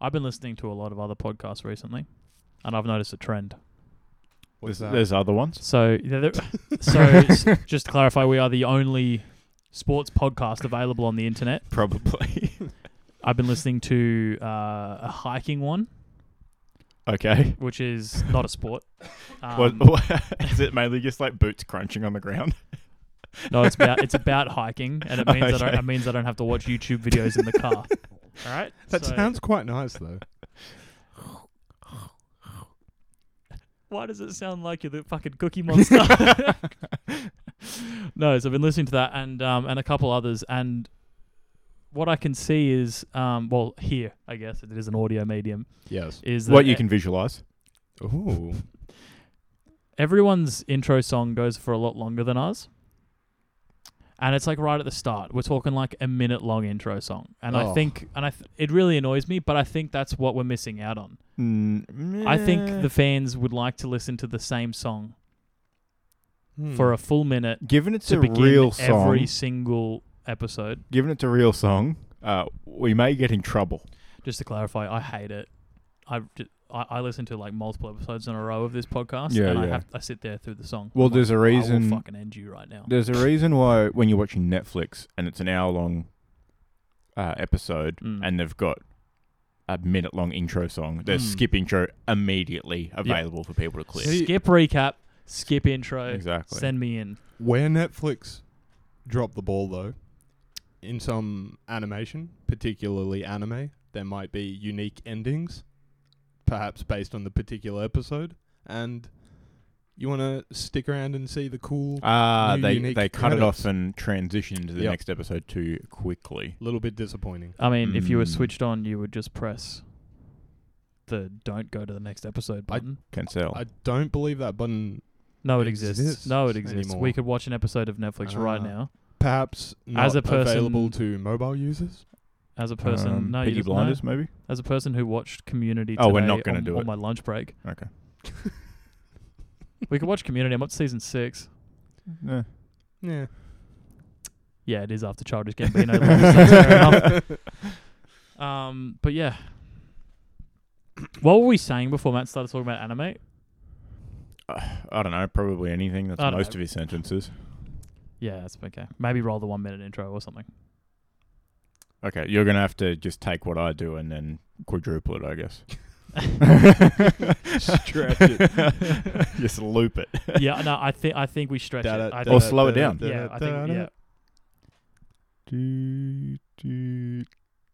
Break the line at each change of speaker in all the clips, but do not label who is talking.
I've been listening to a lot of other podcasts recently, and I've noticed a trend.
What's
there's,
that?
there's other ones.
So, yeah, there- so s- just to clarify, we are the only sports podcast available on the internet.
Probably.
I've been listening to uh, a hiking one,
okay.
which is not a sport. Um,
What what- is it mainly just like boots crunching on the ground?
No, it's about it's about hiking, and it means that I don't,
Oh, Okay.
it means I don't have to watch YouTube videos in the car. All right,
That
So-
sounds quite nice though.
Why does it sound like you're the fucking Cookie Monster? no, so I've been listening to that and um, and a couple others, and what I can see is um, well here I guess it is an audio medium
Yes.
is that
What you can visualize.
Ooh.
everyone's intro song goes for a lot longer than ours. And it's like right at the start. We're talking like a minute long intro song. And I
Oh.
think and I th- it really annoys me, but I think that's what we're missing out on.
Mm,
I think
eh.
the fans would like to listen to the same song
Hmm.
for a full minute
given it's
to
a
begin
real song,
every single episode.
given it's a real song, uh, we may get in trouble.
Just to clarify, I hate it. I, ju- I, I listen to like multiple episodes in a row of this podcast,
Yeah,
and I
yeah.
have I sit there through the song.
Well,
I'm like,
there's a
I
reason-
will fucking end you right now.
There's a reason why when you're watching Netflix and it's an hour long uh, episode
Mm.
and they've got a minute long intro song, there's
Mm.
skip intro immediately available for people to click.
See-
skip recap, skip intro,
Exactly.
send me in.
Where Netflix dropped the ball though, in some animation, particularly anime, there might be unique endings, perhaps based on the particular episode, and you want to stick around and see the cool
Ah,
New
they
unique
they cut it
credits.
off and transitioned to the
Yep.
next episode too quickly.
little bit disappointing.
I mean, if you were
Mm.
switched on, you would just press the "Don't go to the next episode"
I-
button.
Cancel.
I don't believe that button
no, it
exists
exists. No, it
anymore.
exists. We could watch an episode of Netflix right
Ah.
now
perhaps not
As a person-
available to mobile users.
as a person.
Um,
no, you
Peaky
just, no.
Blinders, maybe.
as a person who watched Community.
Oh, we're
today
not gonna
on-
do
on
it.
my lunch break.
Okay.
We could watch Community. I'm up to season six. Mm-hmm.
Yeah.
Yeah.
Yeah, it is after Childish Gambino. left, so fair enough. Um, but yeah. What were we saying before Matt started talking about anime?
I don't know. Probably anything. That's
I don't
most
know.
of his sentences.
Yeah, that's okay. Maybe roll the one minute intro or something.
Okay, you're gonna have to just take what I do and then quadruple it, I guess.
Stretch it.
just loop it.
yeah, no, I think I think we stretch
Da- da-
it. I
da-
Or
think,
slow it
da-
down.
da-
yeah, I
da-
think
da-
yeah.
Maybe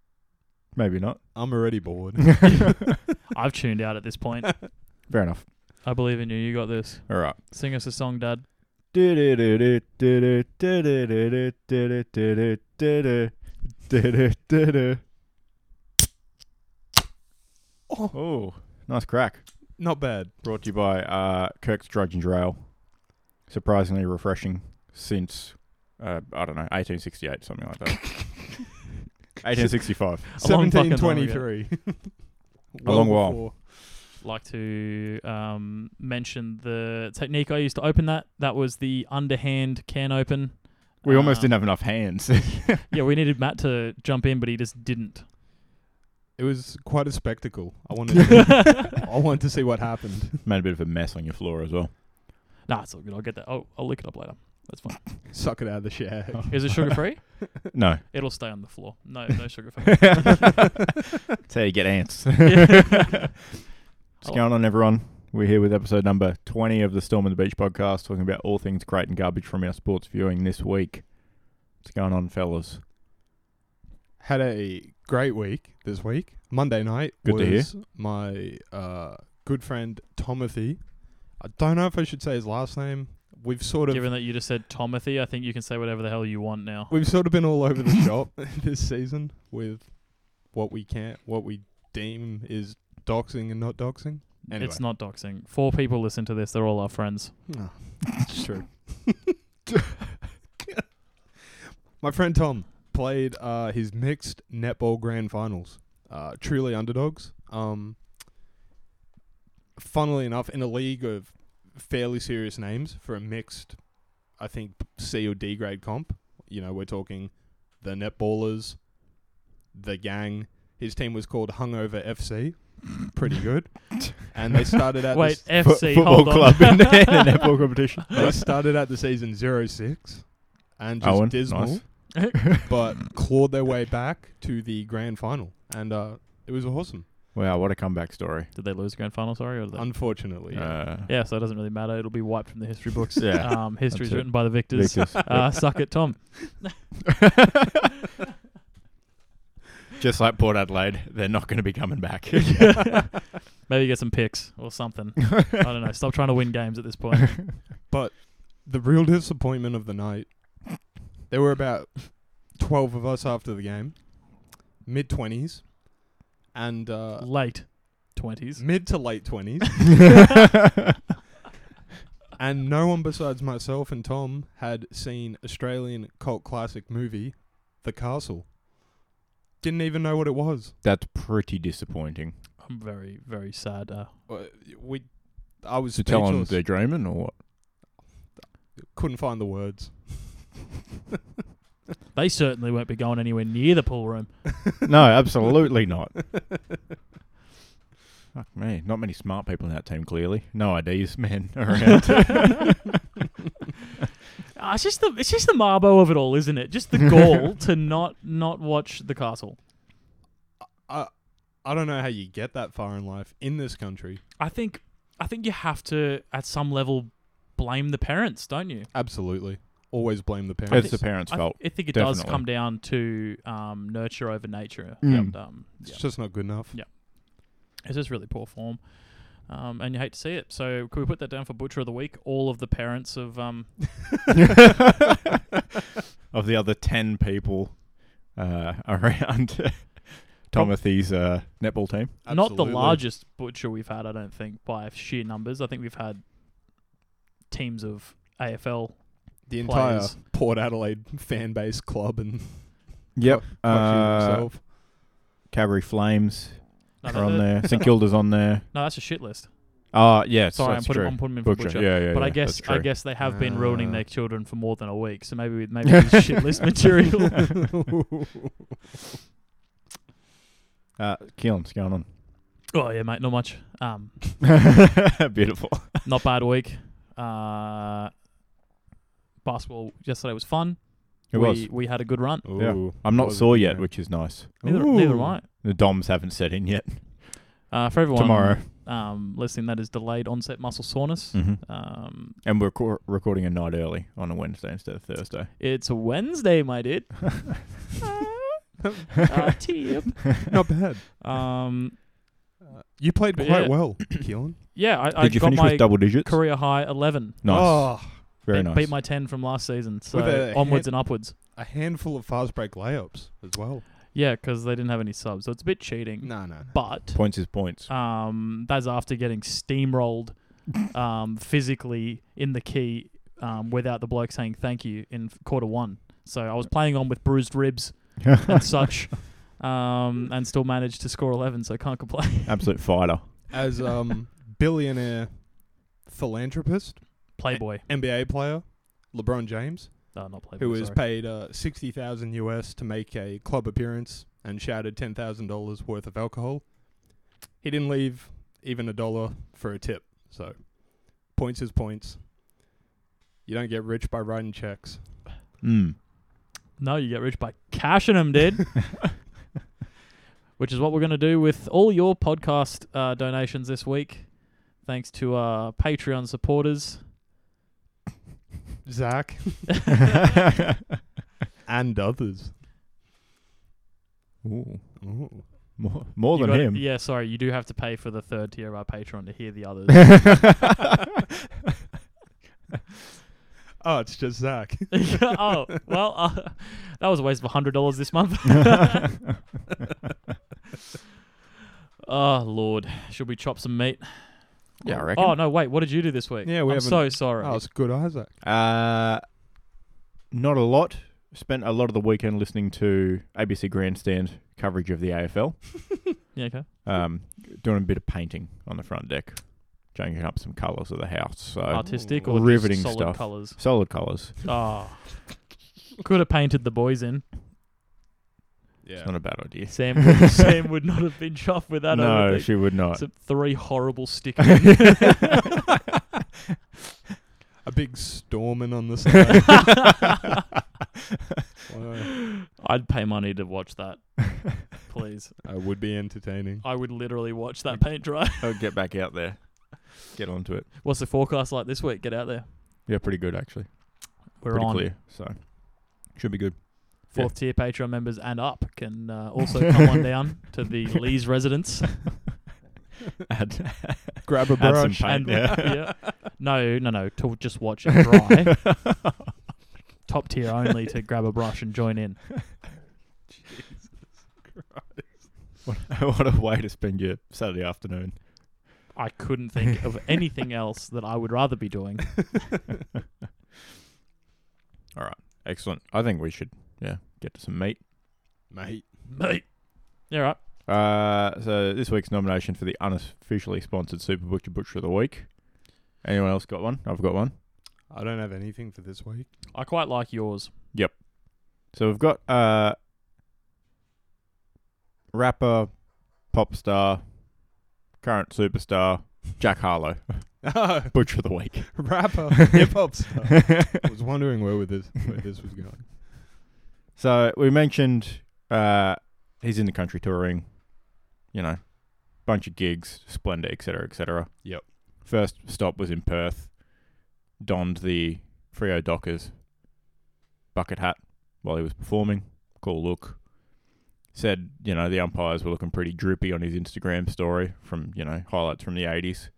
not.
I'm already bored.
I've tuned out at this point.
Fair enough.
I believe in you. You got this.
All right.
Sing us a song, Dad.
Oh,
Oh,
Oh, nice crack.
not bad.
Brought to you by uh, Kirk's Drudge and Drail. Surprisingly refreshing since, uh, I don't know, 1868, something like that. 1865.
A long fucking
Seventeen
time ago.
twenty-three.
A long while.
Like to um, mention the technique I used to open that. That was the underhand can open.
We almost
Uh,
didn't have enough hands.
Yeah, we needed Matt to jump in, but he just didn't.
It was quite a spectacle. I wanted. To, I wanted to see what happened.
Made a bit of a mess on your floor as well.
Nah, it's all good. I'll get that. Oh, I'll lick it up later. That's fine.
Suck it out of the shag.
Is it sugar free?
No.
It'll stay on the floor. No, no sugar free.
That's how you get ants. What's going on, everyone? We're here with episode number 20 of the Storm and the Beach podcast, talking about all things great and garbage from our sports viewing this week. What's going on, fellas?
Had a great week this week. Monday night
Good to hear.
was my uh, good friend Tomothy. I don't know if I should say his last name. We've sort of
Given that you just said Tomothy, I think you can say whatever the hell you want now.
we've sort of been all over the shop this season with what we can't, what we deem is doxing and not doxing. Anyway,
It's not doxing. Four people listen to this. They're all our friends.
No, it's true. My friend Tom played uh, his mixed netball grand finals. Uh, truly underdogs. Um, funnily enough, in a league of fairly serious names for a mixed, I think C or D grade comp. You know, we're talking the netballers, the gang, His team was called Hungover FC. Pretty good. And they started out
Wait,
the,
Fo-
FC
football
hold
club
on.
in, in an netball competition.
s- they started out the season 0-6 and just
Owen,
dismal.
nice.
but clawed their way back to the grand final, and uh, it was awesome.
Wow, what a comeback story.
Did they lose the grand final? Sorry, or did they?
Unfortunately,
Uh,
yeah, so it doesn't really matter. It'll be wiped from the history books.
Yeah.
um, history's
That's it.
written by the victors.
Victors.
Uh, suck it, Tom.
Just like Port Adelaide, they're not going to be coming back.
Maybe get some picks or something. I don't know. Stop trying to win games at this point.
the real disappointment of the night. There were about twelve of us after the game, mid twenties, and uh,
Late twenties.
mid to late twenties, and no one besides myself and Tom had seen Australian cult classic movie, The Castle. Didn't even know what it was.
That's pretty disappointing.
I'm very, very sad. Uh,
Uh, We, I was
So tell them
speechless.
they're dreaming or what?
couldn't find the words.
they certainly won't be going anywhere near the pool room.
No, absolutely not. Fuck me. Not many smart people in that team, clearly. No ideas, man, around.
Ah, it's just the it's just the marbo of it all, isn't it? Just the gall to not not watch the castle.
I I don't know how you get that far in life in this country.
I think I think you have to at some level blame the parents, don't you?
Absolutely. Always blame the parents.
it's the parents'
I,
fault.
I think it does
Definitely.
come down to um, nurture over nature,
Mm.
and um,
It's
yeah.
just not good enough.
it's just really poor form. Um, and you hate to see it. So, could we put that down for butcher of the week? All of the parents of um,
of the other 10 people uh, around Timothy's uh, netball team.
not the
Absolutely.
largest butcher we've had, I don't think, by sheer numbers. I think we've had teams of AFL.
The entire
players.
Port Adelaide fan base club and
Yep.
Clutches
Uh,
himself.
Calgary Flames
No,
are
no,
on there. St Kilda's on there.
no, that's a shit list.
Oh, yeah.
Sorry, I'm
that's
putting,
true.
I'm putting him in for
Butcher.
butcher.
Yeah, yeah,
But I
yeah,
guess
that's
I
true. Uh,
guess they have been ruining their
Ah.
children for more than a week, so maybe we- maybe it's shit list material.
Uh, Keelan, what's going
Oh yeah, mate, not much. Um,
on? Beautiful.
not bad week. Uh, basketball yesterday was fun.
It
we,
was.
we had a good run.
Yeah.
Ooh,
I'm not
was a
sore
good
yet,
game.
which is nice.
Neither, neither am
Ooh.
I.
The DOMs haven't set in yet.
Uh, for everyone
Tomorrow.
um, listening, that is delayed onset muscle soreness.
hmm
Um,
And we're recor- recording a night early on a Wednesday instead of Thursday.
it's a Wednesday, my dude. Ah, tip.
not bad.
Um,
Uh, you played
But
quite
yeah.
well, Keelan.
yeah, I, I
Did you
got
finish
my
with double digits?
career high eleven.
Nice.
Oh,
Very
beat,
nice.
beat my ten from last season, so
a
onwards
hit-
and upwards.
a handful of fast break layups as well.
Yeah, because they didn't have any subs, so it's a bit cheating.
No, no.
But
points is points.
Um, that's after getting steamrolled um, physically in the key um, without the bloke saying thank you in f- quarter one. So I was playing on with bruised ribs and such, um, and still managed to score 11, so I can't complain.
Absolute fighter.
As um billionaire philanthropist,
Playboy.
NBA player, LeBron James,
No, not Playboy.
who was
sorry.
paid uh, sixty thousand US to make a club appearance and shouted ten thousand dollars worth of alcohol. He didn't leave even a dollar for a tip. So points is points. You don't get rich by writing checks.
Mm.
No, you get rich by cashing them, dude. Which is what we're going to do with all your podcast uh, donations this week. Thanks to our Patreon supporters.
Zach and others.
Ooh,
Ooh.
more more
You
than
gotta-
him.
Yeah, sorry, you do have to pay for the third tier of our Patreon to hear the others.
Oh, it's just Zach.
oh well, uh, that was a waste of a hundred dollars this month. oh Lord, should we chop some meat?
yeah, I
Oh
reckon.
no, wait, what did you do this week?
Yeah, we
I'm
haven't-
so sorry.
Oh, it's good Isaac.
Uh, not a lot. Spent a lot of the weekend listening to ABC Grandstand coverage of the AFL.
yeah, okay.
Um, doing a bit of painting on the front deck, changing up some colours of the house. So
Artistic or
riveting
just solid Ah.
stuff.
colors?
solid colours.
Oh, could have painted the boys in.
Yeah.
It's not a bad idea.
Sam would, Sam would not have been chuffed with that. I would
no,
think.
she would not.
Except three horrible stickers.
A big storming on the side. Wow.
I'd pay money to watch that. Please.
That would be entertaining.
I would literally watch that paint dry.
I'll get back out there. Get onto it.
What's the forecast like this week? Get out there.
Yeah, pretty good actually.
We're
pretty
on.
clear. So should be good.
Fourth tier Patreon members and up can uh, also come on down to the Lee's residence.
Add,
Grab a
add some
brush.
paint.
And
yeah.
yeah. No, no, no. To just watch it dry. Top tier only to grab a brush and join in.
what a way to spend your Saturday afternoon.
I couldn't think of anything else that I would rather be doing.
Excellent. I think we should yeah get to some meat.
Mate.
Mate. Yeah, right.
Uh, so this week's nomination for the unofficially sponsored Super Butcher Butcher of the Week. Anyone else got one? I've got one.
I don't have anything for this week.
I quite like yours.
So we've got uh, rapper, pop star, current superstar Jack Harlow,
Oh,
Butcher of the Week.
rapper, hip hop star. I was wondering where with this where this was going.
So we mentioned uh, he's in the country touring, you know, bunch of gigs, Splendor, etc., etc.
Yep.
First stop was in Perth. Donned the Frio Dockers bucket hat while he was performing. Cool look. Said, you know, the umpires were looking pretty droopy on his Instagram story from, you know, highlights from the 80s.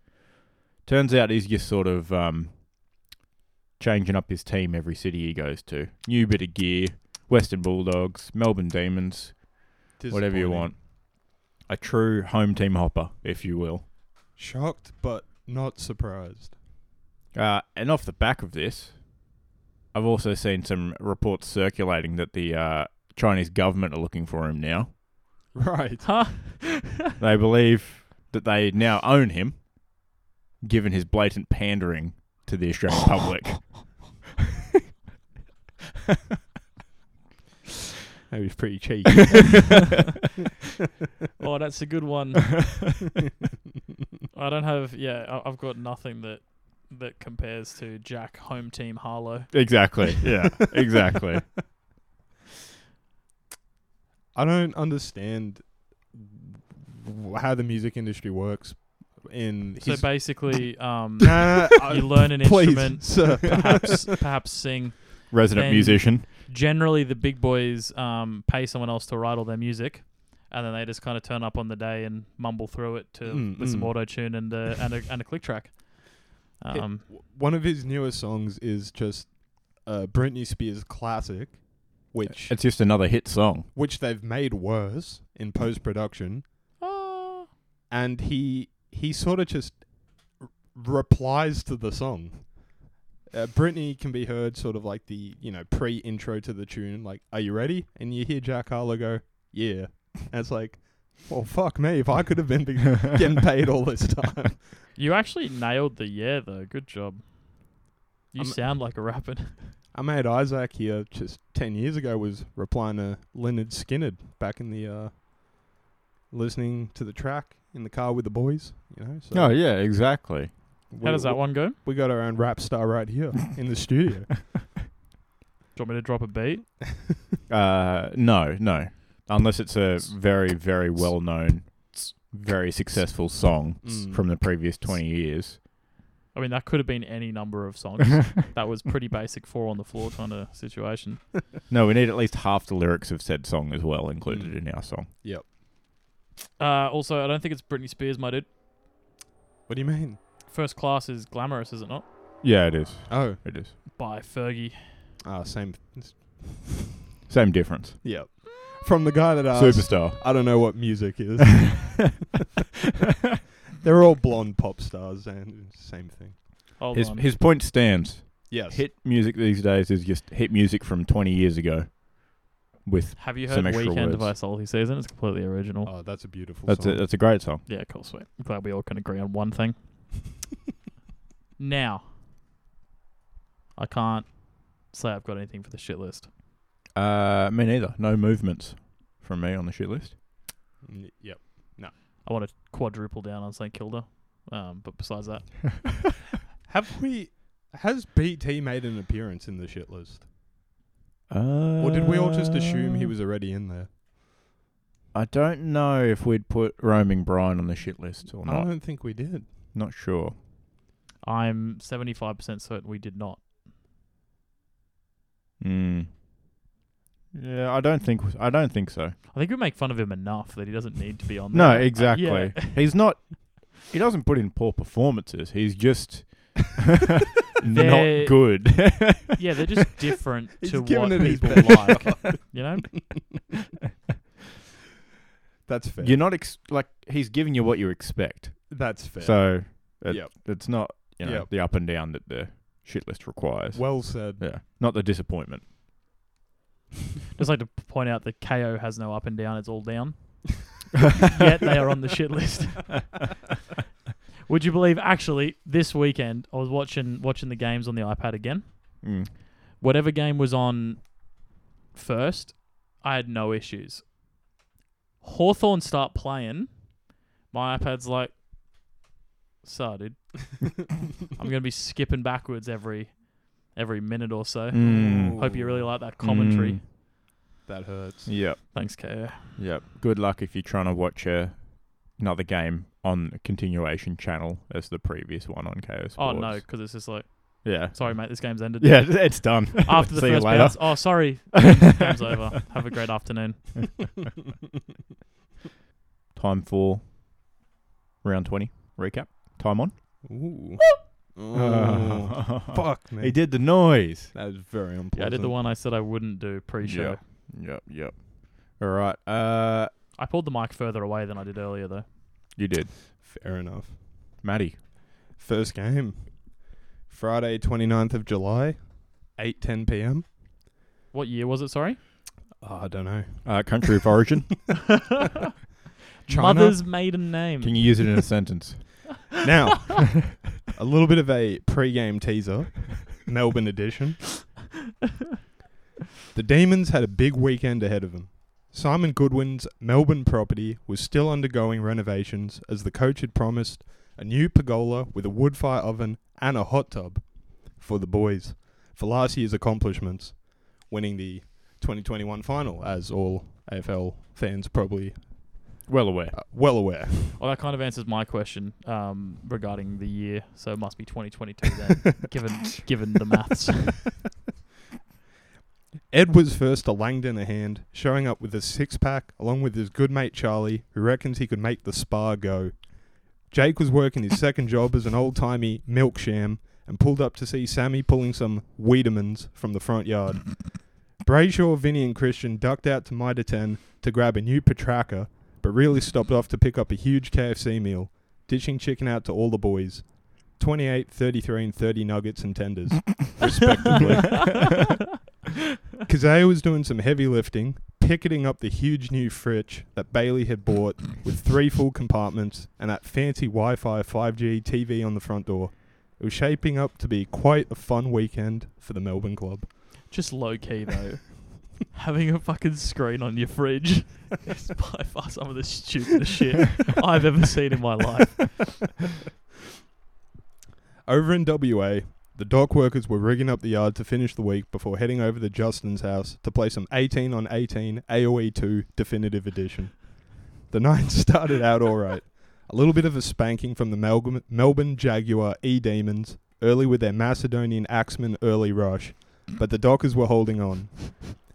Turns out he's just sort of um, changing up his team every city he goes to. New bit of gear, Western Bulldogs, Melbourne Demons, whatever you
Disappointing.
want. A true home team hopper, if you will.
Shocked but not surprised.
Uh, and off the back of this, I've also seen some reports circulating that the uh, Chinese government are looking for him now.
Right.
Huh?
They believe that they now own him, given his blatant pandering to the Australian public.
That was pretty cheeky.
Oh, that's a good one. I don't have. Yeah, I- I've got nothing that that compares to Jack home team Harlow.
Exactly. Yeah. Exactly.
I don't understand w- how the music industry works. In
So
his-
basically, um,
Nah, I-
you learn an
please,
instrument,
sir.
perhaps perhaps sing.
Resident
Then-
musician.
Generally, the big boys um, pay someone else to write all their music, and then they just kind of turn up on the day and mumble through it to
Mm,
with some
mm.
auto tune and a, and a and a click track.
Hey,
Um,
w- one of his newest songs is just uh, Britney Spears classic, which
It's just another hit song.
which they've made worse in post production,
oh,
and he he sort of just r- replies to the song. Uh, Britney can be heard sort of like the you know pre intro to the tune, like "Are you ready?" and you hear Jack Harlow go, "Yeah," and it's like, "Well, fuck me if I could have been be- getting paid all this time."
you actually nailed the yeah though. Good job. You
I'm-
sound like a rapper.
I made Isaac here just ten years ago was replying to Leonard Skinner back in the uh, listening to the track in the car with the boys, you know. So
Oh yeah, exactly.
we-
How does that one go? Do
We got our own rap star right here in the studio.
you want me to drop a beat?
Uh, no, no. Unless it's a very, very well known, very successful song
Mm.
from the previous 20 years.
I mean, that could have been any number of songs. that was pretty basic four on the floor kind of situation.
No, we need at least half the lyrics of said song as well included
Mm.
in our song.
Uh, also, I don't think it's Britney Spears, my dude.
What do you mean?
First Class is glamorous, is it not?
Yeah, it is.
Oh,
It is.
By Fergie.
ah, same.
Same difference.
Yep. From the guy that asked,
Superstar.
I don't know what music is. They're all blonde pop stars, and same thing.
Hold
His
on.
his point stands.
Yes.
Hit music these days is just hit music from 20 years ago. With
Have you heard
some extra
Weekend by
words.
Salty Season? It's completely original.
Oh, that's a beautiful.
that's a,
song.
that's a great song.
Yeah, cool, sweet. I'm glad we all can agree on one thing. now, I can't say I've got anything for the shit list.
Uh, me neither. No movements from me on the shit list.
N- Mm, Yep.
I want to quadruple down on St Kilda. Um, but besides that,
Have we? Has BT made an appearance in the shit list,
Uh,
or did we all just assume he was already in there?
I don't know if we'd put roaming Brian on the shit list or
I
not.
don't think we did.
Not sure.
I'm 75% certain we did not.
Hmm. Yeah, I don't think I don't think so.
I think we make fun of him enough that he doesn't need to be on
No,
there. Uh,
exactly.
yeah.
He's not. He doesn't put in poor performances. He's just not
They're-
good.
yeah, they're just different
He's
to
giving
what
it his
people
best
like. You know?
That's fair.
You're not ex- like he's giving you what you expect.
That's fair.
So it-
Yep.
it's not you know
Yep.
the up and down that the shit list requires.
well said.
yeah, not the disappointment.
Just like to point out that KO has no up and down, it's all down. Yet they are on the shit list. Would you believe actually this weekend I was watching watching the games on the iPad again.
Mm.
Whatever game was on first, I had no issues. Hawthorn start playing, my iPad's like so dude. I'm gonna be skipping backwards every every minute or so.
Mm.
Hope you really like that commentary.
Mm.
That hurts.
Yep.
Thanks, KO.
Yep. Good luck if you're trying to watch uh, another game on a continuation channel as the previous one on KO Sports.
Oh no, because it's just like
Yeah.
sorry mate, this game's ended.
Yeah, it's done.
After the
See
first
you later.
bounce. Oh sorry. Game's over. Have a great afternoon.
Time for round 20 recap. Time on.
Ooh. Oh.
Oh.
Fuck
He
me.
did the noise.
That was very unpleasant.
Yeah, I did the one I said I wouldn't do pre-show.
Yep. Yep. Yep. All right. Uh,
I pulled the mic further away than I did earlier, though.
you did,
Fair enough.
Maddie.
First game, Friday, 29th of July, eight ten p.m.
What year was it? Sorry,
Oh,
Ah,
I don't know.
Uh, country of origin.
China?
mother's maiden name.
Can you use it in a sentence?
Now, a little bit of a pre-game teaser, Melbourne edition. The Demons had a big weekend ahead of them. Simon Goodwin's Melbourne property was still undergoing renovations as the coach had promised a new pergola with a wood fire oven and a hot tub for the boys for last year's accomplishments, winning the 2021 final, as all AFL fans probably
Well aware.
are well aware.
well, Oh, that kind of answers my question um, regarding the year. So it must be 2022 then, given given the maths.
Ed was first to Langdon a hand, showing up with a six pack along with his good mate Charlie, who reckons he could make the spa go. Jake was working his second job as an old timey milk sham and pulled up to see Sammy pulling some Wiedemans from the front yard. Brayshaw, Vinny, and Christian ducked out to Mitre 10 to grab a new Petraka, but really stopped off to pick up a huge KFC meal, dishing chicken out to all the boys 28, 33, and 30 nuggets and tenders, respectively. Kazea was doing some heavy lifting, picketing up the huge new fridge that Bailey had bought with three full compartments and that fancy Wi Fi 5G TV on the front door. It was shaping up to be quite a fun weekend for the Melbourne club.
Just low key though, having a fucking screen on your fridge is by far some of the stupidest shit I've ever seen in my life.
Over in WA, the dock workers were rigging up the yard to finish the week before heading over to Justin's house to play some 18 on 18 AOE 2 E Definitive Edition. The night started out alright. A little bit of a spanking from the Melbourne, Melbourne Jaguar E Demons, early with their Macedonian Axeman early rush, but the Dockers were holding on.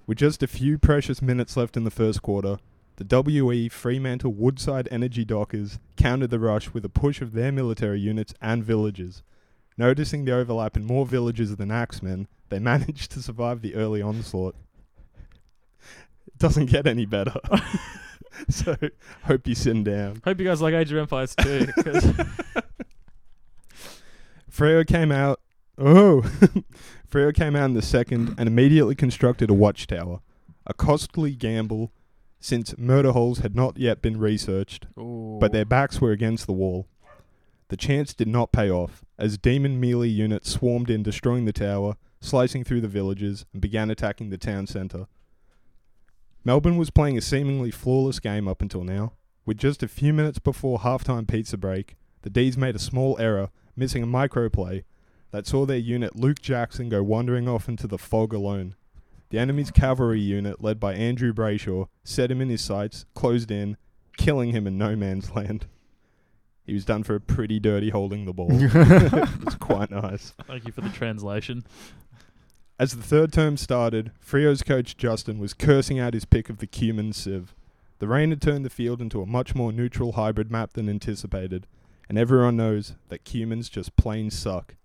With just a few precious minutes left in the first quarter, the WE Fremantle Woodside Energy Dockers countered the rush with a push of their military units and villages. Noticing the overlap in more villages than axemen, they managed to survive the early onslaught. It doesn't get any better. so, hope you sit down.
Hope you guys like Age of Empires too. 'cause-
Freo came out. Oh, Freo came out in the second and immediately constructed a watchtower, a costly gamble, since murder holes had not yet been researched, but their backs were against the wall. The chance did not pay off, as demon melee units swarmed in, destroying the tower, slicing through the villages, and began attacking the town centre. Melbourne was playing a seemingly flawless game up until now. With just a few minutes before halftime pizza break, the D's made a small error, missing a microplay that saw their unit Luke Jackson go wandering off into the fog alone. The enemy's cavalry unit, led by Andrew Brayshaw, set him in his sights, closed in, killing him in no man's land. He was done for a pretty dirty holding the ball. it was quite nice.
Thank you for the translation.
As the third term started, Frio's coach Justin was cursing out his pick of the Cuman sieve. The rain had turned the field into a much more neutral hybrid map than anticipated, and everyone knows that Cumans just plain suck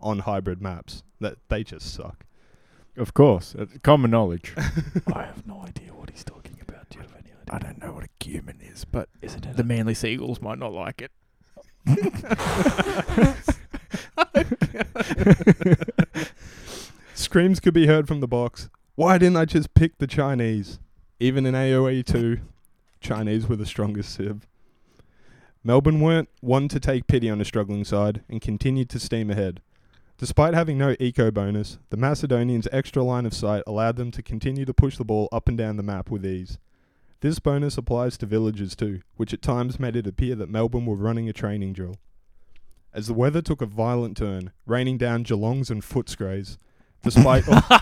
on hybrid maps. That they just suck.
Of course, it's common knowledge.
I have no idea what he's talking about. Do you have any idea?
I don't know what a cumin is, but
Isn't it?
the Manly Seagulls might not like it.
Screams could be heard from the box. Why didn't I just pick the Chinese? Even in AOE 2, Chinese were the strongest sieve. Melbourne weren't one to take pity on a struggling side and continued to steam ahead. Despite having no eco bonus, the Macedonians' extra line of sight allowed them to continue to push the ball up and down the map with ease. This bonus applies to villages too, which at times made it appear that Melbourne were running a training drill. As the weather took a violent turn, raining down Geelongs and Footscrays, despite all,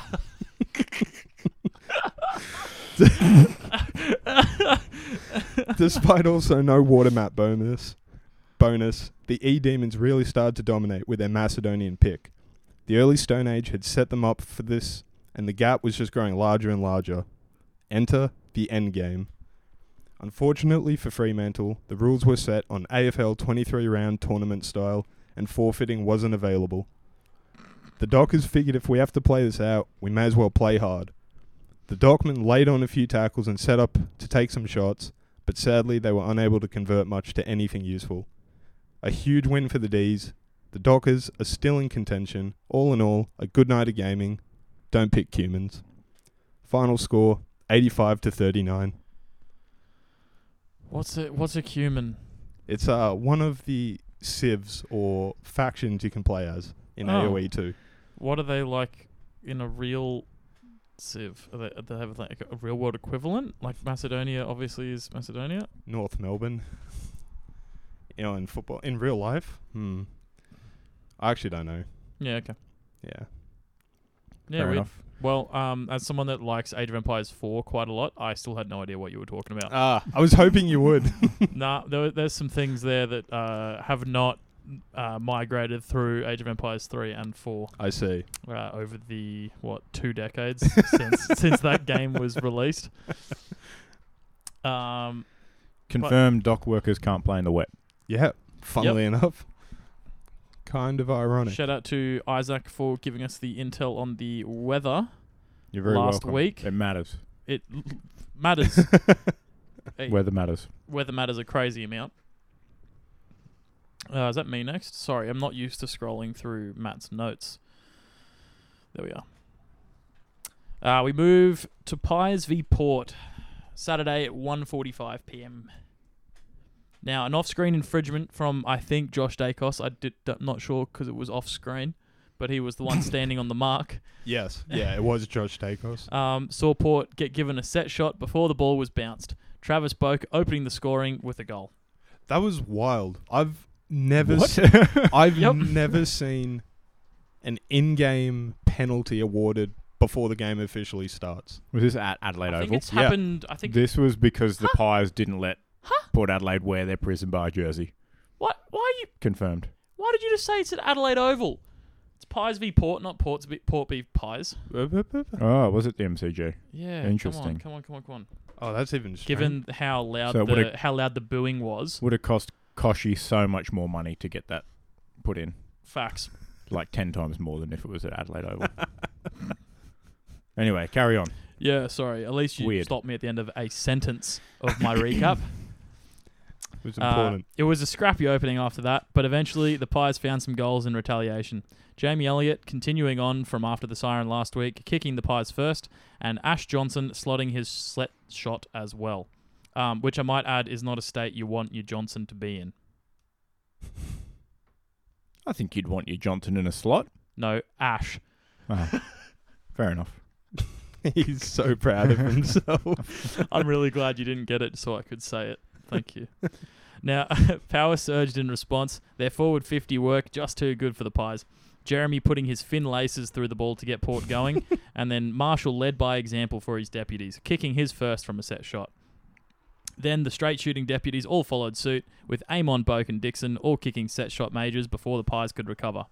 despite also no water map bonus, bonus, the E Demons really started to dominate with their Macedonian pick. The early Stone Age had set them up for this, and the gap was just growing larger and larger. Enter the end game. Unfortunately for Fremantle, the rules were set on AFL 23 round tournament style, and forfeiting wasn't available. The Dockers figured if we have to play this out, we may as well play hard. The Dockmen laid on a few tackles and set up to take some shots, but sadly they were unable to convert much to anything useful. A huge win for the D's. The Dockers are still in contention. All in all, a good night of gaming. Don't pick humans. Final score 85 to 39.
What's a what's a cumin?
It's uh one of the civs or factions you can play as in E
Oh.
AoE 2.
What are they like in a real civ? Are they, do they have like a real world equivalent? Like Macedonia obviously is Macedonia.
North Melbourne. You know, in football, in real life, hmm. I actually don't know.
Yeah. Okay.
Yeah.
Yeah.
Fair
weird.
enough.
Well, um, as someone that likes Age of Empires 4 quite a lot, I still had no idea what you were talking about.
Ah, I was hoping you would.
nah, there, there's some things there that uh, have not uh, migrated through Age of Empires 3 and 4
I see.
uh, over the, what, two decades since, since that game was released. Um,
Confirmed dock workers can't play in the wet.
Yeah. Funnily enough, kind of ironic.
shout out to Isaac for giving us the intel on the weather.
You're very
Last
welcome.
week-
It matters.
It l- matters. Hey,
Weather matters.
weather matters a crazy amount. Uh, is that me next? Sorry, I'm not used to scrolling through Matt's notes. There we are. Uh, we move to Pies v Port, Saturday at 1:45 p.m. Now, an off-screen infringement from I think Josh Dacos. I did d- not sure because it was off-screen, but he was the one standing on the mark.
Yes. Yeah, it was Josh Dacos.
Um, saw Port get given a set shot before the ball was bounced. Travis Boak opening the scoring with a goal.
That was wild. I've never se-
What?
I've
Yep.
never seen an in-game penalty awarded before the game officially starts.
Was this at Adelaide
I think
Oval?
it's
Yeah.
happened. I think
This was because the Pies didn't let Port Adelaide wear their prison bar jersey.
What? Why you?
Confirmed.
Why did you just say it's at Adelaide Oval? It's Pies v Port, not Port's v Port v Pies.
Oh, was it the MCG?
Yeah.
Interesting.
Come on, come on, come on. Come on.
Oh, that's even strange.
Given how loud
So it
the
would've-
how loud the booing was,
Would have cost Koshy so much more money to get that put in,
facts.
like ten times more than if it was at Adelaide Oval. anyway, carry on.
Yeah. Sorry. At least you
Weird.
stopped me at the end of a sentence of my recap.
it was
Uh,
important.
it was a scrappy opening after that, but eventually the Pies found some goals in retaliation. Jamie Elliott continuing on from after the siren last week, kicking the Pies first, and Ash Johnson slotting his slet shot as well, um, which I might add is not a state you want your Johnson to be in.
I think you'd want your Johnson in a slot.
No, Ash.
Oh, fair Ah, enough.
He's so proud of himself.
I'm really glad you didn't get it so I could say it. Thank you. Now, power surged in response. Their forward 50 work just too good for the Pies. Jeremy putting his fin laces through the ball to get Port going, and then Marshall led by example for his deputies, kicking his first from a set shot. Then the straight shooting deputies all followed suit, with Amon Boke and Dixon all kicking set shot majors before the Pies could recover.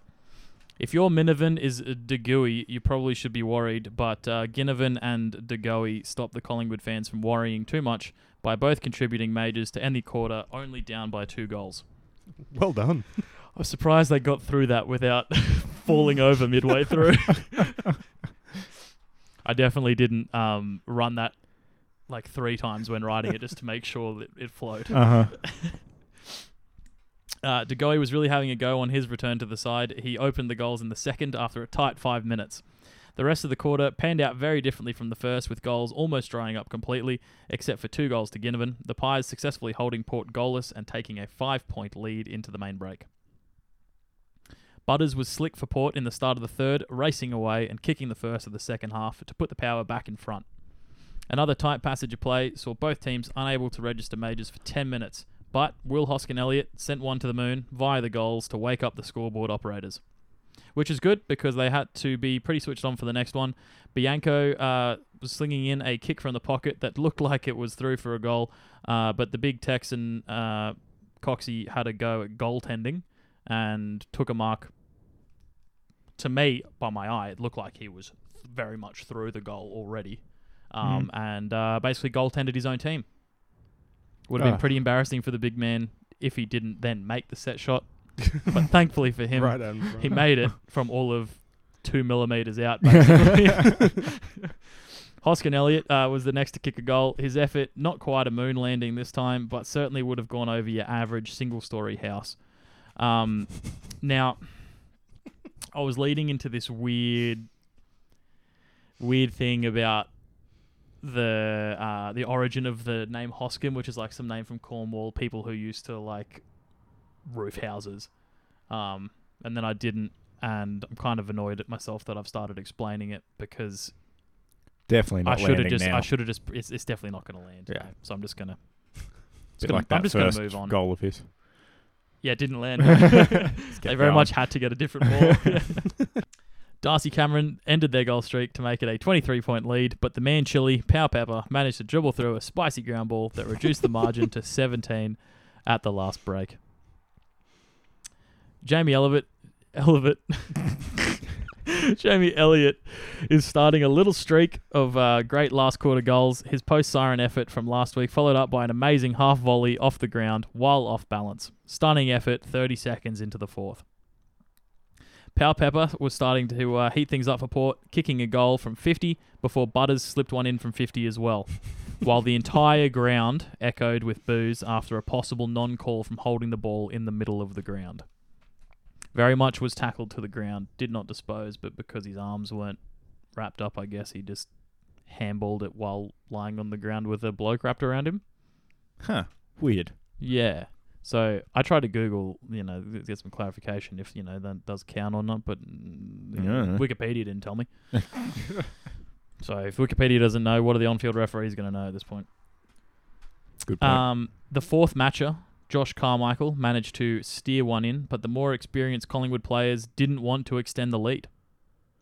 If your Minivan is uh, Degui, you probably should be worried, but uh, Ginnivan and Degui stopped the Collingwood fans from worrying too much by both contributing majors to end the quarter only down by two goals.
well done.
I was surprised they got through that without falling over midway through. I definitely didn't um, run that like three times when writing it just to make sure that it flowed.
Uh huh.
Uh, De Goey was really having a go on his return to the side. He opened the goals in the second after a tight five minutes. The rest of the quarter panned out very differently from the first, with goals almost drying up completely, except for two goals to Ginnivan. The Pies successfully holding Port goalless and taking a five point lead into the main break. Butters was slick for Port in the start of the third, racing away and kicking the first of the second half to put the power back in front. Another tight passage of play saw both teams unable to register majors for 10 minutes, but Will Hoskin Elliott sent one to the moon via the goals to wake up the scoreboard operators. Which is good because they had to be pretty switched on for the next one. Bianco uh, was slinging in a kick from the pocket that looked like it was through for a goal, uh, but the big Texan uh, Coxey had a go at goaltending and took a mark. To me, by my eye, it looked like he was very much through the goal already, um, and uh, basically goaltended his own team. Would have
Ah.
been pretty embarrassing for the big man if he didn't then make the set shot, but thankfully for him,
right on. front.
he made it from all of two millimeters out. Basically. Hoskin Elliott uh, was the next to kick a goal. His effort, not quite a moon landing this time, but certainly would have gone over your average single-story house. Um, now, I was leading into this weird, weird thing about the uh, the origin of the name Hoskin, which is like some name from Cornwall, people who used to like roof houses. Um, and then I didn't, and I'm kind of annoyed at myself that I've started explaining it because
Definitely
I
not
should have
landing
just
now.
I should have just it's, it's definitely not going to land.
Yeah.
So I'm just gonna
It's a bit
gonna-
like
I'm
that
just gonna
first
move on.
goal of his.
yeah, it didn't land.
Let's
they
get
very
going.
much had to get a different ball. Darcy Cameron ended their goal streak to make it a 23 point lead, but the man Chili, Pow Pepper, managed to dribble through a spicy ground ball that reduced the margin to 17 at the last break. Jamie Elliott, Elliott, Jamie Elliott is starting a little streak of uh, great last quarter goals. His post siren effort from last week, followed up by an amazing half volley off the ground while off balance. Stunning effort 30 seconds into the fourth. Power Pepper was starting to uh, heat things up for Port, kicking a goal from 50 before Butters slipped one in from 50 as well, while the entire ground echoed with boos after a possible non call from holding the ball in the middle of the ground. Very much was tackled to the ground, did not dispose, but because his arms weren't wrapped up, I guess he just handballed it while lying on the ground with a bloke wrapped around him.
Huh. Weird.
Yeah. So I tried to Google, you know, th- get some clarification if you know that does count or not, but mm,
Yeah.
Wikipedia didn't tell me. so if Wikipedia doesn't know, what are the on-field referees going to know at this point?
Good point.
Um, the fourth matcher, Josh Carmichael, managed to steer one in, but the more experienced Collingwood players didn't want to extend the lead.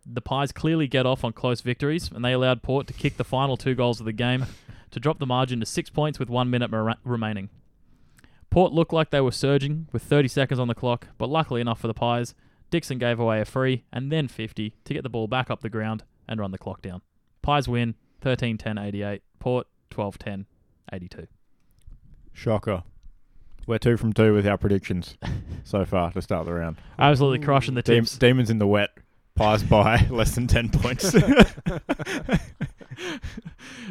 The Pies clearly get off on close victories, and they allowed Port to kick the final two goals of the game to drop the margin to six points with one minute mera- remaining. Port looked like they were surging with 30 seconds on the clock, but luckily enough for the Pies, Dixon gave away a free and then 50 to get the ball back up the ground and run the clock down. Pies win 13 10 88, Port 12 10 82.
Shocker. We're two from two with our predictions so far to start the round.
Absolutely crushing the
Dem-
tips.
demons in the wet. Pies by less than 10 points.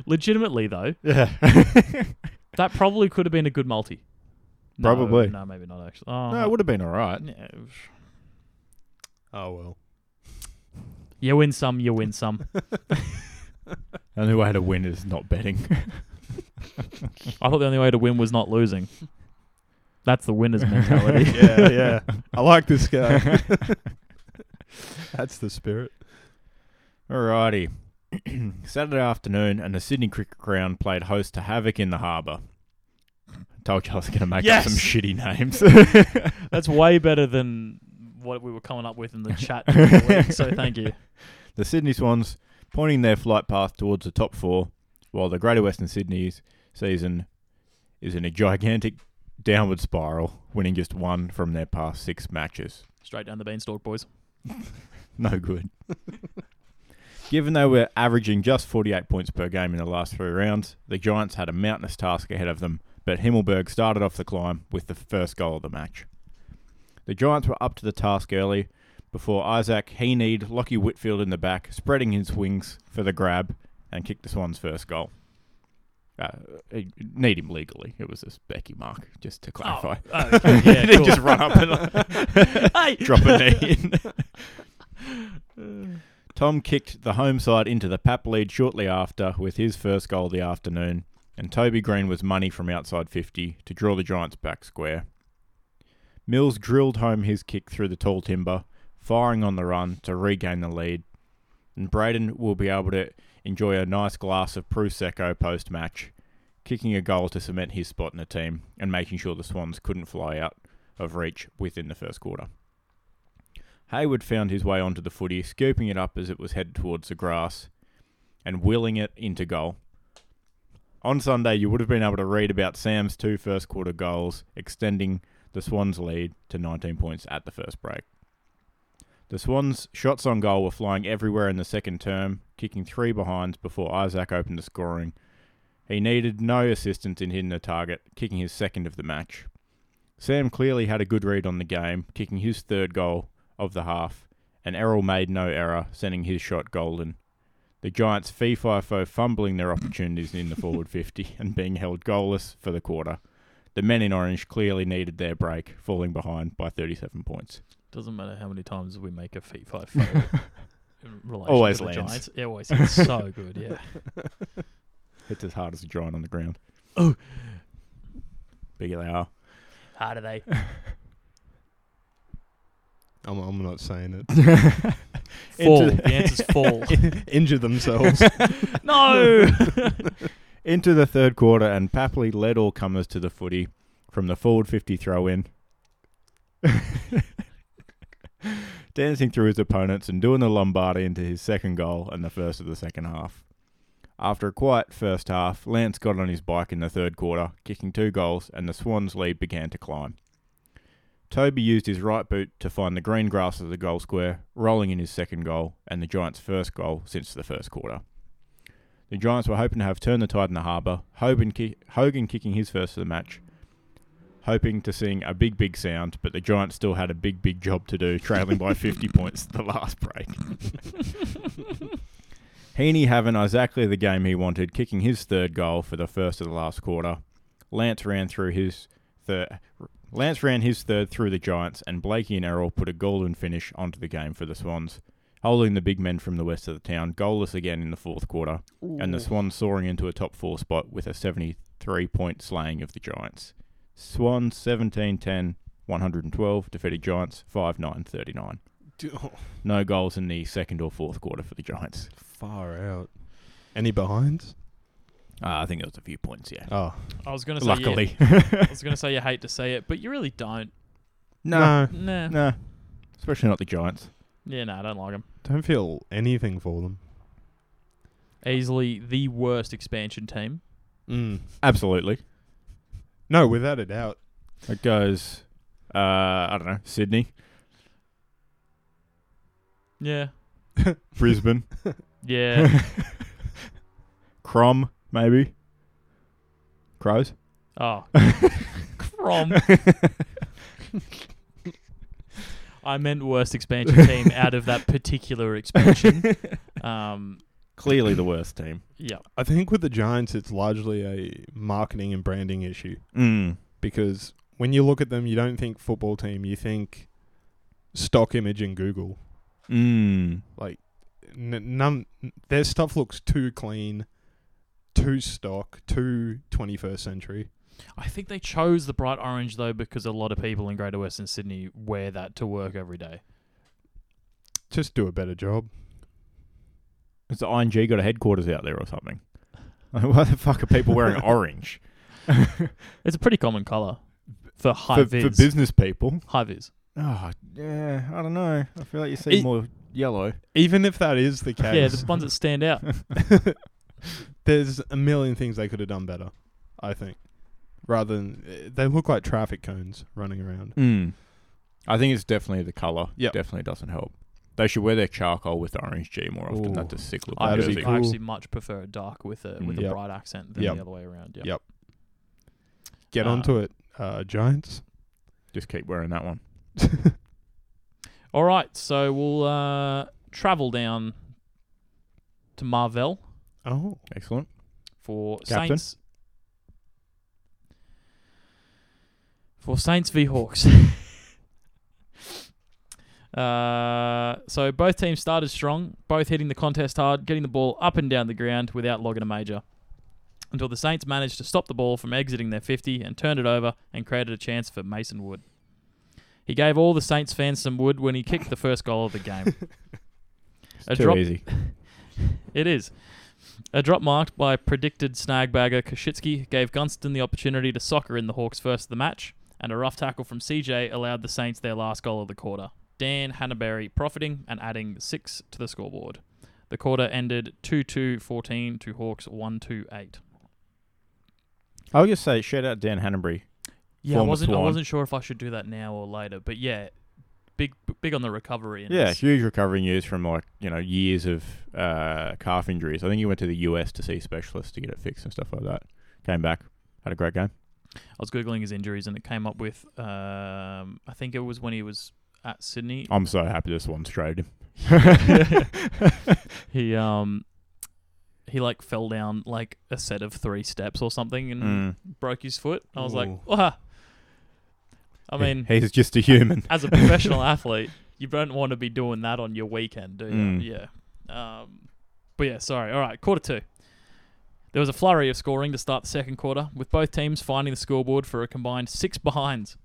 Legitimately, though,
yeah.
that probably could have been a good multi. No,
Probably.
No, maybe not, actually. Oh,
No, it would have been all right.
yeah.
oh well.
You win some, you win some.
The only way to win is not betting.
I thought the only way to win was not losing. That's the winner's mentality.
yeah, yeah. I like this guy. That's the spirit.
Alrighty. Saturday afternoon, and the Sydney Cricket Ground played host to Havoc in the Harbour. Told you I was going to make up some
Yes!
shitty names.
That's way better than what we were coming up with in the chat. during the week, so thank you.
the Sydney Swans pointing their flight path towards the top four, while the Greater Western Sydney's season is in a gigantic downward spiral, winning just one from their past six matches.
Straight down the beanstalk, boys.
No good. Given they were averaging just 48 points per game in the last three rounds, the Giants had a mountainous task ahead of them, but Himmelberg started off the climb with the first goal of the match. The Giants were up to the task early before Isaac Heaney, Lockie Whitfield in the back, spreading his wings for the grab and kicked the Swans' first goal. Uh, he- need him legally. It was a Becky mark, just to clarify.
Oh, okay, yeah,
They
cool.
just run up and
Hey!
drop a knee in. Tom kicked the home side into the Pap lead shortly after with his first goal of the afternoon, and Toby Green was money from outside 50 to draw the Giants back square. Mills drilled home his kick through the tall timber, firing on the run to regain the lead, and Braden will be able to enjoy a nice glass of Prosecco post match, kicking a goal to cement his spot in the team and making sure the Swans couldn't fly out of reach within the first quarter. Hayward found his way onto the footy, scooping it up as it was headed towards the grass and wheeling it into goal. On Sunday, you would have been able to read about Sam's two first quarter goals, extending the Swans' lead to 19 points at the first break. The Swans' shots on goal were flying everywhere in the second term, kicking three behinds before Isaac opened the scoring. He needed no assistance in hitting the target, kicking his second of the match. Sam clearly had a good read on the game, kicking his third goal of the half, and Errol made no error, sending his shot golden. The Giants fee fi fo fumbling their opportunities in the forward 50 and being held goalless for the quarter. The men in orange clearly needed their break, falling behind by 37 points.
Doesn't matter how many times we make a feet five. photo in relation
Always
to the
lands.
Giants. It always it's so good. Yeah.
It's as hard as a giant on the ground.
Oh.
Bigger they are.
How do they?
I'm, I'm not saying
Fall. the answer's fall.
it. Injure themselves.
no.
Into the third quarter, and Papley led all comers to the footy from the forward 50 throw in. Dancing through his opponents and doing the Lombardi into his second goal and the first of the second half. After a quiet first half, Lance got on his bike in the third quarter, kicking two goals, and the Swans' lead began to climb. Toby used his right boot to find the green grass of the goal square, rolling in his second goal and the Giants' first goal since the first quarter. The Giants were hoping to have turned the tide in the harbour. Hogan, ki- Hogan kicking his first of the match, hoping to sing a big, big sound, but the Giants still had a big, big job to do, trailing by 50 points at the last break. Heaney having exactly the game he wanted, kicking his third goal for the first of the last quarter. Lance ran through his third. Lance ran his third through the Giants, and Blakey and Errol put a golden finish onto the game for the Swans, holding the big men from the west of the town goalless again in the fourth quarter and the Swans soaring into a top four spot with a 73 point slaying of the Giants. Swans 17 10 112 defeated Giants 5 9 39.
oh,
No goals in the second or fourth quarter for the Giants.
Far out. Any behinds?
Uh, I think it was a few points, yeah.
Oh.
I was gonna say yeah.
Luckily.
I was gonna say you hate to say it, but you really don't.
No.
Nah.
No. Especially not the Giants.
Yeah, no, I don't like him.
Don't feel anything for them.
Easily the worst expansion team.
Mm.
Uh, Absolutely.
No, without a doubt.
It goes, uh, I don't know, Sydney,
Yeah.
Brisbane,
Yeah.
Crom, maybe. Crows.
oh. Crom. I meant worst expansion team out of that particular expansion. Um,
Clearly the worst team.
yeah.
I think with the Giants, it's largely a marketing and branding issue
Mm.
because when you look at them, you don't think football team, you think stock image in Google.
Mm.
Like, n- none, their stuff looks too clean, too stock, too 21st century.
I think they chose the bright orange though because a lot of people in Greater Western Sydney wear that to work every day.
Just do a better job.
Has the ING got a headquarters out there or something? Like, why the fuck are people wearing orange?
It's a pretty common color for high
for,
vis.
for business people.
high vis.
Oh, yeah, I don't know. I feel like you see
It-
more yellow.
Even if that is the
Yeah,
case,
the ones that stand out.
there's a million things they could have done better. I think, rather than eh, they look like traffic cones running around.
Mm. I think it's definitely the color.
Yep.
definitely doesn't help. They should wear their charcoal with the orange G more often.
Ooh.
That just sick look.
I
That'd be
actually,
jersey.
I
cool.
actually much prefer a dark with a with
Mm.
a
Yep.
bright accent than
Yep.
the other way around. Yeah.
Yep. Get
Uh,
onto it, uh, Giants.
Just keep wearing that one.
All right, so we'll uh, travel down to Marvell
Oh,
Excellent.
for
Captain.
Saints. For Saints v Hawks. uh, so both teams started strong, both hitting the contest hard, getting the ball up and down the ground without logging a major. Until the Saints managed to stop the ball from exiting their 50 and turned it over and created a chance for Mason Wood. He gave all the Saints fans some wood when he kicked the first goal of the game.
It's
A
too
drop-
easy.
It is. A drop marked by predicted snagbagger Koshitsky gave Gunston the opportunity to soccer in the Hawks' first of the match, and a rough tackle from CJ allowed the Saints their last goal of the quarter. Dan Hannaberry profiting and adding six to the scoreboard. The quarter ended 2 2 14 to Hawks 1 2 8.
I'll just say, shout out Dan Hannanbury.
Yeah, I
Former
wasn't, I
Swan.
wasn't sure if I should do that now or later, but yeah, big big on the recovery. And
Yeah,
it's-
huge recovering years from like you know years of uh, calf injuries. I think he went to the US to see specialists to get it fixed and stuff like that. Came back, had a great game.
I was Googling his injuries and it came up with, um, I think it was when he was at Sydney
I'm so happy this one's traded him.
Mm. he um he like fell down like a set of three steps or something and
Mm.
broke his foot. I was like,
Ooh.
"Wah." I mean,
He- he's just a human.
as a professional athlete, you don't want to be doing that on your weekend, do you?
Mm.
Yeah. Um, but yeah, sorry. All right, quarter two. There was a flurry of scoring to start the second quarter, with both teams finding the scoreboard for a combined six behinds.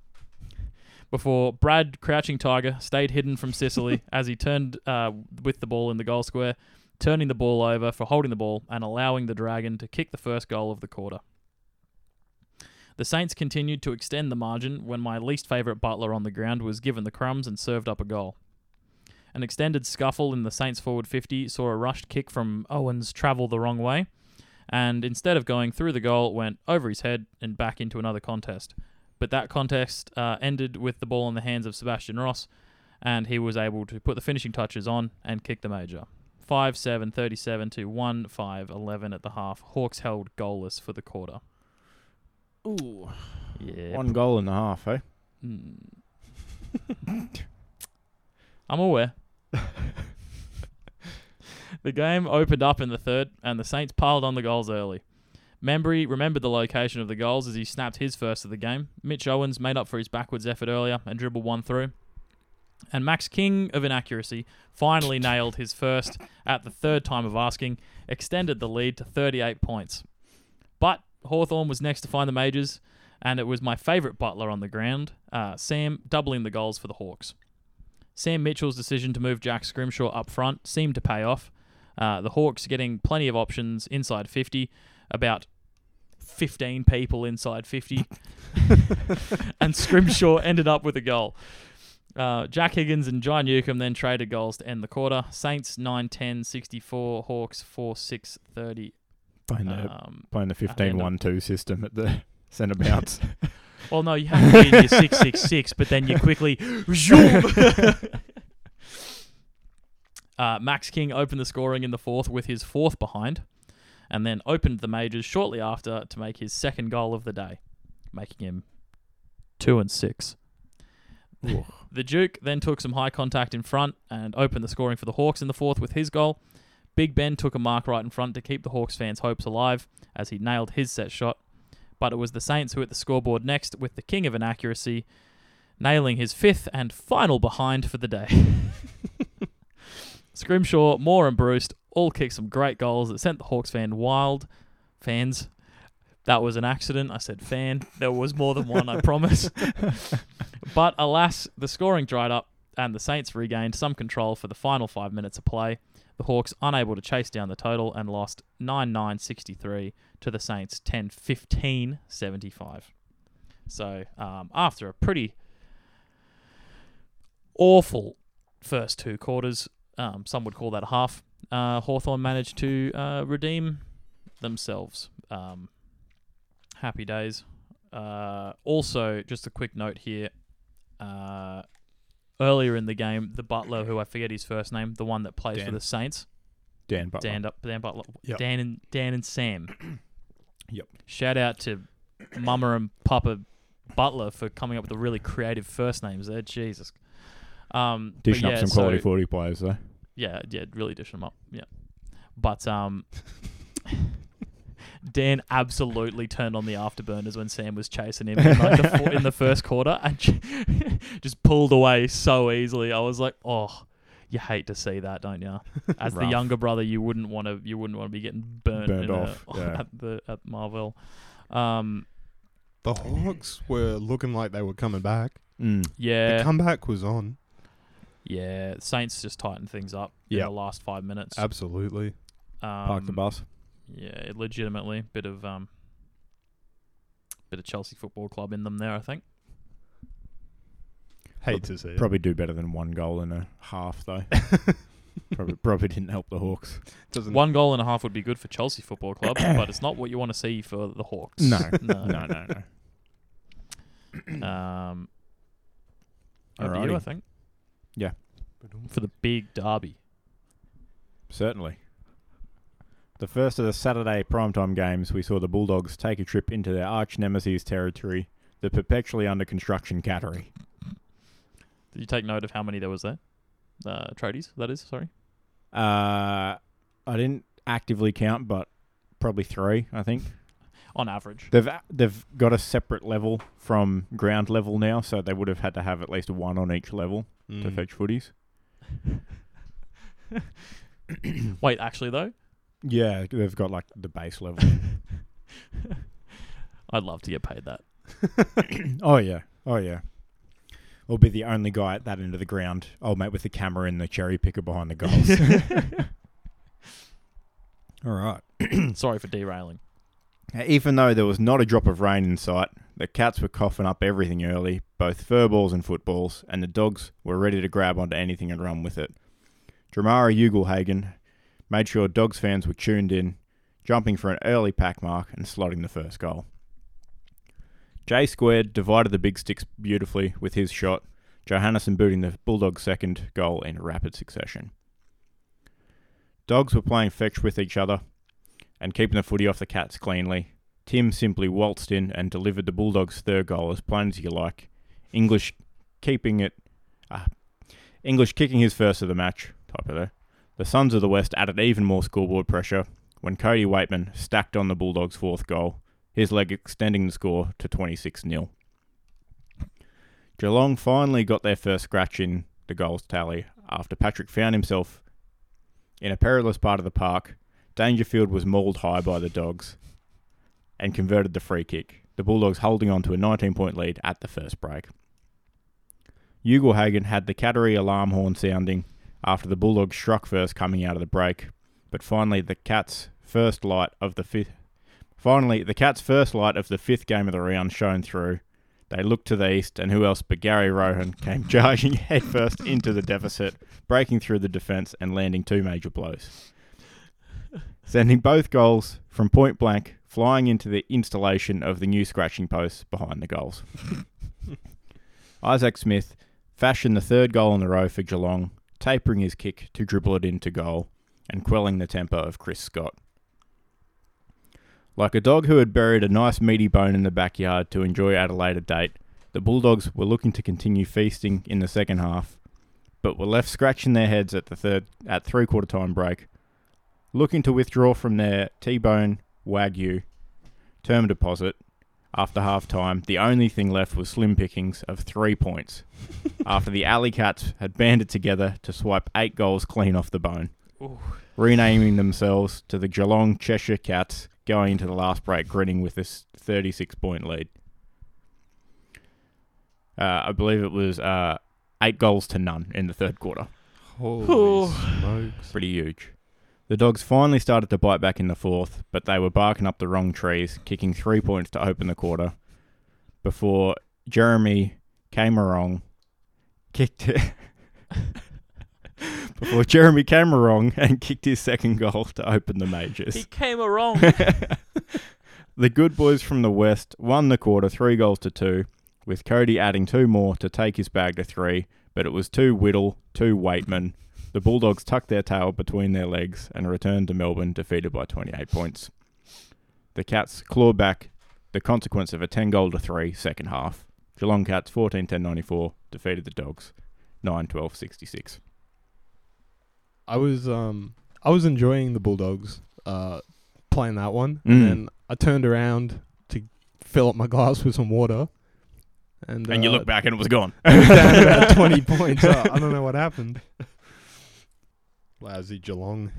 Before Brad Crouching Tiger stayed hidden from Sicily as he turned uh, with the ball in the goal square, turning the ball over for holding the ball and allowing the Dragon to kick the first goal of the quarter. The Saints continued to extend the margin when my least favourite butler on the ground was given the crumbs and served up a goal. An extended scuffle in the Saints forward 50 saw a rushed kick from Owens travel the wrong way, and instead of going through the goal, it went over his head and back into another contest. But that contest uh, ended with the ball in the hands of Sebastian Ross, and he was able to put the finishing touches on and kick the major. 5 7 37 to 1 5 11 at the half. Hawks held goalless for the quarter.
ooh,
Yeah.
One goal and a half, eh?
Mm. I'm aware. the game opened up in the third, and the Saints piled on the goals early. Membry remembered the location of the goals as he snapped his first of the game. Mitch Owens made up for his backwards effort earlier and dribbled one through. And Max King of inaccuracy finally nailed his first at the third time of asking, extended the lead to 38 points. But Hawthorn was next to find the majors, and it was my favourite butler on the ground, uh, Sam, doubling the goals for the Hawks. Sam Mitchell's decision to move Jack Scrimshaw up front seemed to pay off. Uh, the Hawks getting plenty of options inside 50, about 15 people inside 50, and Scrimshaw ended up with a goal. Uh, Jack Higgins and John Newcomb then traded goals to end the quarter. Saints 9 10 64, Hawks 4 6 30.
Playing the
Um,
playing the
at the end of-
15-1-2 system at the centre bounce.
Well, no, you have to be in your six six six, but then you quickly. zoom. uh, Max King opened the scoring in the fourth with his fourth behind, and then opened the majors shortly after to make his second goal of the day, making him two and six.
Ooh.
the Duke then took some high contact in front and opened the scoring for the Hawks in the fourth with his goal. Big Ben took a mark right in front to keep the Hawks fans' hopes alive as he nailed his set shot but it was the Saints who hit the scoreboard next with the king of inaccuracy, nailing his fifth and final behind for the day. Scrimshaw, Moore, and Bruce all kicked some great goals that sent the Hawks fan wild. Fans, that was an accident. I said fan. There was more than one, I promise. but alas, the scoring dried up, and the Saints regained some control for the final five minutes of play. the Hawks unable to chase down the total and lost 9 9 63 to the Saints 10 15 75. So, um, after a pretty awful first two quarters, um, some would call that a half, uh, Hawthorn managed to uh, redeem themselves. Um, happy days. Uh, also, just a quick note here. Uh, earlier in the game, the Butler, who I forget his first name, the one that plays for
Dan.
the Saints,
Dan Butler.
Dan, up, Dan Butler,
Yep.
Dan and Dan and Sam.
Yep.
Shout out to Mama and Papa Butler for coming up with the really creative first names there. Jesus. Um, but
Dishing
yeah,
up some quality
so-
40 players, though.
yeah, yeah, really dish them up. Yeah. But um Dan absolutely turned on the afterburners when Sam was chasing him in, like the, four, in the first quarter and ju- just pulled away so easily. I was like, "Oh, you hate to see that, don't you?" As the
Rough.
younger brother, you wouldn't want to you wouldn't want to be getting burnt,
Burnt
in a-
off, yeah.
at the at Marvel. Um
The Hawks were looking like they were coming back.
Mm.
yeah.
The comeback was on.
yeah, Saints just tightened things up in
Yeah.
the last 5 minutes.
Absolutely.
Um,
Park the bus.
Yeah, it legitimately bit of um bit of Chelsea Football Club in them there, I think.
Hate to see it.
Probably do better than one goal in a half, though. probably, probably didn't help the Hawks.
Doesn't
One goal and a half would be good for Chelsea Football Club, but it's not what you want to see for the Hawks.
No.
no.
no, no, no.
Um over to you,
Alrighty.
I think, for
for
the big derby.
Certainly. The first of the Saturday primetime games, we saw the Bulldogs take a trip into their arch nemesis territory, the perpetually under construction Cattery.
Did you take note of how many there was there? Uh, tradies, that is, sorry.
Uh, I didn't actively count, but probably three, I think.
On average.
They've they've got a separate level from ground level now, so they would have had to have at least one on each level
Hmm.
to fetch footies.
Wait, actually though,
Yeah, they've got like the base level.
I'd love to get paid that.
oh yeah, oh yeah. I'll be the only guy at that end of the ground. I'll mate with the camera and the cherry picker behind the goals. All right.
sorry for derailing.
Now, even though there was not a drop of rain in sight, the cats were coughing up everything early, both fur balls and footballs, and the dogs were ready to grab onto anything and run with it. Dramara Ugelhagen made sure dogs fans were tuned in, jumping for an early pack mark and slotting the first goal. J squared divided the big sticks beautifully with his shot, Johannesson booting the Bulldogs' second goal in rapid succession. Dogs were playing fetch with each other, and keeping the footy off the Cats cleanly. Tim simply waltzed in and delivered the Bulldogs' third goal as plain as you like. English keeping it. ah, English kicking his first of the match. Typo there. The Sons of the West added even more scoreboard pressure when Cody Waitman stacked on the Bulldogs' fourth goal, his leg extending the score to 26 0. Geelong finally got their first scratch in the goals tally after Patrick found himself in a perilous part of the park Dangerfield was mauled high by the Dogs and converted the free kick, the Bulldogs holding on to a 19 point lead at the first break. Hagen had the Cattery alarm horn sounding after the Bulldogs struck first coming out of the break, but finally the Cats' first light of the fifth finally the Cats' first light of the fifth game of the round shone through. They looked to the east, and who else but Gary Rohan came charging headfirst into the deficit, breaking through the defence and landing two major blows sending both goals from point blank flying into the installation of the new scratching posts behind the goals. Isaac Smith fashioned the third goal in a row for Geelong, tapering his kick to dribble it into goal and quelling the temper of Chris Scott. Like a dog who had buried a nice meaty bone in the backyard to enjoy at a later date, the Bulldogs were looking to continue feasting in the second half, but were left scratching their heads at the third at three quarter time break looking to withdraw from their T-bone Wagyu term deposit after half time, the only thing left was slim pickings of three points after the Alley Cats had banded together to swipe eight goals clean off the bone,
Ooh.
renaming themselves to the Geelong Cheshire Cats, going into the last break grinning with this 36 point lead. Uh, I believe it was uh, eight goals to none in the third quarter.
Holy smokes.
Pretty huge. The dogs finally started to bite back in the fourth, but they were barking up the wrong trees, kicking three points to open the quarter before Jeremy came along, kicked it. before Jeremy came along and kicked his second goal to open the majors.
He came wrong.
the good boys from the West won the quarter three goals to two, with Cody adding two more to take his bag to three, but it was two Whittle, two Waitman. The Bulldogs tucked their tail between their legs and returned to Melbourne defeated by 28 points. The Cats clawed back the consequence of a 10 goal to 3 second half. Geelong Cats 14 10 94 defeated the Dogs 9 12 66.
I was um I was enjoying the Bulldogs uh playing that one
Mm.
and then I turned around to fill up my glass with some water and
and you
uh,
look back and it was gone.
down about 20 points up. I don't know what happened. Lousy Geelong.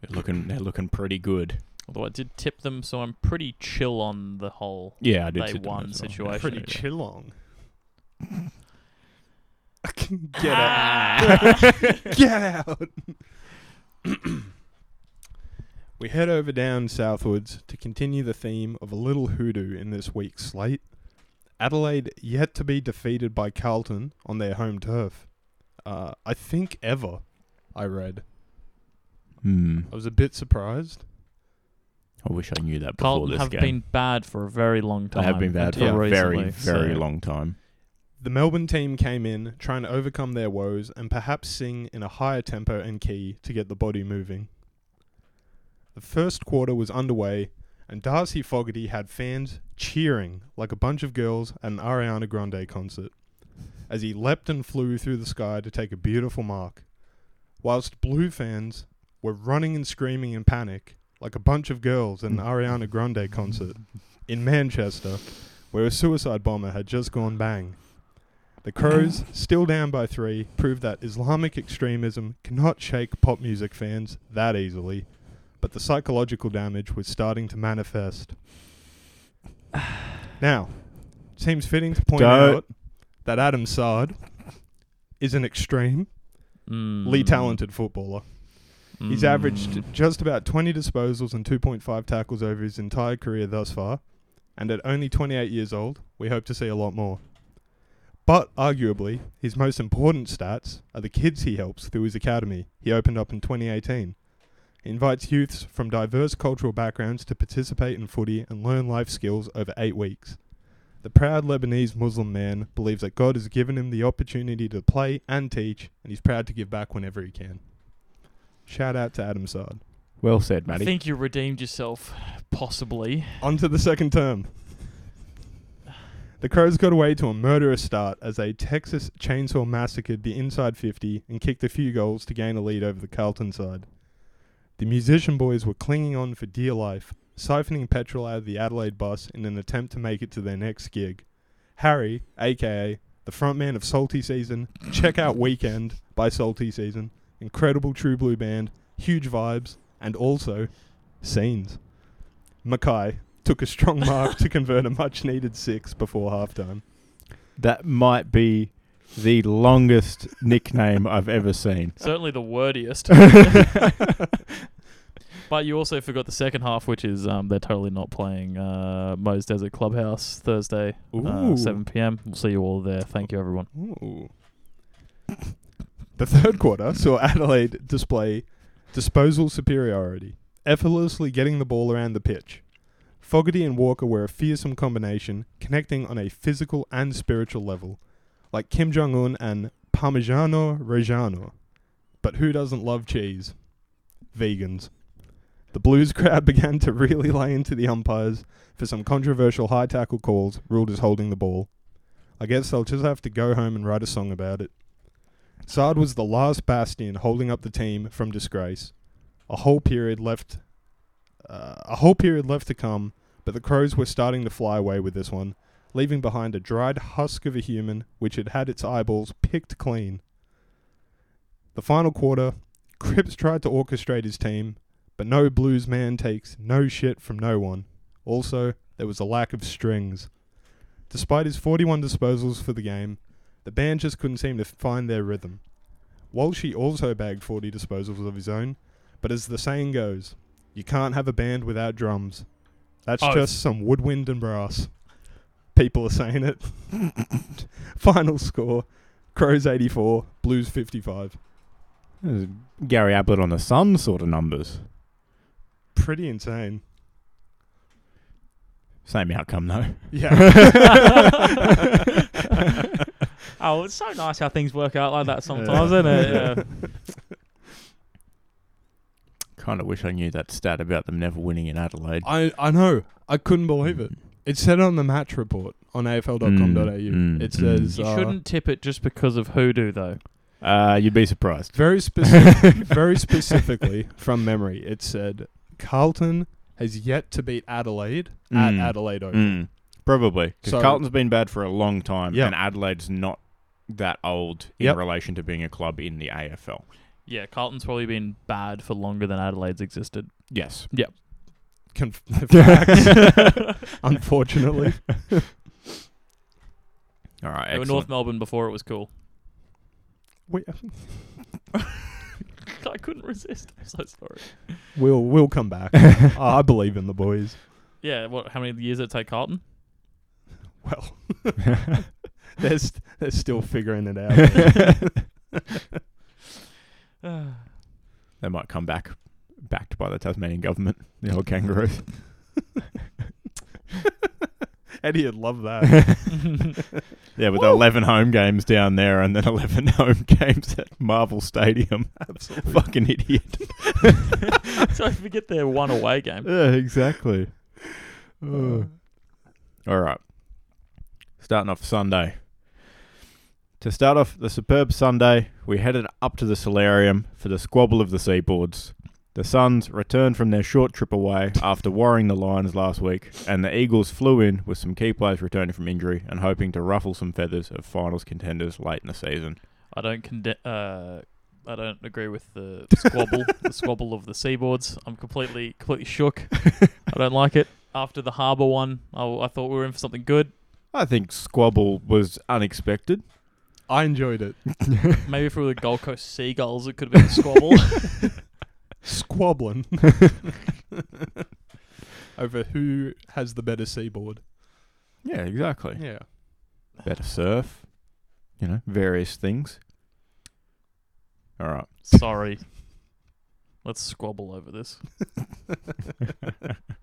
They're looking, they're looking pretty good.
Although I did tip them, so I'm pretty chill on the whole.
Yeah, I did.
They
sit them
won
as well.
situation.
Pretty
Yeah.
Chillong.
Get
Ah.
Ah.
Get out. we head over down southwards to continue the theme of a little hoodoo in this week's slate. Adelaide yet to be defeated by Carlton on their home turf. Uh, I think ever, I read.
Hmm.
I was a bit surprised.
I wish I knew that before
Carlton
this
have
game.
been bad for a very long time.
they have been bad for
until
a very,
recently,
very
so-
long time.
The Melbourne team came in trying to overcome their woes and perhaps sing in a higher tempo and key to get the body moving. The first quarter was underway, and Darcy Fogarty had fans cheering like a bunch of girls at an Ariana Grande concert as he leapt and flew through the sky to take a beautiful mark, whilst Blue fans were running and screaming in panic like a bunch of girls at an Ariana Grande concert in Manchester where a suicide bomber had just gone bang. The Crows, still down by three, proved that Islamic extremism cannot shake pop music fans that easily, but the psychological damage was starting to manifest. now, seems fitting to point
Don't-
out that Adam Sard is an extremely
Mm,
talented footballer. He's
mm.
averaged just about 20 disposals and 2.5 tackles over his entire career thus far, and at only 28 years old, we hope to see a lot more. But arguably, his most important stats are the kids he helps through his academy he opened up in 2018. He invites youths from diverse cultural backgrounds to participate in footy and learn life skills over eight weeks. The proud Lebanese Muslim man believes that God has given him the opportunity to play and teach, and he's proud to give back whenever he can. Shout out to Adam Sard.
Well said,
I
Matty.
think you redeemed yourself, possibly.
On to the second term. The Crows got away to a murderous start as a Texas chainsaw massacred the inside 50 and kicked a few goals to gain a lead over the Carlton side. The musician boys were clinging on for dear life, siphoning petrol out of the Adelaide bus in an attempt to make it to their next gig. Harry, aka the frontman of Salty Season, check out Weekend by Salty Season, incredible True Blue band, huge vibes, and also scenes. Mackay took a strong mark to convert a much needed six before halftime.
that might be the longest nickname I've ever seen.
Certainly the wordiest. but you also forgot the second half, which is um, they're totally not playing uh, Mo's Desert Clubhouse Thursday, uh,
Ooh.
7 p.m. We'll see you all there. Thank you, everyone.
Ooh. The third quarter saw Adelaide display disposal superiority, effortlessly getting the ball around the pitch. Fogarty and Walker were a fearsome combination, connecting on a physical and spiritual level, like Kim Jong un and Parmigiano Reggiano. But who doesn't love cheese? Vegans. The Blues crowd began to really lay into the umpires for some controversial high tackle calls ruled as holding the ball. I guess they'll just have to go home and write a song about it. Sard was the last bastion holding up the team from disgrace. A whole period left. Uh, a whole period left to come, but the crows were starting to fly away with this one, leaving behind a dried husk of a human which had had its eyeballs picked clean. The final quarter, Cripps tried to orchestrate his team, but no blues man takes no shit from no one. Also, there was a lack of strings. Despite his 41 disposals for the game, the band just couldn't seem to find their rhythm. Walshy also bagged 40 disposals of his own, but as the saying goes, you can't have a band without drums. That's
Oh.
just some woodwind and brass. People are saying it. Final score Crows 84, Blues 55.
This is Gary Ablett on the Sun sort of numbers.
Pretty insane.
Same outcome though.
Yeah.
Oh, it's so nice how things work out like that sometimes, isn't it? Yeah.
Kind of wish I knew that stat about them never winning in Adelaide.
I, I know. I couldn't believe it. It said on the match report on afl.com.au.
Mm, mm,
it
mm.
says
You
uh,
shouldn't tip it just because of hoodoo, though.
Uh, you'd be surprised.
very specific, very specifically from memory. It said Carlton has yet to beat Adelaide at
Mm.
Adelaide Oval.
Mm, probably. 'Cause
So-
Carlton's been bad for a long time,
Yeah.
and Adelaide's not that old in
Yep.
relation to being a club in the AFL.
Yeah, Carlton's probably been bad for longer than Adelaide's existed.
Yes.
Conf- fact, unfortunately,
All right.
They were
Excellent.
North Melbourne before it was cool.
we,
I couldn't resist. I'm so sorry.
we'll we'll come back. I believe in the boys.
Yeah, what? How many years did it take Carlton?
Well, they're, st- they're still figuring it out.
they might come back, backed by the Tasmanian government, the old kangaroos.
Eddie would love that.
Yeah, with 11 home games down there and then 11 home games at Marvel Stadium.
Absolutely.
Fucking idiot.
so I forget their one away game.
Yeah, exactly.
Uh,
All right. Starting off Sunday. To start off the superb Sunday, we headed up to the solarium for the squabble of the seaboards. The Suns returned from their short trip away after worrying the Lions last week, and the Eagles flew in with some key players returning from injury and hoping to ruffle some feathers of finals contenders late in the season.
I don't conde- uh, I don't agree with the squabble, the squabble of the seaboards. I'm completely completely shook. I don't like it. After the Harbour one, I, w- I thought we were in for something good.
I think squabble was unexpected.
I enjoyed it.
Maybe if we were the Gold Coast Seagulls, it could have been a squabble.
squabbling over who has the better seaboard.
Yeah, exactly.
Yeah.
Better surf, you know, various things. All right.
Sorry. Let's squabble over this.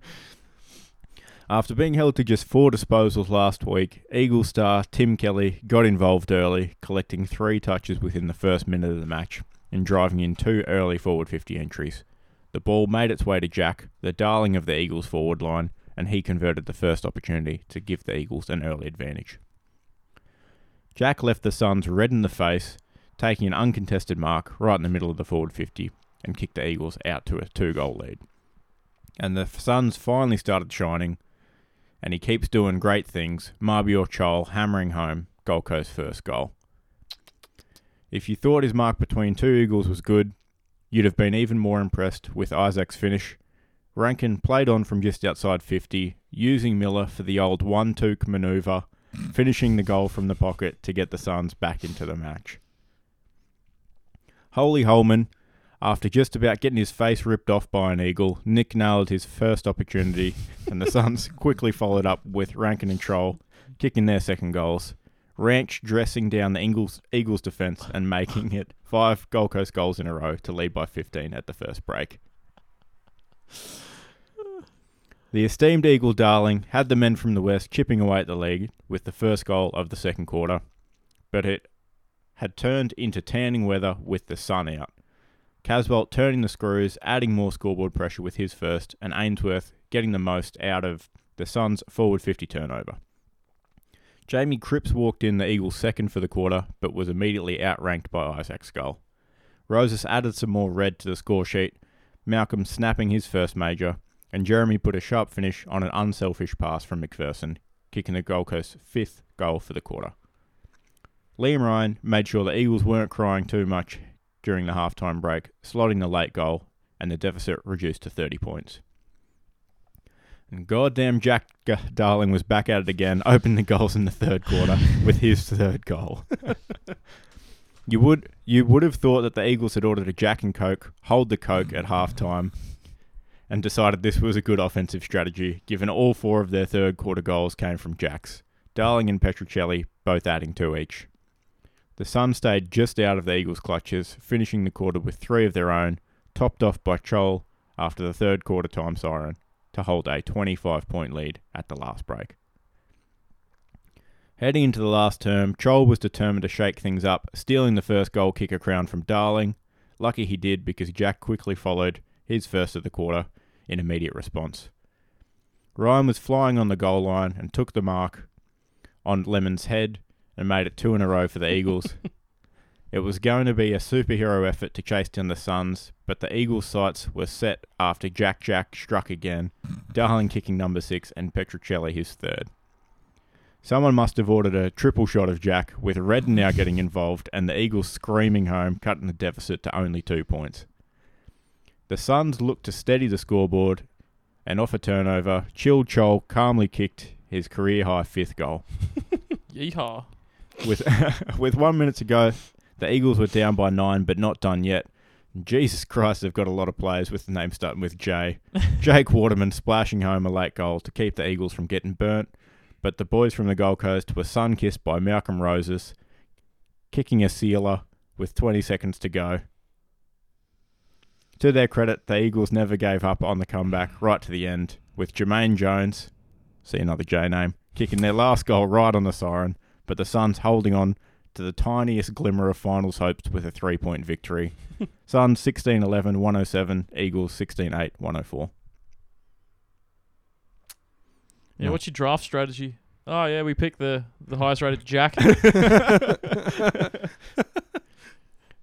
After being held to just four disposals last week, Eagle star Tim Kelly got involved early, collecting three touches within the first minute of the match and driving in two early forward 50 entries. The ball made its way to Jack, the darling of the Eagles forward line, and he converted the first opportunity to give the Eagles an early advantage. Jack left the Suns red in the face, taking an uncontested mark right in the middle of the forward 50 and kicked the Eagles out to a two goal lead. And the Suns finally started shining, and he keeps doing great things. Marbior Chol hammering home Gold Coast first goal. If you thought his mark between two Eagles was good, you'd have been even more impressed with Isaac's finish. Rankin played on from just outside 50, using Miller for the old one toque maneuver, finishing the goal from the pocket to get the Suns back into the match. Holy Holman, after just about getting his face ripped off by an Eagle, Nick nailed his first opportunity and the Suns quickly followed up with Rankin and Troll kicking their second goals. Ranch dressing down the Eagles, Eagles defense and making it five Gold Coast goals in a row to lead by 15 at the first break. The esteemed Eagle darling had the men from the West chipping away at the lead with the first goal of the second quarter, but it had turned into tanning weather with the sun out. Casbolt turning the screws, adding more scoreboard pressure with his first, and Ainsworth getting the most out of the Suns' forward 50 turnover. Jamie Cripps walked in the Eagles' second for the quarter, but was immediately outranked by Isaac's goal. Roses added some more red to the score sheet, Malcolm snapping his first major, and Jeremy put a sharp finish on an unselfish pass from McPherson, kicking the Gold Coast's fifth goal for the quarter. Liam Ryan made sure the Eagles weren't crying too much during the halftime break, slotting the late goal, and the deficit reduced to 30 points. And goddamn Jack G- Darling was back at it again, opened the goals in the third quarter with his third goal. You would you would have thought that the Eagles had ordered a Jack and Coke, hold the Coke at halftime, and decided this was a good offensive strategy, given all four of their third quarter goals came from Jacks. Darling and Petrocelli both adding two each. The Suns stayed just out of the Eagles' clutches, finishing the quarter with three of their own, topped off by Chol after the third quarter time siren to hold a 25 point lead at the last break. Heading into the last term, Chol was determined to shake things up, stealing the first goal kicker crown from Darling. Lucky he did because Jack quickly followed his first of the quarter in immediate response. Ryan was flying on the goal line and took the mark on Lemon's head and made it two in a row for the Eagles. it was going to be a superhero effort to chase down the Suns, but the Eagles' sights were set after Jack Jack struck again, Darling kicking number six and Petrocelli his third. Someone must have ordered a triple shot of Jack, with Redden now getting involved and the Eagles screaming home, cutting the deficit to only two points. The Suns looked to steady the scoreboard, and off a turnover, Chill Chol calmly kicked his career high fifth goal.
Yeehaw.
With with one minute to go, the Eagles were down by nine, but not done yet. Jesus Christ, they've got a lot of players with the name starting with J. Jake Waterman splashing home a late goal to keep the Eagles from getting burnt, but the boys from the Gold Coast were sun kissed by Malcolm Roses, kicking a sealer with 20 seconds to go. To their credit, the Eagles never gave up on the comeback right to the end, with Jermaine Jones, see another J name, kicking their last goal right on the siren, but the Suns holding on to the tiniest glimmer of finals hopes with a three point victory. Suns 16 11 107, Eagles 16 8 104.
Yeah,
Yeah.
what's your draft strategy? Oh yeah, we pick the the highest rated Jack.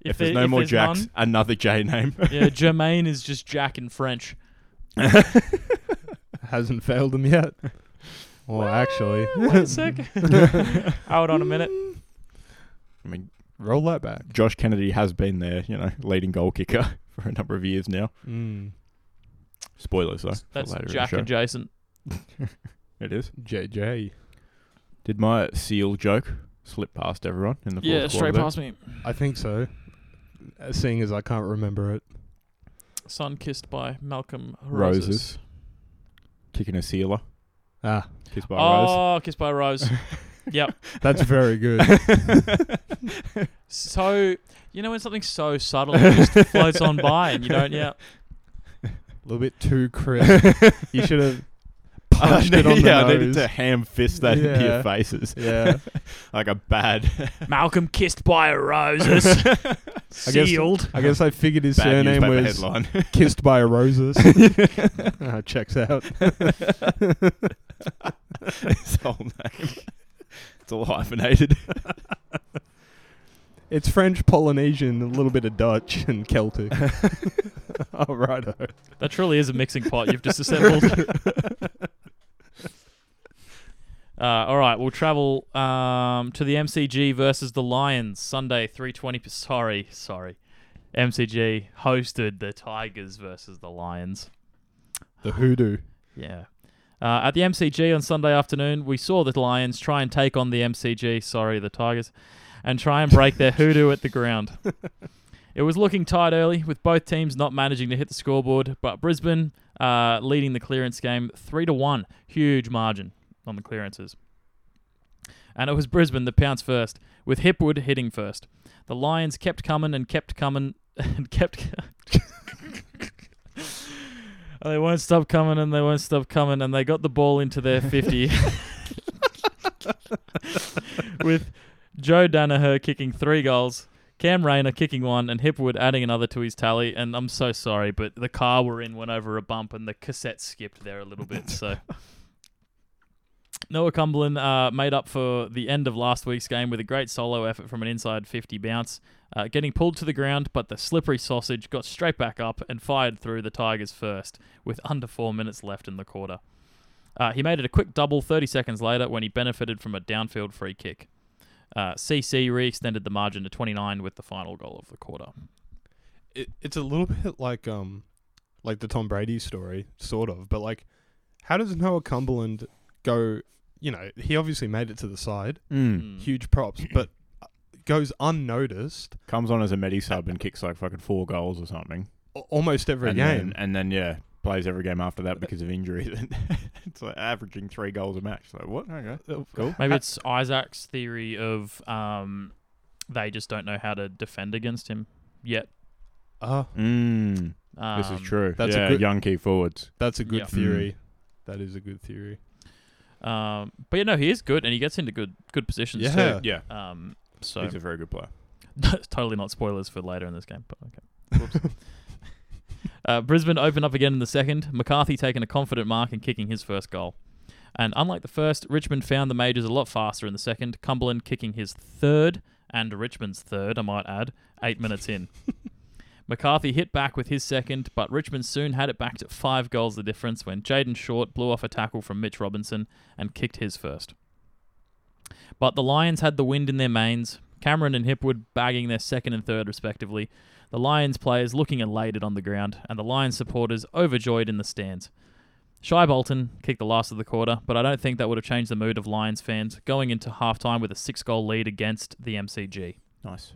If,
there-
there's no
if
more
there's
Jacks, another J name.
none- yeah, Jermaine is just Jack in French.
Hasn't failed them yet. Well, actually,
Wait a sec. Hold on a minute.
I mean,
roll that back.
Josh Kennedy has been their, you know, leading goal kicker for a number of years now.
Mm.
Spoilers though. for
That's
later in the
Jack
show.
adjacent.
It is.
JJ.
Did my seal joke slip past everyone in the fourth
Yeah,
quarter
straight
there?
past me.
I think so. Uh, Seeing as I can't remember it.
Sun kissed by Malcolm Roses.
Roses. Kicking a sealer.
Ah,
Kissed by a Rose.
Oh, kissed by a rose. yep.
that's very good.
So you know when something's so subtle, it just floats on by, and you don't. Yeah.
A little bit too crisp. you should have punched it on the
yeah, I needed
nose.
to ham fist that into
Yeah.
your faces.
Yeah,
Like a bad
Malcolm kissed by a roses. Sealed.
I guess I figured his
bad
surname
newspaper
was
headline.
"Kissed by a Roses." Ah, checks out.
His whole name. It's all hyphenated.
It's French, Polynesian, a little bit of Dutch and Celtic. Oh, All right.
That truly is a mixing pot you've just assembled. Uh, all right, we'll travel um, to the MCG versus the Lions Sunday, three twenty. Sorry, sorry. MCG hosted the Tigers versus the Lions.
The hoodoo.
Yeah. Uh, at the MCG on Sunday afternoon, we saw the Lions try and take on the MCG, sorry, the Tigers, and try and break their hoodoo at the ground. It was looking tight early, with both teams not managing to hit the scoreboard, but Brisbane uh, leading the clearance game 3 to 1. Huge margin on the clearances. And it was Brisbane that pounced first, with Hipwood hitting first. The Lions kept coming and kept coming and kept. And they won't stop coming and they won't stop coming and they got the ball into their 50 with Joe Danaher kicking three goals, Cam Rayner kicking one, and Hipwood adding another to his tally. And I'm so sorry, but the car we're in went over a bump and the cassette skipped there a little bit. So. Noah Cumberland uh, made up for the end of last week's game with a great solo effort from an inside 50 bounce, uh, getting pulled to the ground, but the slippery sausage got straight back up and fired through the Tigers first with under four minutes left in the quarter. Uh, he made it a quick double 30 seconds later when he benefited from a downfield free kick. Uh, CC re extended the margin to 29 with the final goal of the quarter.
It, it's a little bit like um, like the Tom Brady story, sort of. But like, how does Noah Cumberland
Hmm.
go? You know, he obviously made it to the side.
Mm.
Huge props, but uh, goes unnoticed
Comes on as a medi sub and kicks like fucking four goals or something.
a- almost every
and
game.
Then, and then, yeah, plays every game after that because of injury. it's like averaging three goals a match. So, what? Okay.
uh,
Cool.
Maybe it's Isaac's theory of um, they just don't know how to defend against him yet.
Ah,
Mm,
Um,
this is true.
that's a
yeah,
good-
young key forwards.
that's a good
Yeah. Mm.
theory. That is a good theory.
Um, but yeah, no, he is good, and he gets into good good positions
Yeah.
Yeah.
too. Um, so
He's a very good player.
totally not spoilers for later in this game, but okay. Whoops. uh, Brisbane open up again in the second. McCarthy taking a confident mark and kicking his first goal. And unlike the first, Richmond found the majors a lot faster in the second. Cumberland kicking his third and Richmond's third, I might add, eight minutes in. McCarthy hit back with his second, but Richmond soon had it back to five goals the difference when Jaden Short blew off a tackle from Mitch Robinson and kicked his first. But the Lions had the wind in their manes, Cameron and Hipwood bagging their second and third respectively, the Lions players looking elated on the ground, and the Lions supporters overjoyed in the stands. Shy Bolton kicked the last of the quarter, but I don't think that would have changed the mood of Lions fans going into halftime with a six goal lead against the MCG.
Nice.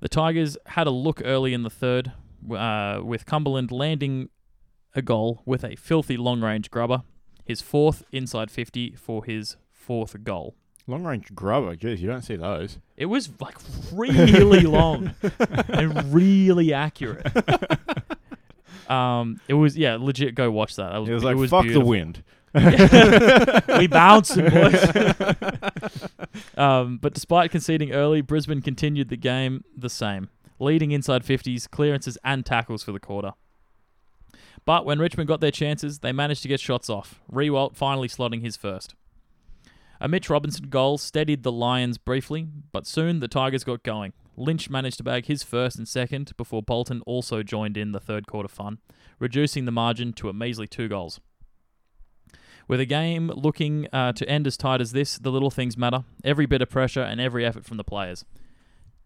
The Tigers had a look early in the third, uh, with Cumberland landing a goal with a filthy long range grubber, his fourth inside 50 for his fourth goal.
Long range grubber. Jeez, you don't see those.
It was like really long and really accurate. Um, it was yeah, legit. Go watch that. that was,
It was like, fuck
beautiful.
the wind.
we bouncing, boys. um, but despite conceding early, Brisbane continued the game the same, leading inside 50s, clearances, and tackles for the quarter. But when Richmond got their chances, they managed to get shots off, Rewalt finally slotting his first. A Mitch Robinson goal steadied the Lions briefly, but soon the Tigers got going. Lynch managed to bag his first and second before Bolton also joined in the third quarter fun, reducing the margin to a measly two goals. With a game looking uh, to end as tight as this, the little things matter. Every bit of pressure and every effort from the players.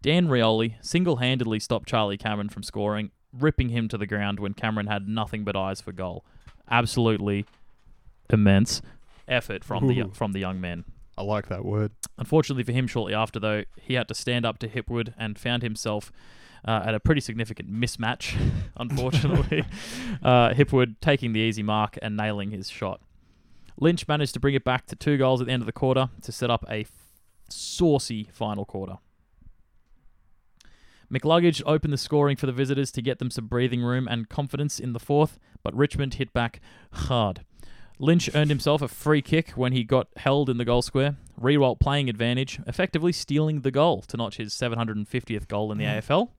Dan Rioli single handedly stopped Charlie Cameron from scoring, ripping him to the ground when Cameron had nothing but eyes for goal. Absolutely immense effort from the
Ooh.
from the young man.
I like that word.
Unfortunately for him, shortly after, though, he had to stand up to Hipwood and found himself uh, at a pretty significant mismatch, unfortunately. uh, Hipwood taking the easy mark and nailing his shot. Lynch managed to bring it back to two goals at the end of the quarter to set up a f- saucy final quarter. McLuggage opened the scoring for the visitors to get them some breathing room and confidence in the fourth, but Richmond hit back hard. Lynch earned himself a free kick when he got held in the goal square. Rewalt playing advantage, effectively stealing the goal to notch his 750th goal in the AFL.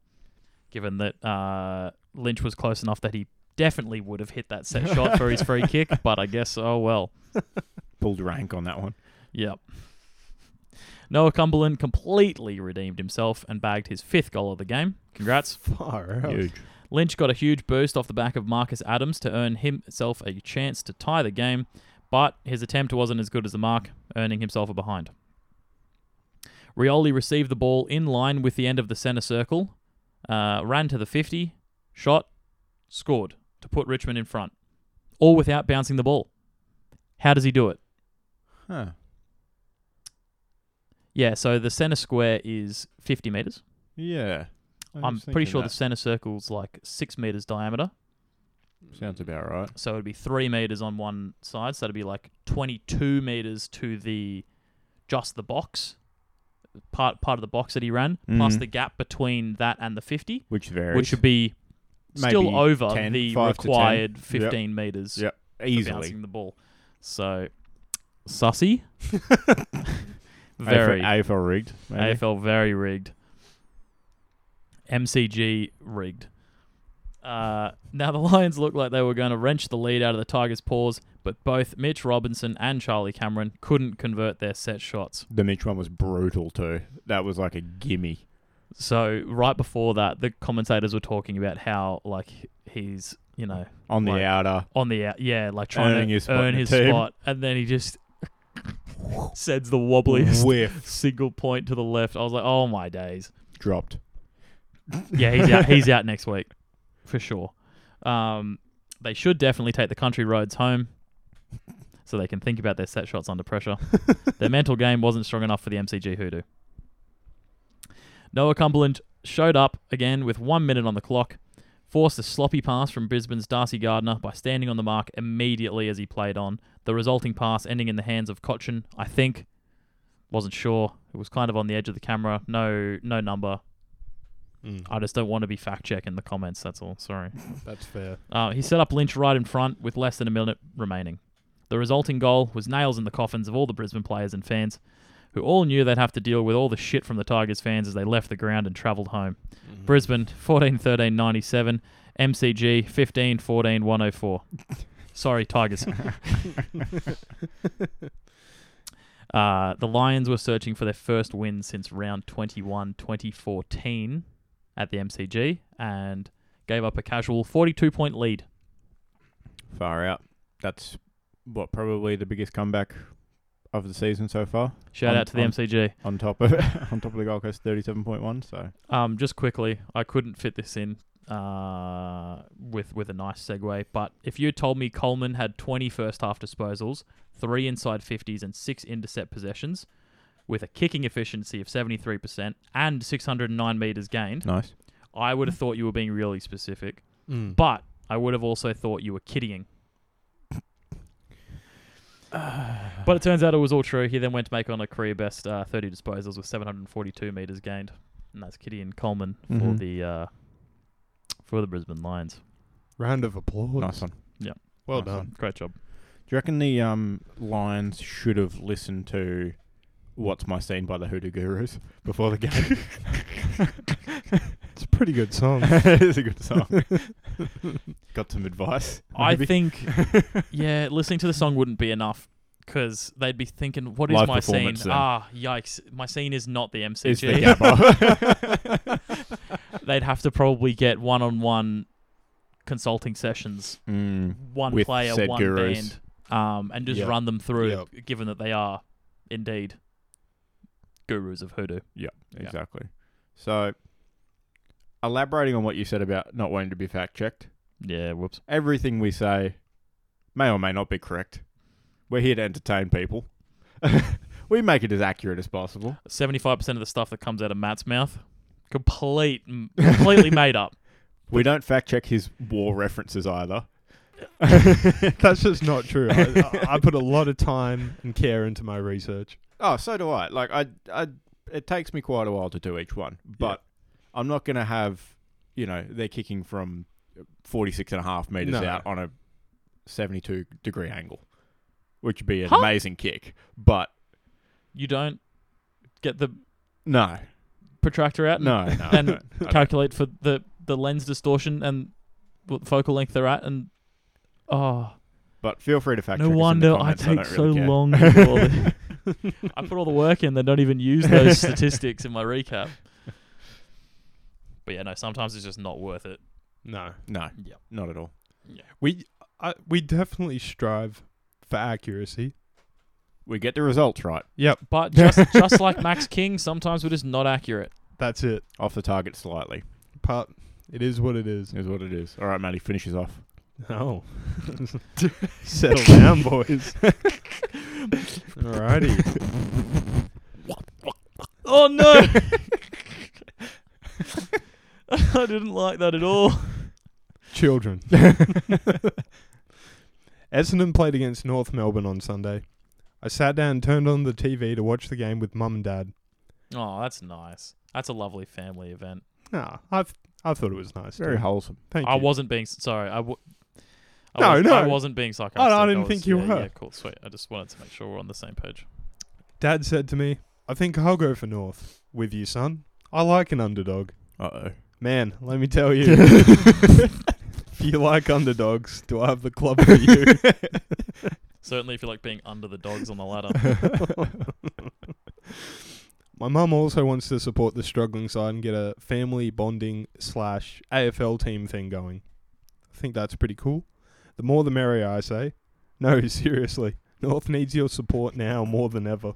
Given that uh, Lynch was close enough that he definitely would have hit that set shot for his free kick, but I guess oh well.
Pulled rank on that one.
Yep. Noah Cumberland completely redeemed himself and bagged his fifth goal of the game. Congrats.
Far out.
Huge.
Lynch got a huge boost off the back of Marcus Adams to earn himself a chance to tie the game, but his attempt wasn't as good as the mark, earning himself a behind. Rioli received the ball in line with the end of the centre circle, uh, ran to the 50, shot, scored to put Richmond in front, all without bouncing the ball. How does he do it?
Huh.
Yeah, so the centre square is 50 metres.
Yeah. I
I'm
was
pretty
thinking
sure the
that
centre circle's like 6 metres diameter.
sounds about right.
So it'd be three meters on one side. So that'd be like twenty-two meters to the just the box part part of the box that he ran, plus
Mhm.
the gap between that and the fifty,
Which varies.
which would be still
Maybe
over
10,
the
five to 10.
required
Yep.
fifteen meters
Yep.
for
easily
bouncing the ball. So sussy,
very
very
AFL, AFL rigged. Maybe.
AFL very rigged. MCG rigged. Uh, now the Lions looked like they were going to wrench the lead out of the Tigers' paws, but both Mitch Robinson and Charlie Cameron couldn't convert their set shots.
The Mitch one was brutal too. That was like a gimme.
So right before that, the commentators were talking about how like he's you know
On the
Like-
outer.
on the out, yeah, like trying
Earning
to
his spot
earn
in the
his
team.
spot, and then he just sends the wobbliest
Whiff.
single point to the left. I was like, oh my days.
Dropped.
Yeah, he's out. He's out next week for sure. Um, they should definitely take the country roads home, so they can think about their set shots under pressure. their mental game wasn't strong enough for the MCG hoodoo. Noah Cumberland showed up again with one minute on the clock, forced a sloppy pass from Brisbane's Darcy Gardner by standing on the mark immediately as he played on, the resulting pass ending in the hands of Cochin, I think. Wasn't sure. It was kind of on the edge of the camera. No no number.
Mm,
I just don't want to be fact checking the comments, that's all. Sorry.
that's fair.
Uh, he set up Lynch right in front with less than a minute remaining. The resulting goal was nails in the coffins of all the Brisbane players and fans, who all knew they'd have to deal with all the shit from the Tigers fans as they left the ground and travelled home.
Mm-hmm.
Mm.
Brisbane 14 13 97, MCG 15 14 104. Sorry, Tigers. uh, the Lions were searching for their first win since round 21 2014 at the MCG and gave up a casual 42 point lead.
Far out. That's what probably the biggest comeback of the season so far.
Shout
On-
out to the
on-
MCG.
On top of on top of the Gold Coast thirty-seven point one. So
Um, just quickly, I couldn't fit this in uh, with with a nice segue. But if you told me Coleman had 20 first half disposals, three inside 50s, and six intercept possessions, with a kicking efficiency of 73% and 609 meters gained,
nice.
I would have thought you were being really specific.
Mm.
But I would have also thought you were kidding. But it turns out it was all true. He then went to make on a career best uh, 30 disposals with 742 meters gained, and that's Kitty and Coleman for
Mhm.
the uh, for the Brisbane Lions.
Round of applause.
nice one.
Well
Nice
done.
one.
Great job.
Do you reckon the um, Lions should have listened to "What's My Scene" by the Hoodoo Gurus before the game?
It's a pretty good song.
it's a good song. Got some advice.
I
maybe?
think, yeah, listening to the song wouldn't be enough because they'd be thinking, "What is
Live
my scene?"
performance then.
Ah, yikes! My scene is not the MCG.
It's the Gabba.
they'd have to probably get one-on-one consulting sessions
mm,
one
With
player,
said
one
gurus.
band, um, and just
Yep.
run them through, given that they are indeed gurus of hoodoo. Yeah.
exactly. So, elaborating on what you said about not wanting to be fact checked,
Yeah, whoops.
everything we say may or may not be correct. We're here to entertain people. we make it as accurate as possible.
75% of the stuff that comes out of Matt's mouth, complete, m- completely made up.
We don't fact check his war references either.
That's just not true. I, I put a lot of time and care into my research.
Oh, so do I. Like I, I, it takes me quite a while to do each one, but I'm not gonna have, you know, they're kicking from 46 and a half meters
No.
out on a 72 degree angle, which would be an
Huh?
amazing kick. But
You don't get the
no,
protractor
Uh,
out and
no, no.
Then
no, I don't.
calculate for the, the lens distortion and what focal length they're at and... Oh,
but feel free to fact
no
check. us in the
wonder I
comments,
take
don't
so
really care.
long. To do all the, I put all the work in, they don't even use those statistics in my recap. But yeah, no, sometimes it's just not worth it.
No.
No,
Yeah.
not at all.
Yeah.
We I, we definitely strive for accuracy.
We get the results right
Yep,
But just just like Max King, sometimes we're just not accurate.
that's it.
off the target slightly
Part it is what it is.
is what it is. All right, Matty finishes off.
Oh. Settle down, boys. Alrighty.
Oh no. I didn't like that at all.
Children. Essendon played against North Melbourne on Sunday. I sat down and turned on the TV to watch the game with mum and dad.
Oh, that's nice. That's a lovely family event.
Nah, I've I thought it was nice.
Very
too.
wholesome.
Thank
I
you.
wasn't being sorry. I w- I
No,
wasn't, I
no.
wasn't being sarcastic.
I didn't
was-
think you
yeah,
were.
Yeah, cool, sweet. I just wanted to make sure we're on the same page.
Dad said to me, I think I'll go for North with you, son. I like an underdog.
Uh
Man, let me tell you. if you like underdogs, do I have the club for you?
Certainly, if you like being under the dogs on the ladder.
My mum also wants to support the struggling side and get a family bonding slash AFL team thing going. I think that's pretty cool. The more the merrier, I say. No, seriously. North needs your support now more than ever.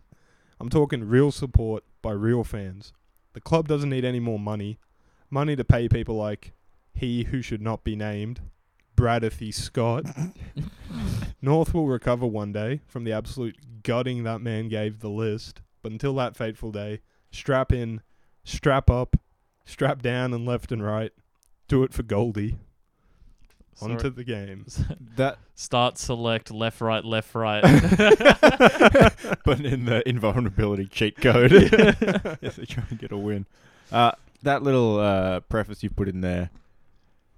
I'm talking real support by real fans. The club doesn't need any more money. Money to pay people like he who should not be named, Bradithy Scott. North will recover one day from the absolute gutting that man gave the list, but until that fateful day, strap in, strap up, strap down, and left and right. Do it for Goldie.
Sorry.
Onto the game.
That,
Start, select, left, right, left, right.
but in the invulnerability cheat code, if they try and get a win. Uh, that little uh, preface you put in there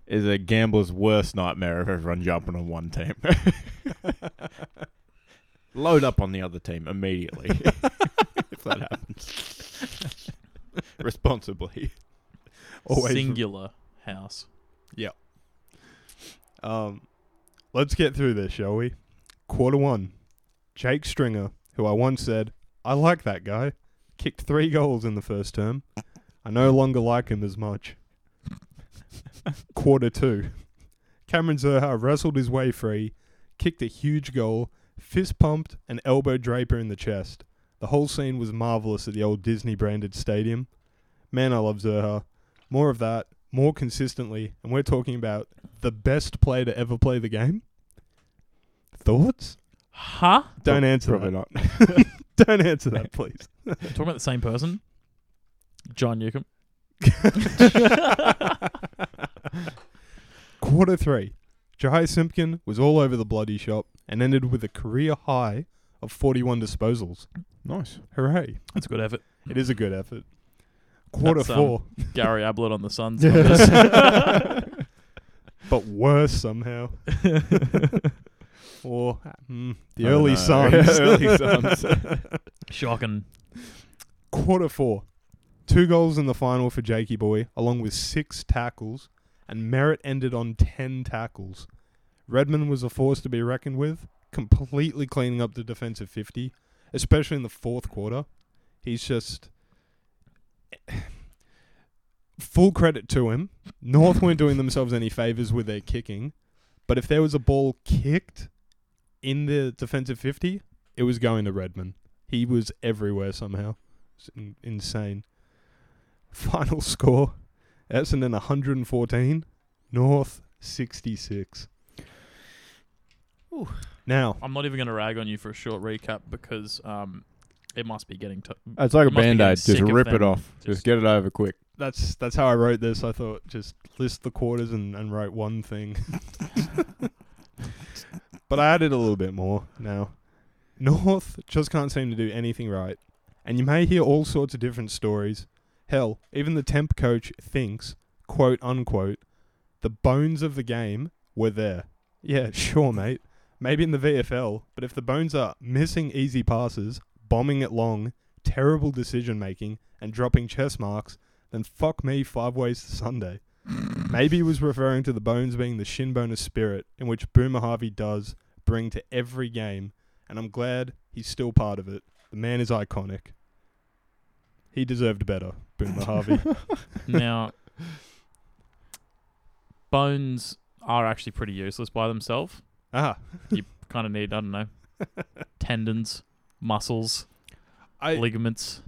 is a gambler's worst nightmare of everyone jumping on one team. Load up on the other team immediately if that happens. Responsibly.
Always
Singular house.
Um, let's get through this, shall we? Quarter one. Jake Stringer, who I once said, I like that guy, kicked three goals in the first term. I no longer like him as much. Quarter two. Cameron Zerha wrestled his way free, kicked a huge goal, fist pumped, and elbowed Draper in the chest. The whole scene was marvellous at the old Disney branded stadium. Man, I love Zerha. More of that, more consistently, and we're talking about the best player to ever play the game? Thoughts?
Huh?
Don't answer
Probably
that.
not.
Don't answer that, please.
Talking about the same person? John Newcomb.
Quarter three. Jahai Simpkin was all over the bloody shop and ended with a career high of 41 disposals.
Nice.
Hooray.
That's a good effort.
It is a good effort. Quarter
That's, um,
four.
Gary Ablett on the Suns.
but worse somehow. or mm, the
I don't
early
know.
signs.
Early signs.
Shocking.
Quarter four. Two goals in the final for Jakey Boy, along with six tackles, and Merritt ended on 10 tackles. Redmond was a force to be reckoned with, completely cleaning up the defensive 50, especially in the fourth quarter. He's just. Full credit to him. North weren't doing themselves any favours with their kicking, but if there was a ball kicked in the defensive 50, it was going to Redmond. He was everywhere somehow. It's in- insane. Final score: Essendon 114, North 66.
Ooh.
Now,
I'm not even going to rag on you for a short recap because um, it must be getting to
It's like
You
a
must be
band aid.
getting
Just
sick of
rip it
them.
off.
Just-
Just get it over quick.
that's that's how I wrote this. I thought just list the quarters and, and write one thing. but I added a little bit more now. North just can't seem to do anything right. And you may hear all sorts of different stories. Hell, even the temp coach thinks, quote unquote, the bones of the game were there. Yeah, sure, mate. Maybe in the VFL, but if the bones are missing easy passes, bombing it long, terrible decision making, and dropping chess marks, then fuck me five ways to Sunday. Maybe he was referring to the bones being the shin bonus spirit in which Boomer Harvey does bring to every game, and I'm glad he's still part of it. The man is iconic. He deserved better, Boomer Harvey.
now bones are actually pretty useless by themselves
ah,
kind of need i don't know tendons muscles
I
ligaments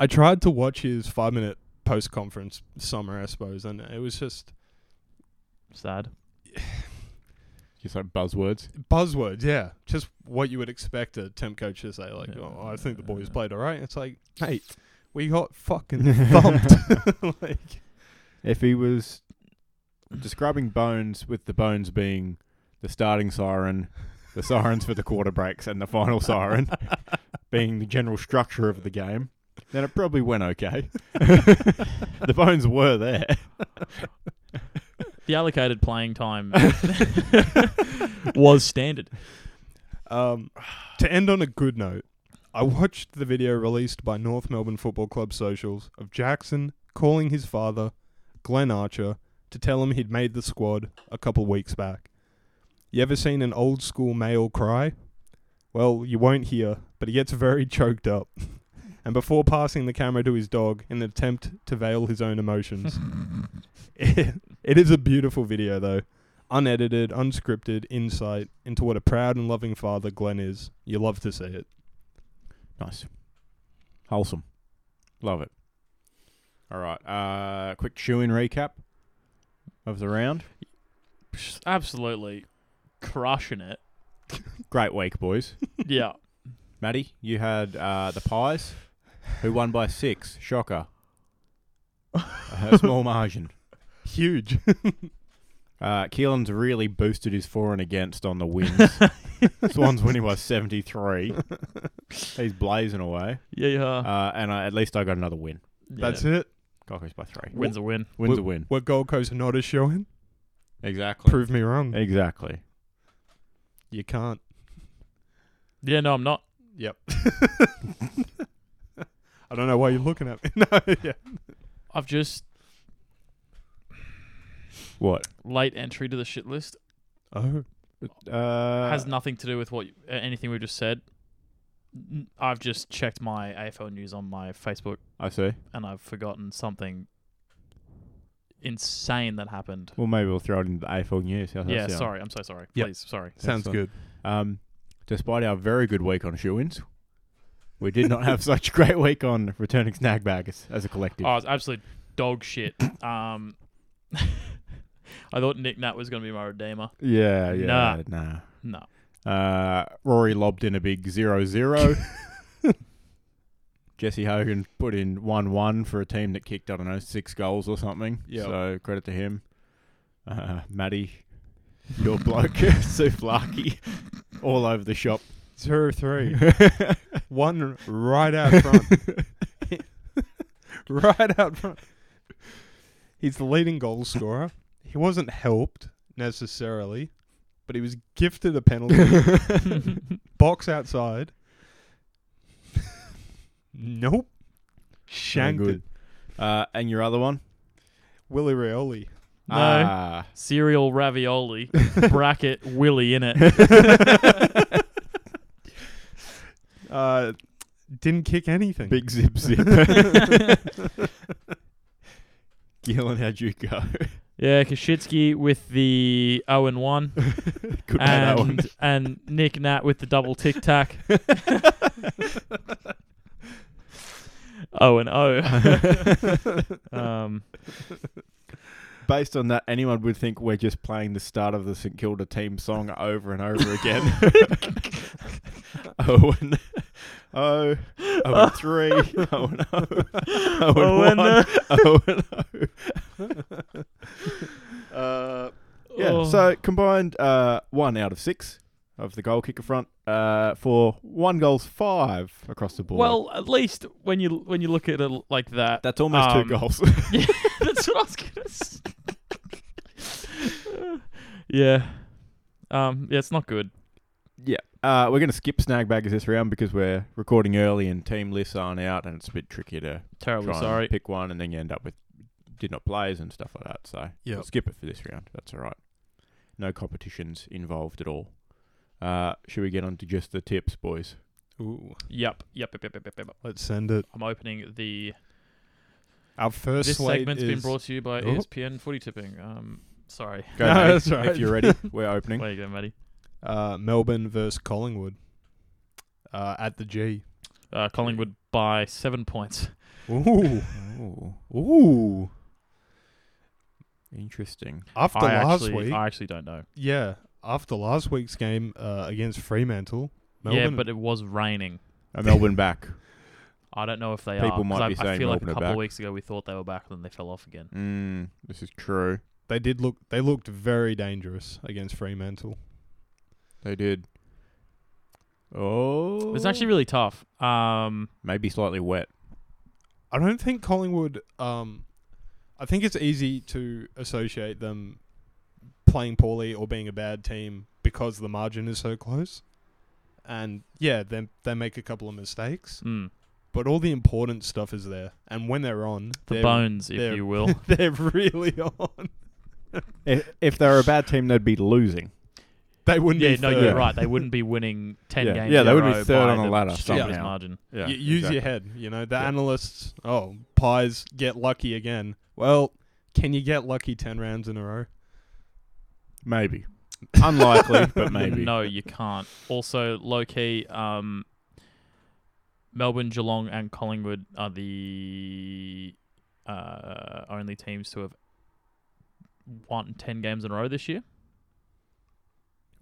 I tried to watch his five minute post conference summer, I suppose, and it was just
sad
Just like buzzwords.
buzzwords, yeah. Just what you would expect a temp coach to say, like,
Yeah.
oh, I think the boys played all right. It's like, mate, we got fucking thumped. like,
If he was describing bones with the bones being the starting siren, the sirens for the quarter breaks, and the final siren being the general structure of the game, then it probably went okay. the bones were there.
the allocated playing time was standard
Um, to end on a good note, I watched the video released by North Melbourne Football Club socials of Jackson calling his father, Glenn Archer, to tell him he'd made the squad a couple weeks back. You ever seen an old school male cry? Well, you won't hear, but he gets very choked up. And before passing the camera to his dog in an attempt to veil his own emotions, it is a beautiful video, though. Unedited, unscripted insight into what a proud and loving father Glenn is. You love to see it.
Nice. Wholesome. Love it. All right. Uh, quick shoe in recap of the round.
absolutely crushing it
Great week, boys.
yeah
Maddie, you had uh, the Pies, who won by six. Shocker. A small margin.
Huge.
Uh, Keelan's really boosted his for and against on the wins. Swans winning by 73. He's blazing away.
Yeah, yeah.
Uh, and I, at least I got another win.
That's it.
Gold Coast by three.
Wins a win.
Wins a win.
What Gold Coast are not is showing,
Exactly.
prove me wrong.
Exactly.
You can't.
Yeah, no, I'm not.
Yep. I don't know why you're looking at me. no, yeah.
I've just
What?
late entry to the shit list
Oh,
Uh,
has nothing to do with what you- uh, anything we just said. N- I've just checked my AFL news on my Facebook
I see.
and I've forgotten something insane that happened.
Well, maybe we'll throw it into the AFL news. How's that
Yeah,
sound?
sorry. I'm so sorry.
Yep.
Please, sorry.
sounds
Excellent.
good.
Um, despite our very good week on shoe ins, we did not have such a great week on returning snag bags as a collective.
Oh, it's absolute dog shit. um, I thought Nick Nat was going to be my redeemer.
yeah, yeah, nah.
No.
Uh, Rory lobbed in a big zero zero. Jesse Hogan put in 1 1 for a team that kicked, I don't know, six goals or something.
Yep.
So credit to him. Uh, Matty, your bloke, Sue Larky, all over the shop.
Zero three. One right out front. right out front. He's the leading goal scorer. He wasn't helped necessarily, but he was gifted a penalty. box outside. nope. Shanked
good.
it.
Uh, and your other one?
Willy Rioli.
No.
Ah.
Cereal ravioli, bracket Willy in it.
Uh, didn't kick anything.
Big zip zip. Gillen, how'd you go?
Yeah, Kashitsky with the 0 and 1.
Good one, that one.
and and Nick Nat with the double tic tac. oh and oh. um,
Based on that, anyone would think we're just playing the start of the St Kilda team song over and over again. oh and oh, oh and three, oh and oh, oh and
Oh and
one, oh and oh. uh, yeah,
oh.
so combined uh, one out of six of the goal kicker front uh, for one goals five across the board.
well, at least when you when you look at it like that,
that's almost
um,
two goals.
that's what I was gonna. Say. yeah, um, yeah, it's not good.
Yeah. Uh, we're going to skip snag baggers this round because we're recording early and team lists aren't out and it's a bit tricky to
Terribly
try
Oh, sorry.
and pick one and then you end up with did not plays and stuff like that. So
Yep.
we'll skip it for this round. That's all right. No competitions involved at all. Uh, should we get on to just the tips, boys?
Ooh,
Yep, yep, yep, yep, yep, yep, yep.
let's send it.
I'm opening the.
Our first
This
slate
segment's
is
been brought to you by E
Oh.
ESPN Footy Tipping. Um, sorry.
Go,
No,
Matty,
that's all
If
right.
you're ready, we're opening.
Where you go, Matty?
uh, Melbourne versus Collingwood uh, at the G.
Uh, Collingwood by seven points.
Ooh,
Ooh,
ooh.
interesting.
After
I
last
actually,
week,
I actually don't know.
yeah. After last week's game uh, against Fremantle, Melbourne,
Yeah, but it was raining.
Uh, Melbourne back.
I don't know if they
People
are. 'cause
might
I,
be
I
saying
feel like a
Melbourne are
couple of
back.
weeks ago we thought they were back, and then they fell off again.
Mm, this is true.
they did look. They looked very dangerous against Fremantle.
They did. Oh.
It's actually really tough. Um,
maybe slightly wet.
I don't think Collingwood. Um, I think it's easy to associate them playing poorly or being a bad team because the margin is so close. And yeah, they they make a couple of mistakes,
mm,
but all the important stuff is there. And when they're on,
the
they're,
bones, if
they're-
you will.
they're really on.
If, if they were a bad team, they'd be losing.
They wouldn't.
yeah,
be
no,
third.
you're right. They wouldn't be winning ten
Yeah.
games.
Yeah, they
in a
would be
row
third
by
on the ladder
stupidest
somehow.
margin.
Yeah,
Y- use your head. You know, the
Yeah.
analysts, oh, pies get lucky again. Well, can you get lucky 10 rounds in a row?
Maybe. Unlikely, but maybe.
No, you can't. Also, low key, um, Melbourne, Geelong, and Collingwood are the uh, only teams to have won ten games in a row this year.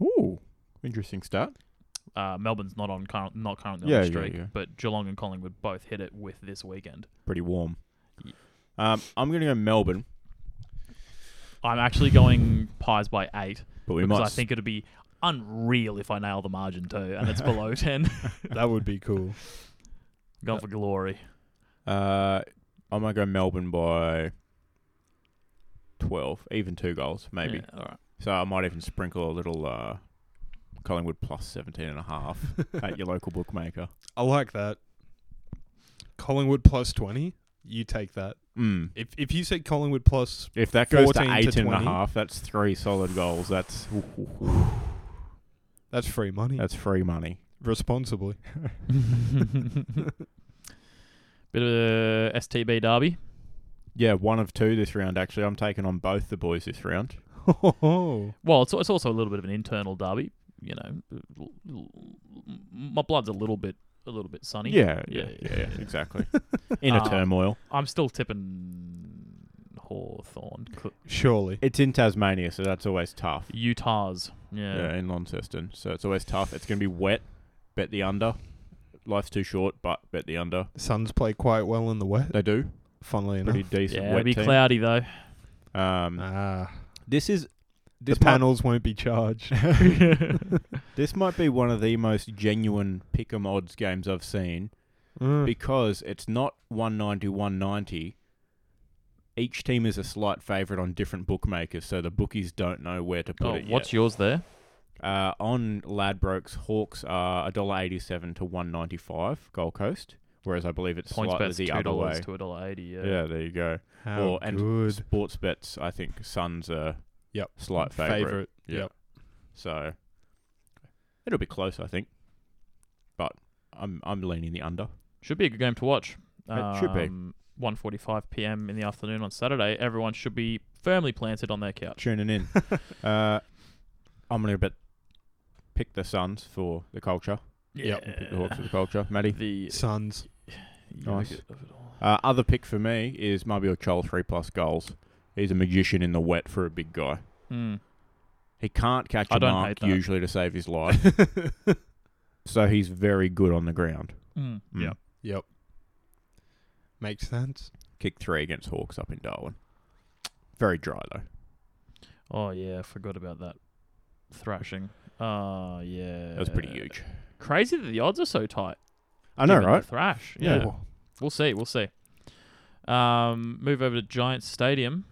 Ooh, interesting start.
Uh, Melbourne's not on current, not currently
Yeah,
on
yeah,
the streak,
yeah.
but Geelong and Collingwood both hit it with this weekend.
Pretty warm.
Y-
Um, I'm going to go Melbourne,
I'm actually going pies by eight
but we
because
might.
I think it'd be unreal if I nail the margin too, and it's below ten.
That would be cool.
Gone for glory.
Uh, I might go Melbourne by twelve, even two goals maybe.
Yeah, all right.
So I might even sprinkle a little uh, Collingwood plus 17 and a half at your local bookmaker.
I like that. Collingwood plus 20. You take that.
Mm.
If if you said Collingwood plus,
If that goes to
14 to
18 and a
20.
half, that's three solid goals. That's
that's free money.
that's free money.
Responsibly.
Bit of a STB derby.
Yeah, one of two this round, actually. I'm taking on both the boys this round.
Well, it's, it's also a little bit of an internal derby. You know, my blood's a little bit a little bit sunny.
Yeah,
Yeah,
yeah,
yeah,
yeah, exactly. In a
Uh,
turmoil.
I'm still tipping Hawthorn,
Surely.
It's in Tasmania, so that's always tough.
Utah's. Yeah.
Yeah, in Launceston. So it's always tough. It's going to be wet. Bet the under. Life's too short, but bet the under.
Suns play quite well in the wet,
They do.
funnily enough.
Pretty decent
Yeah,
wet
it'll be
team.
cloudy though.
Um,
Ah,
This is
the
this might,
panels won't be charged.
this might be one of the most genuine pick 'em odds games I've seen
Hmm.
Mm.
because it's not 190 190. Each team is a slight favourite on different bookmakers, so the bookies don't know where to put
Oh,
it
what's
yet.
yours there?
uh, on Ladbrokes, Hawks are $1.87 to 195 Gold Coast, whereas I believe it's
Points
slightly
bet's
the
two
other
dollars
way.
to a dollar eighty. Yeah.
yeah, there you go.
How
or and
good.
sports bets, I think Suns are
Yep.
slight favourite.
favorite.
Yeah. So it'll be close, I think. But I'm I'm leaning the under.
Should be a good game to watch. Um,
It should be.
One forty-five p.m. in the afternoon on Saturday. Everyone should be firmly planted on their couch.
Tuning in. uh, I'm gonna bet pick the Suns for the culture.
Yep.
Pick the Hawks for the culture, Matty.
The
Suns.
you
Nice.
look at- of it all.
Uh, other pick for me is Mabio Chol three plus goals. He's a magician in the wet for a big guy.
Hmm.
He can't catch
I
a
don't hate
mark
that.
usually to save his life, so he's very good on the ground.
Mm.
Mm.
Yeah.
Yep. Makes sense.
Kick three against Hawks up in Darwin. Very dry though.
Oh yeah, I forgot about that thrashing. Oh yeah,
That was pretty huge.
Crazy that the odds are so tight.
I know,
given the
right?
Thrash.
Yeah.
yeah. We'll see. We'll see. Um, move over to Giants Stadium.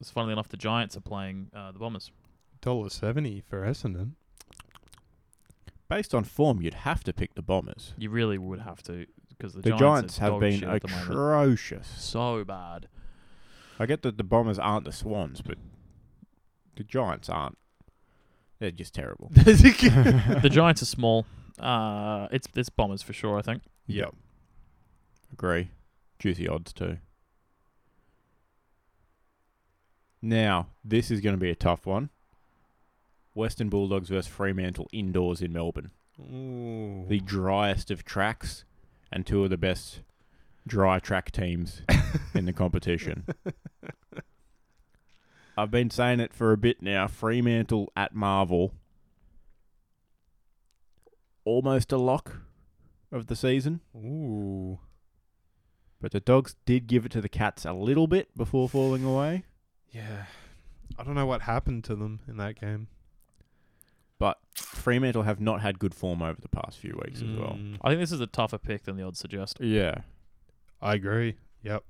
It's funnily enough, the Giants are playing uh, the Bombers.
Dollar seventy for Essendon.
Based on form, you'd have to pick the Bombers.
You really would have to because the,
The Giants,
are
have
dog
been
shit at the moment.
atrocious.
so bad.
I get that the Bombers aren't the Swans, but the Giants aren't. They're just terrible.
the Giants are small. Uh, it's it's Bombers for sure. I think.
Yep.
Agree. Juicy odds, too. Now, this is going to be a tough one. Western Bulldogs versus Fremantle indoors in Melbourne.
Ooh.
The driest of tracks and two of the best dry track teams in the competition. I've been saying it for a bit now. Fremantle at Marvel. Almost a lock of the season.
Ooh.
But the dogs did give it to the cats a little bit before falling away.
Yeah. I don't know what happened to them in that game.
But Fremantle have not had good form over the past few weeks as well.
Mm.
I think this is a tougher pick than the odds suggest.
Yeah.
I agree. Yep.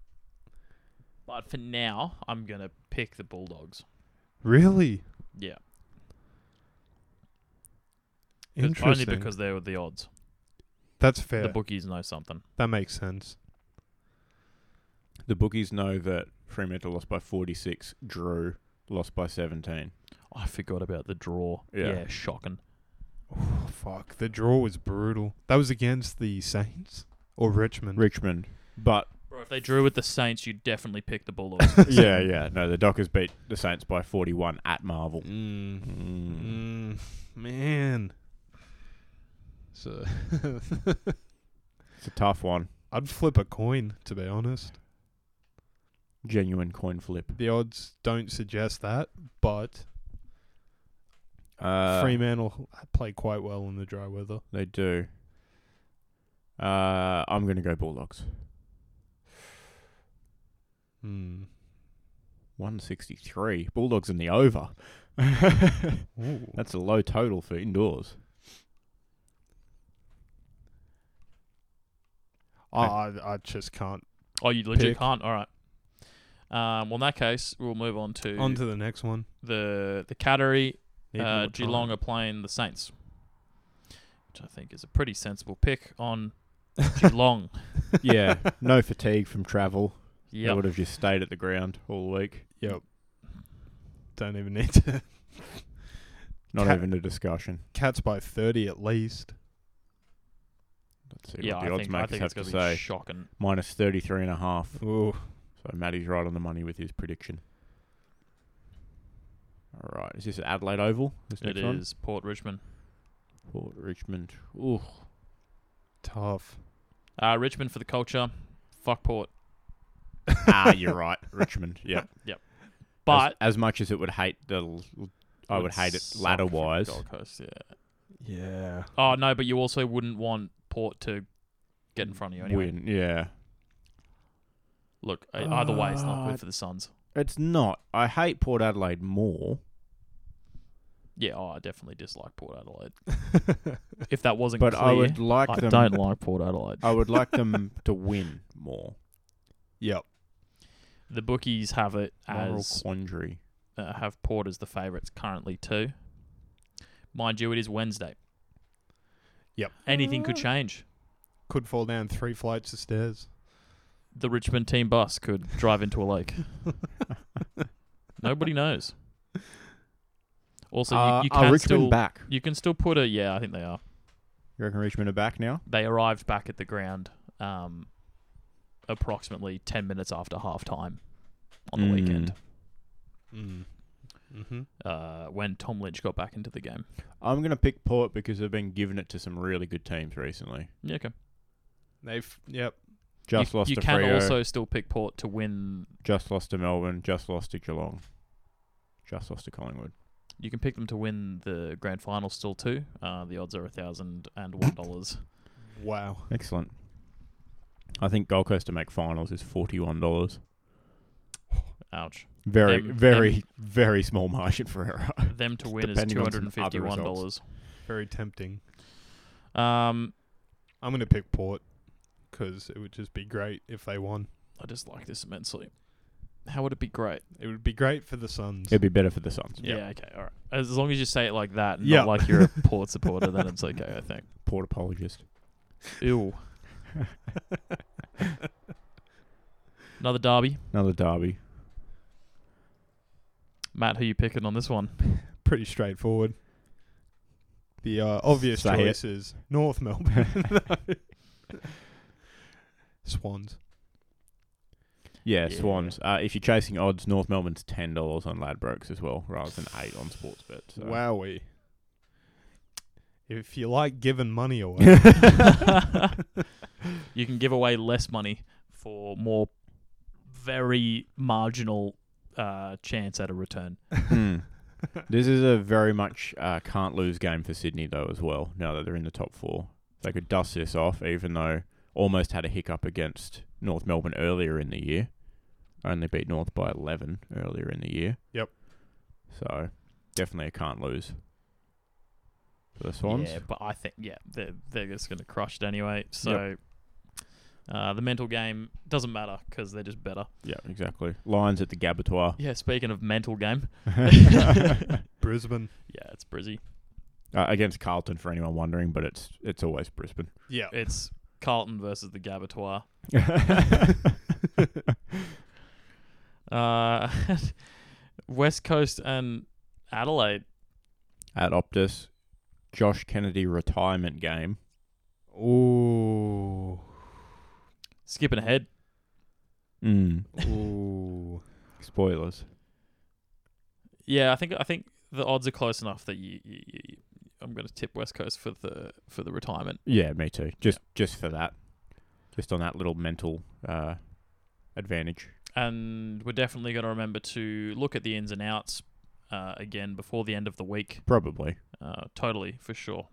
But for now, I'm gonna pick the Bulldogs.
Really?
Yeah, But
Interesting.
only because they were the odds.
That's fair.
The bookies know something.
that makes sense.
The bookies know that Fremantle lost by 46, Drew lost by 17.
I forgot about the draw.
Yeah.
yeah shocking.
Oh, fuck. The draw was brutal. That was against the Saints or Richmond.
Richmond. But
Bro, if they drew with the Saints, you'd definitely pick the Bulldogs.
yeah, yeah. No, the Dockers beat the Saints by 41 at Marvel.
Mm.
Mm.
Mm. Man. So
It's a tough one.
I'd flip a coin to be honest.
Genuine coin flip.
The odds don't suggest that, but
Uh,
Fremantle play quite well in the dry weather.
They do. Uh, I'm going to go Bulldogs.
Hmm.
163. Bulldogs in the over.
Ooh.
That's a low total for indoors.
I, Ah, I I just can't.
Oh, you legit
Pick.
can't. All right. Um, well, in that case, we'll move on to,
On to the next one.
the the category.
Need more
Uh,
time.
Geelong are playing the Saints, which I think is a pretty sensible pick on Geelong.
Yeah, no fatigue from travel. They
Yeah,
would have just stayed at the ground all week.
Yep. Don't even need to.
Not
Ca-
even a discussion.
Cats by 30 at least.
Let's see
yeah.
what the
I
odds
think, I
makers
think
have
it's going
to
to be
say.
shocking.
Minus 33 and a half.
Ooh.
So Matty's right on the money with his prediction. All right, is this at Adelaide Oval? This
It
next
is
one?
Port Richmond.
Port Richmond. Ooh,
Tough.
Uh, Richmond for the culture. Fuck Port.
ah, you're right, Richmond. Yep. As-
But
as, much as it would hate the, l- l- I would hate it
suck
ladder
for
wise.
Gold Coast, yeah.
Yeah.
Oh no, but you also wouldn't want Port to get in front of you anyway.
Win, yeah.
Look, e- either way, it's not
Uh,
good for the Suns.
It's not. I hate Port Adelaide more.
Yeah, oh, I definitely dislike Port Adelaide. If that wasn't
but
clear,
I would like
I
them.
don't like Port Adelaide.
I would like them to win more.
yep.
The bookies have it
Moral
as
quandary.
uh, have Port as the favourites currently too. Mind you, it is Wednesday.
Yep.
Anything could change.
Could fall down three flights of stairs.
The Richmond team bus could drive into a lake. Nobody knows. Also,
Uh,
you, you
are
can
Richmond
still
back?
you can still put a yeah. I think they are.
You reckon Richmond are back now?
They arrived back at the ground, um, approximately ten minutes after half time on the
Mm.
weekend.
Mm. Mm-hmm.
uh, when Tom Lynch got back into the game.
I'm gonna pick Port because they've been giving it to some really good teams recently.
Yeah, okay.
They've, yep.
Just
you
lost
you
to
can
Freo.
also still pick Port to win.
Just lost to Melbourne. Just lost to Geelong. Just lost to Collingwood.
You can pick them to win the grand final still too. Uh, the odds are a thousand and one dollars.
Wow.
Excellent. I think Gold Coast to make finals is forty-one dollars.
Ouch.
Very,
Them-
very, very small margin for error.
Them to win is two
Depending on
hundred
some
and
other
fifty-one dollars.
Very tempting.
Um,
I'm going to pick Port because it would just be great if they won.
I just like this immensely. How would it be great?
It would be great for the Suns.
It'd be better for the Suns.
Yeah. okay. All right. As long as you say it like that, and
Yeah.
not like you're a Port supporter, then it's okay. I think.
Port apologist.
Ew. Another derby.
Another derby.
Matt, who you picking on this one?
Pretty straightforward. The uh, obvious
Say it.
choice is North Melbourne. Swans.
Yeah,
Yeah.
Swans. Uh, if you're chasing odds, North Melbourne's ten dollars on Ladbrokes as well, rather than eight on Sportsbet. So.
Wowie. If you like giving money away,
you can give away less money for more very marginal uh, chance at a return.
Hmm. This is a very much uh, can't lose game for Sydney though as well. Now that they're in the top four, they could dust this off. Even though almost had a hiccup against North Melbourne earlier in the year, only beat North by eleven earlier in the year.
Yep.
So definitely a can't lose for the Swans.
Yeah, but I think yeah, they're they're just going to crush it anyway. So uh, the mental game doesn't matter because they're just better.
Yeah, exactly. Lions at the Gabatoir.
Yeah. Speaking of mental game,
Brisbane.
yeah, it's Brizzy.
Uh, against Carlton for anyone wondering, but it's it's always Brisbane.
Yeah.
It's Carlton versus the Gabatoir. Uh, West Coast and Adelaide.
at Optus, Josh Kennedy retirement game.
Ooh.
Skipping ahead.
Mm.
Ooh.
Spoilers.
Yeah, I think I think the odds are close enough that you. you, you you- I'm going to tip West Coast for the for the retirement.
Yeah, me too. Just just for that, just on that little mental uh, advantage.
And we're definitely going to remember to look at the ins and outs uh, again before the end of the week.
Probably.
Uh, totally, for sure.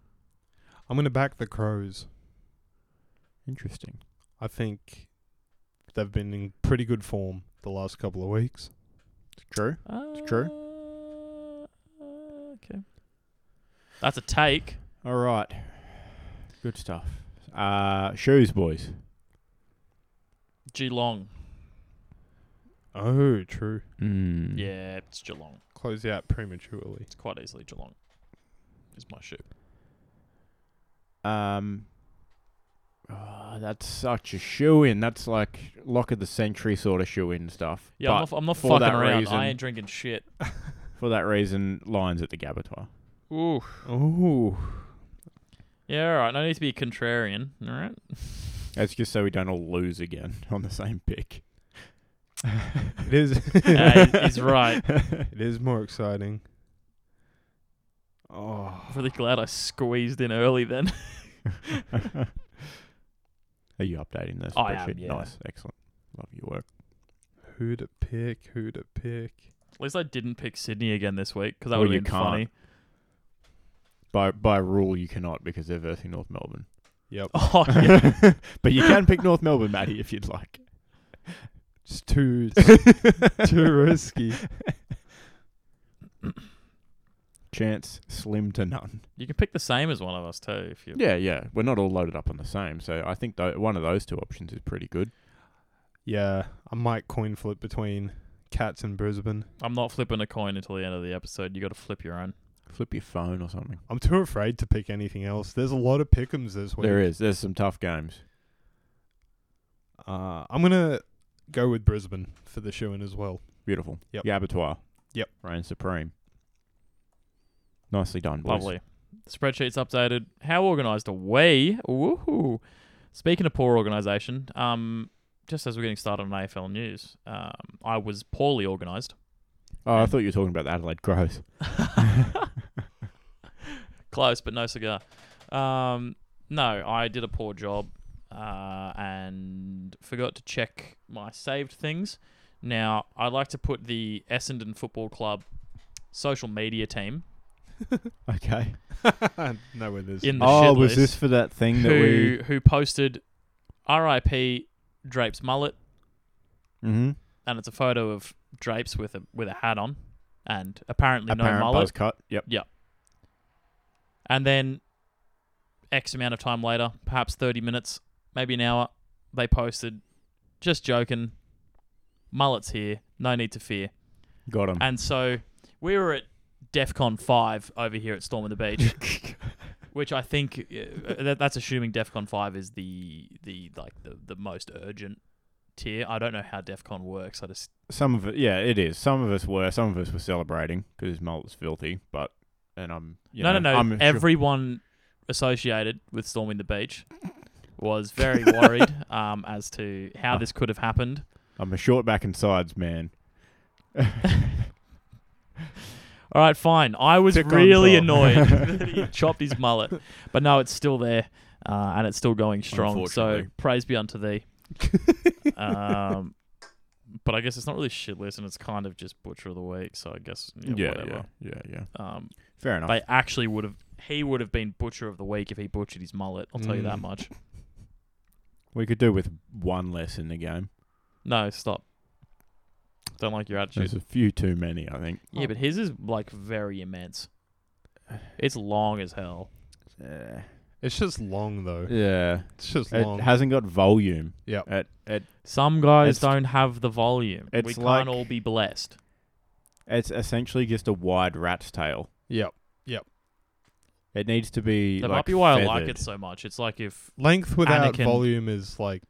I'm going to back the Crows.
Interesting.
I think they've been in pretty good form. the last couple of weeks.
True.
It's
true.
Uh, okay. That's a take.
All right. Good stuff. Uh, shoes, boys.
Geelong.
Oh, true.
Mm.
Yeah, it's Geelong.
Close out prematurely.
It's quite easily Geelong. Is my shoe.
Um, oh, that's such a shoe in. That's like lock of the century sort of shoe in stuff.
Yeah, I'm
But
not, I'm not
for
fucking
that
around.
reason-
I ain't drinking shit.
for that reason, lines at the Gabatoir.
Ooh.
Oh,
Yeah, all right. No need to be a contrarian. All right.
That's just so we don't all lose again on the same pick. it is.
Uh, he- he's right.
it is more exciting. Oh,
I'm really glad I squeezed in early then.
Are you updating this?
I am,
spreadsheet?
yeah.
Nice, excellent. Love your work.
who to pick? Who to pick?
At least I didn't pick Sydney again this week because that
Well,
would
you
have been
can't.
funny.
By by rule, you cannot because they're versing North Melbourne.
Yep,
Oh, yeah.
but you can pick North Melbourne, Matty, if you'd like.
it's too too risky.
Chance slim to none.
you can pick the same as one of us too if you.
Yeah, yeah. We're not all loaded up on the same, so I think tho- one of those two options is pretty good.
Yeah, I might coin flip between cats and Brisbane.
I'm not flipping a coin until the end of the episode. You got to flip your own.
Flip your phone or something.
I'm too afraid to pick anything else. There's a lot of pickums this week.
There is. There's some tough games.
Uh, I'm gonna go with Brisbane for the shoe in as well.
Beautiful.
Yep.
The abattoir.
Yep.
Reigns supreme. Nicely done, boys.
Lovely. Spreadsheet's updated. How organised are we? Woohoo! Speaking of poor organisation, um, just as we're getting started on AFL news, um, I was poorly organised.
Oh, I thought you were talking about the Adelaide growth.
Close, but no cigar. Um, no, I did a poor job uh, and forgot to check my saved things. Now, I'd like to put the Essendon Football Club social media team
Okay.
no way this.
in the
Oh,
shit
was
list
this for that thing that
who,
we?
who posted RIP Drape's mullet,
Mm-hmm.
and it's a photo of Drape's with a, with a hat on and apparently no mullet.
buzz cut. Yep.
And then X amount of time later, perhaps 30 minutes, maybe an hour, they posted, just joking, mullet's here, no need to fear.
Got him.
And so we were at DEF CON 5 over here at Storm of the Beach. Which I think uh, that, that's assuming DEFCON five is the the like the, the most urgent tier. I don't know how DEFCON works. I just
Some of it, yeah, it is. Some of us were. Some of us were celebrating because mullet's filthy. But and I'm. You
no
know,
no no.
I'm sure-
Everyone associated with storming the beach was very worried um, as to how this could have happened.
I'm a short back and sides man.
All right, fine. I was
Tick on
really
top.
annoyed that he chopped his mullet, but no, it's still there, uh, and it's still going strong. So
Unfortunately.
praise be unto thee. um, but I guess it's not really shit list, and it's kind of just butcher of the week. So I guess yeah,
Yeah, yeah,
whatever.
yeah, yeah.
Um,
Fair enough.
they actually would have. He would have been butcher of the week if he butchered his mullet. I'll tell you that
Mm.
much.
we could do with one less in the game.
No, stop. Don't like your attitude.
There's a few too many, I think.
Yeah, but his is like very immense. It's long as hell.
Yeah.
it's just long though.
Yeah.
It's just long.
It hasn't got volume.
Yep.
It, it
Some guys
It's-
don't have the volume.
it's
we can't
like-
all be blessed.
it's essentially just a wide rat's tail.
yep.
It needs to be.
That
like,
might be why I like it
feathered.
so much. It's like if
Length without
Anakin-
volume is like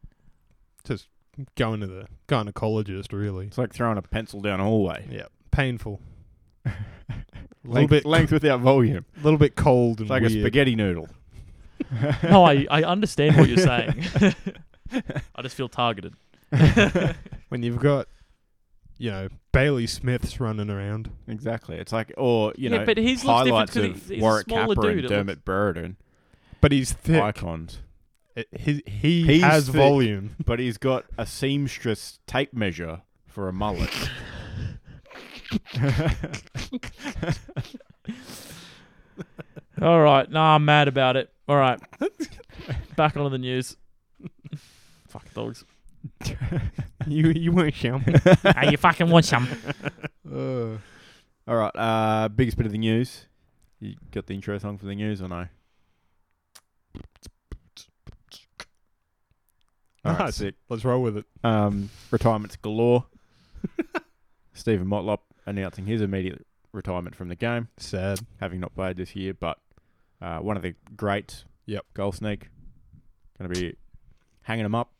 just going to the gynecologist. Really.
It's like throwing a pencil down a hallway.
Yep. Painful. A little
Length,
bit,
length without volume.
a little bit cold and
It's like
weird.
a spaghetti noodle.
no, I, I understand what you're saying. I just feel targeted.
when you've got, you know, Bailey Smiths running around.
Exactly. It's like, or you
Yeah,
know,
but his looks different
highlights
'cause
of
he's- he's a
Warwick
smaller
Capper
dude,
and
it
Dermot Burden,
But he's thick.
icons.
It- he he
He's
has
thick.
volume.
But he's got a seamstress tape measure for a mullet.
All right. No, I'm mad about it. All right. Back onto the news. Fuck dogs.
you you weren't shouting.
Ah, you fucking want some?
Uh, all right. Uh, biggest bit of the news. You got the intro song for the news or no? All right,
Nice.
sick.
Let's roll with it.
Um, retirements galore. Stephen Motlop announcing his immediate retirement from the game,
Sad.
having not played this year, but uh, one of the greats.
Yep.
Goal sneak. Going to be hanging him up.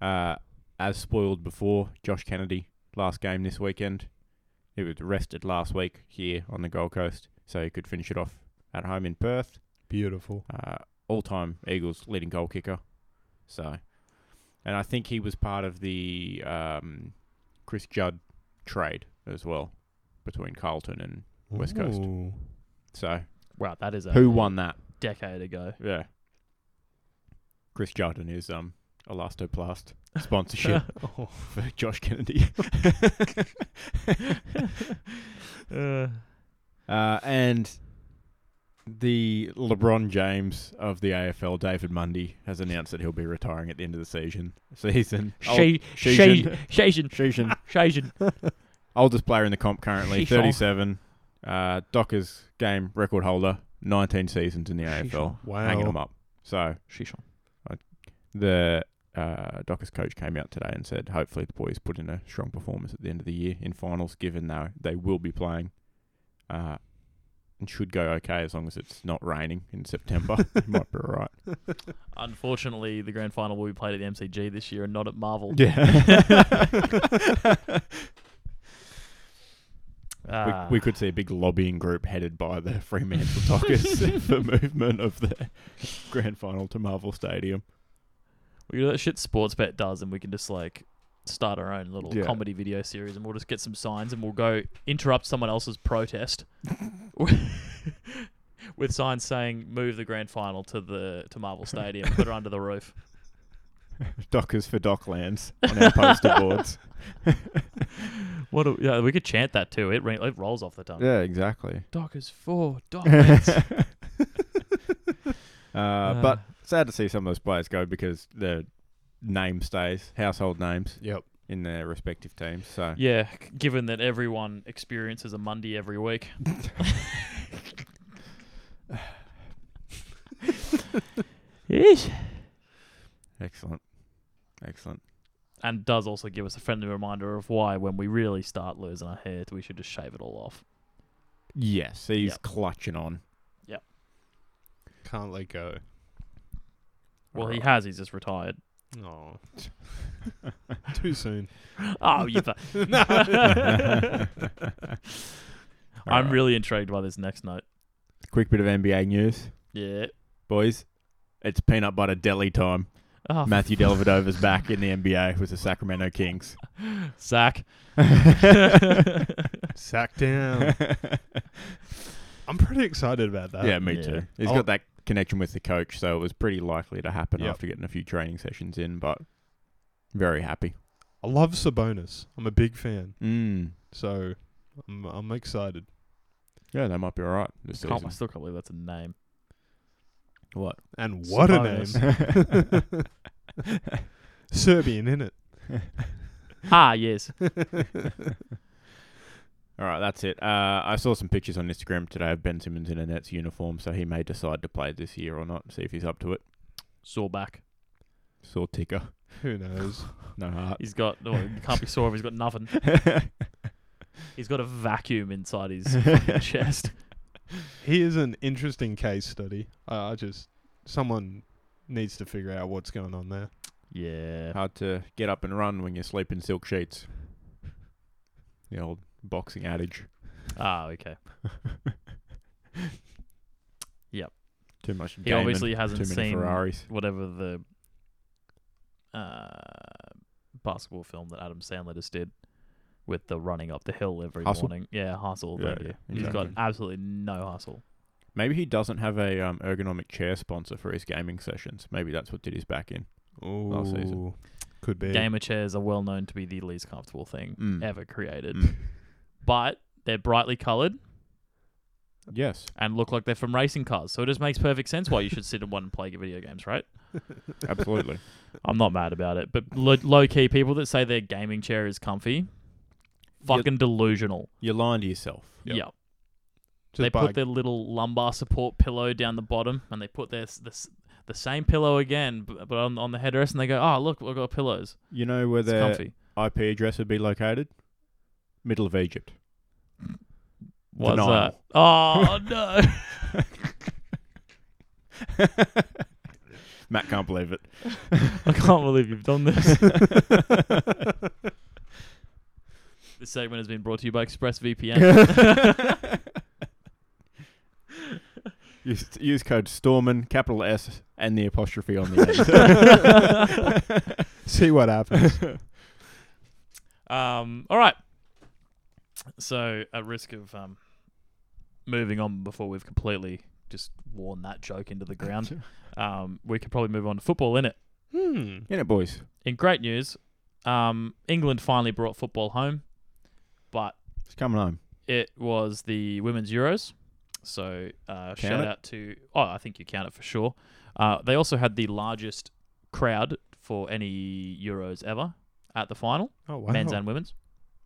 Uh, as spoiled before, Josh Kennedy last game this weekend. He was rested last week here on the Gold Coast, so he could finish it off at home in Perth
Beautiful.
uh, all-time Eagles leading goal kicker. So, and I think he was part of the um, Chris Judd trade as well between Carlton and West Coast.
Ooh.
so
Wow, that is a
who won that?
decade ago.
Yeah, Chris Judd and his um Elastoplast sponsorship for Josh Kennedy.
Uh,
Uh, and the LeBron James of the AFL, David Mundy, has announced that he'll be retiring at the end of the season. Season.
Shay-
Old-
Shay-
Shayson.
Shayson.
Shayson.
Shayson.
Oldest player in the comp currently,
Sheesh.
37. Uh, Dockers game record holder, 19 seasons in the
Sheesh.
AFL.
Wow.
Hanging them up. So
Shayson.
the uh, Dockers coach came out today and said, hopefully the boys put in a strong performance at the end of the year in finals, given though they will be playing, uh, and should go okay as long as it's not raining in September. it might be all right.
Unfortunately, the grand final will be played at the MCG this year and not at Marvel.
Yeah.
Ah.
we, we could see a big lobbying group headed by the Fremantle Dockers for movement of the grand final to Marvel Stadium.
We do that shit sports bet does, and we can just like start our own little
Yeah.
comedy video series, and we'll just get some signs, and we'll go interrupt someone else's protest with signs saying "Move the grand final to the to Marvel Stadium, put it under the roof."
Dockers for Docklands on our poster boards.
What? A, yeah, we could chant that too. It ring, it rolls off the tongue.
Yeah, exactly.
Dockers for Dockers.
uh, but sad to see some of those players go because their name stays, household names
Yep.
in their respective teams. So
yeah, c- given that everyone experiences a Monday every week. yes.
excellent, excellent.
and does also give us a friendly reminder of why when we really start losing our hair, we should just shave it all off.
Yes, he's
Yep.
clutching on.
Can't let go.
Well, he
Alright.
has. He's just retired.
Oh. Too soon.
Oh, you. fu- I'm
Alright.
really intrigued by this next note.
Quick bit of NBA news,
Yeah.
boys. It's peanut butter deli time.
Oh,
Matthew Delvedover's back in the NBA with the Sacramento Kings.
Zach.
Sack down.
Oh.
I'm pretty excited about that.
Uh, yeah, Oh. me
Yeah.
too. He's
I'll-
got that connection with the coach, so it was pretty likely to happen
Yep.
after getting a few training sessions in, but very happy.
I love Sabonis. I'm a big fan.
Mm.
So I'm, I'm excited.
Yeah, they might be all right this
Can't, I
season.
still can't believe that's a name.
What?
And what a name. Serbian, innit?
Ah, yes.
All right, that's it. Uh, I saw some pictures on Instagram today of Ben Simmons in a Nets uniform, so he may decide to play this year or not. See if he's up to it.
Saw back.
Saw ticker,
Who knows?
no heart.
He's got. Oh, he can't be sore if he's got nothing. He's got a vacuum inside his fucking chest.
He is an interesting case study. I I just someone needs to figure out what's going on there.
Yeah.
Hard to get up and run when you sleep in silk sheets. The old boxing adage.
Ah, okay.
Too much.
He
gaming,
obviously
too
hasn't
many
seen
Ferraris.
whatever the uh, basketball film that Adam Sandler just did with the running up the hill every
Hustle?
morning. Yeah, hustle.
Yeah,
thank
yeah,
you. He's got
exactly.
absolutely no hustle.
Maybe he doesn't have a um, ergonomic chair sponsor for his gaming sessions. Maybe that's what did his back in. Last season.
Ooh, could be.
Gamer chairs are well known to be the least comfortable thing
Mm.
ever created,
Mm.
but they're brightly coloured
Yes.
and look like they're from racing cars. So it just makes perfect sense why you should sit in one and play video games, right?
Absolutely.
I'm not mad about it, but lo- low key people that say their gaming chair is comfy, fucking delusional.
You're lying to yourself.
Yep.
Yeah,
Just
they
buy
put their little lumbar support pillow down the bottom, and they put their s- the, s- the same pillow again, b- but on, on the headrest, and they go, "Oh, look, we've got pillows.
You know where
It's
their
comfy."
IP address would be located? Middle of Egypt.
What's
denial.
that? Oh no!
Matt can't believe it.
I can't believe you've done this. This segment has been brought to you by ExpressVPN.
Use, use code STORMAN, capital S, and the apostrophe on the end.
See what happens.
um, all right. So, at risk of um, moving on before we've completely just worn that joke into the ground, um, we could probably move on to football, innit?
hmm.
In it, boys.
In great news, um, England finally brought football home, but
It's coming home.
it was the women's Euros. So uh, shout
it?
out to oh, I think you count it for sure. Uh, they also had the largest crowd for any Euros ever at the final,
Oh wow.
men's and women's,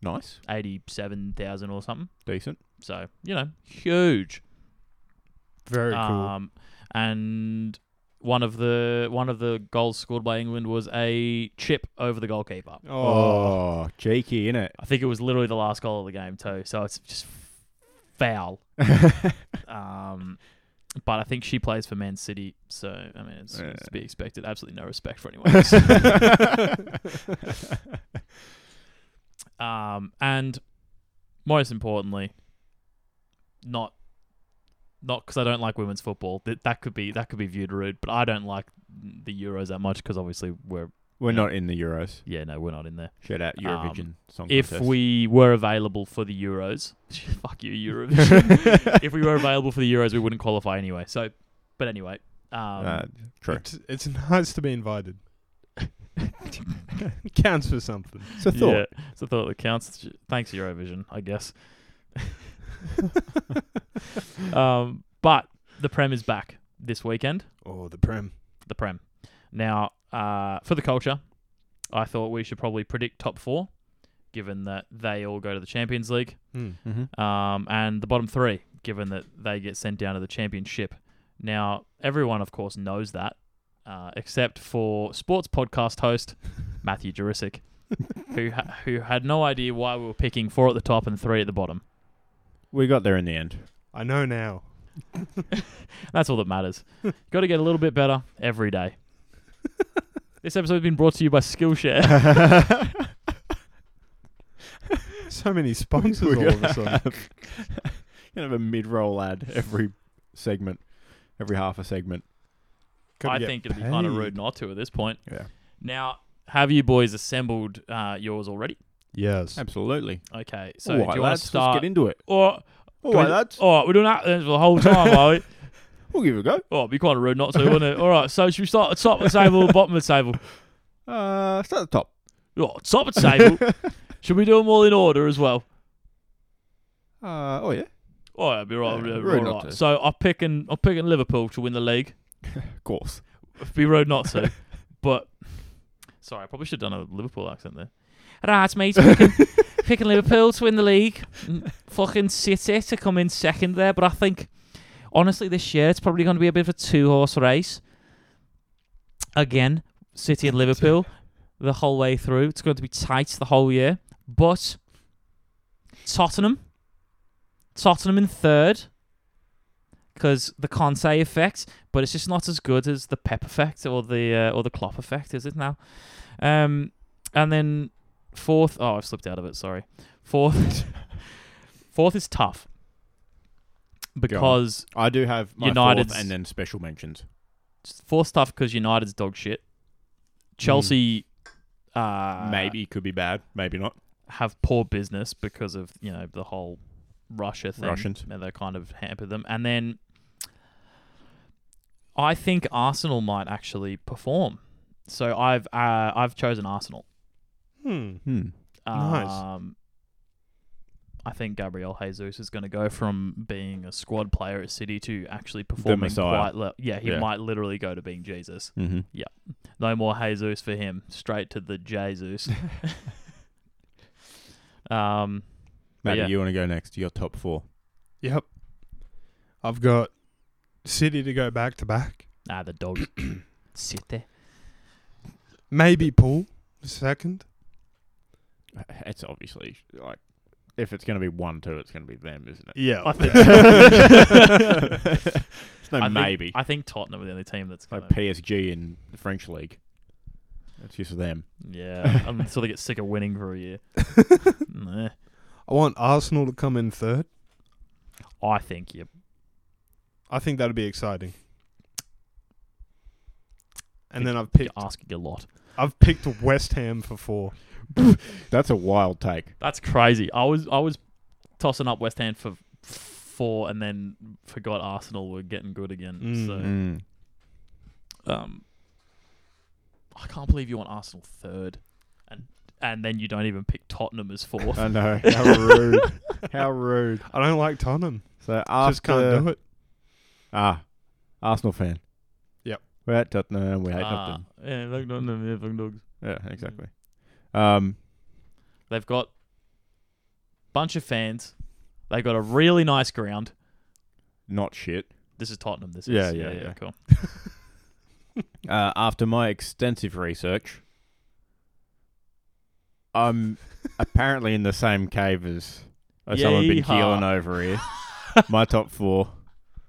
Nice.
eighty-seven thousand or something.
Decent.
So you know, huge.
Very cool.
Um, and one of the one of the goals scored by England was a chip over the goalkeeper.
oh.
Oh, cheeky, innit?
I think it was literally the last goal of the game too. So it's just foul. um, but I think she plays for Man City, so I mean it's, it's to be expected. Absolutely no respect for anyone. Else. um, and most importantly, not not because I don't like women's football. That that could be that could be viewed rude, but I don't like the Euros that much because obviously we're
We're not in the Euros.
yeah no we're not in there.
Shout out Eurovision song
Um, if
contest.
we were available for the Euros, fuck you, Eurovision. if we were available for the Euros, we wouldn't qualify anyway. So, but anyway, um,
Uh, true.
It's, it's nice to be invited. Counts for something.
It's a thought.
Yeah, it's a thought that counts. Thanks, Eurovision, I guess. um, but the Prem is back this weekend.
Oh, the Prem.
The Prem. Now, uh, for the culture, I thought we should probably predict top four, given that they all go to the Champions League.
Hmm.
Mm-hmm.
um, and the bottom three, given that they get sent down to the championship. Now, everyone, of course, knows that, uh, except for sports podcast host Matthew Jurisic, who ha- who had no idea why we were picking four at the top and three at the bottom.
We got there in the end.
I know now.
That's all that matters. Got to get a little bit better every day. this episode has been brought to you by Skillshare.
So many sponsors
We're
all of a sudden.
Kind of a mid-roll ad every segment, every half a segment.
Gotta
I
get
think it'd be kind of
paid.
rude not to at this point.
Yeah.
Now, have you boys assembled uh, yours already?
Yes.
Absolutely.
Okay, so
All
do
right,
you want
lads,
to start?
Let's get into it.
or
All
Can
right,
we-
lads.
All right, we're doing that for the whole time, are we?
We'll give it a go.
Oh, it'd be quite rude not to, wouldn't it? All right, so should we start at top of the table, bottom of the table?
Uh, start at the top.
Oh, top of the table. should we do them all in order as well?
Uh, oh yeah,
Oh, yeah, be right.
Yeah,
yeah,
rude
all
not
right.
to.
So I'm picking, I'm picking Liverpool to win the league.
of course.
It'd be rude not to, but sorry, I probably should have done a Liverpool accent there. Right, mate, picking, picking Liverpool to win the league. and Fucking City to come in second there, but I think honestly this year it's probably going to be a bit of a two-horse race. Again, City and Liverpool the whole way through. It's going to be tight the whole year, but Tottenham, Tottenham in third. Because the Conte effect, but it's just not as good as the Pep effect or the uh, or the Klopp effect, is it now? Um, and then fourth, oh, I've slipped out of it. Sorry. Fourth, fourth is tough because
I do have my
United's-
fourth and then special mentions.
fourth tough because United's dog shit. Chelsea, uh,
maybe could be bad, maybe not.
have poor business because of you know the whole Russia thing.
Russians.
and they kind of hamper them. And then I think Arsenal might actually perform. So I've uh, I've chosen Arsenal.
Hmm.
Hmm.
Um,
Nice.
I think Gabriel Jesus is going to go from being a squad player at City to actually performing
Messiah.
quite. Le- yeah, he
Yeah.
might literally go to being Jesus.
Mm-hmm.
No more Jesus for him. Straight to the Jesus. um,
Matty,
Yeah.
you want to go next? Your top four.
Yep. I've got City to go back to back.
ah, the dog. Sit there.
Maybe Paul second.
It's obviously like if it's going to be one, two, it's going to be them, isn't it?
Yeah.
I think-
it's no
I think-
Oh, maybe.
I think Tottenham are the only team that's going
like
to.
PSG in the French league. That's just them.
Yeah, until they get sick of winning for a year. Nah.
I want Arsenal to come in third.
I think you.
I think that'd be exciting. And then I've
You're
picked
asking a lot.
I've picked West Ham for four.
That's a wild take.
That's crazy. I was I was tossing up West Ham for four, and then forgot Arsenal were getting good again.
Mm.
Mm.
So um, I can't believe you want Arsenal third, and and then you don't even pick Tottenham as fourth.
I know. How rude. How rude.
I don't like Tottenham.
So after
Just can't do it.
ah, Arsenal fan.
Yep.
We hate Tottenham. We hate
Ah,
Tottenham.
yeah, like Tottenham, yeah, fucking dogs.
Yeah, exactly. Um,
They've got bunch of fans. They've got a really nice ground.
not shit.
This is Tottenham. This
Yeah,
is
yeah, yeah.
cool.
Uh, after my extensive research, I'm apparently in the same cave as as someone been
Yeehaw.
keeling over here. My top four,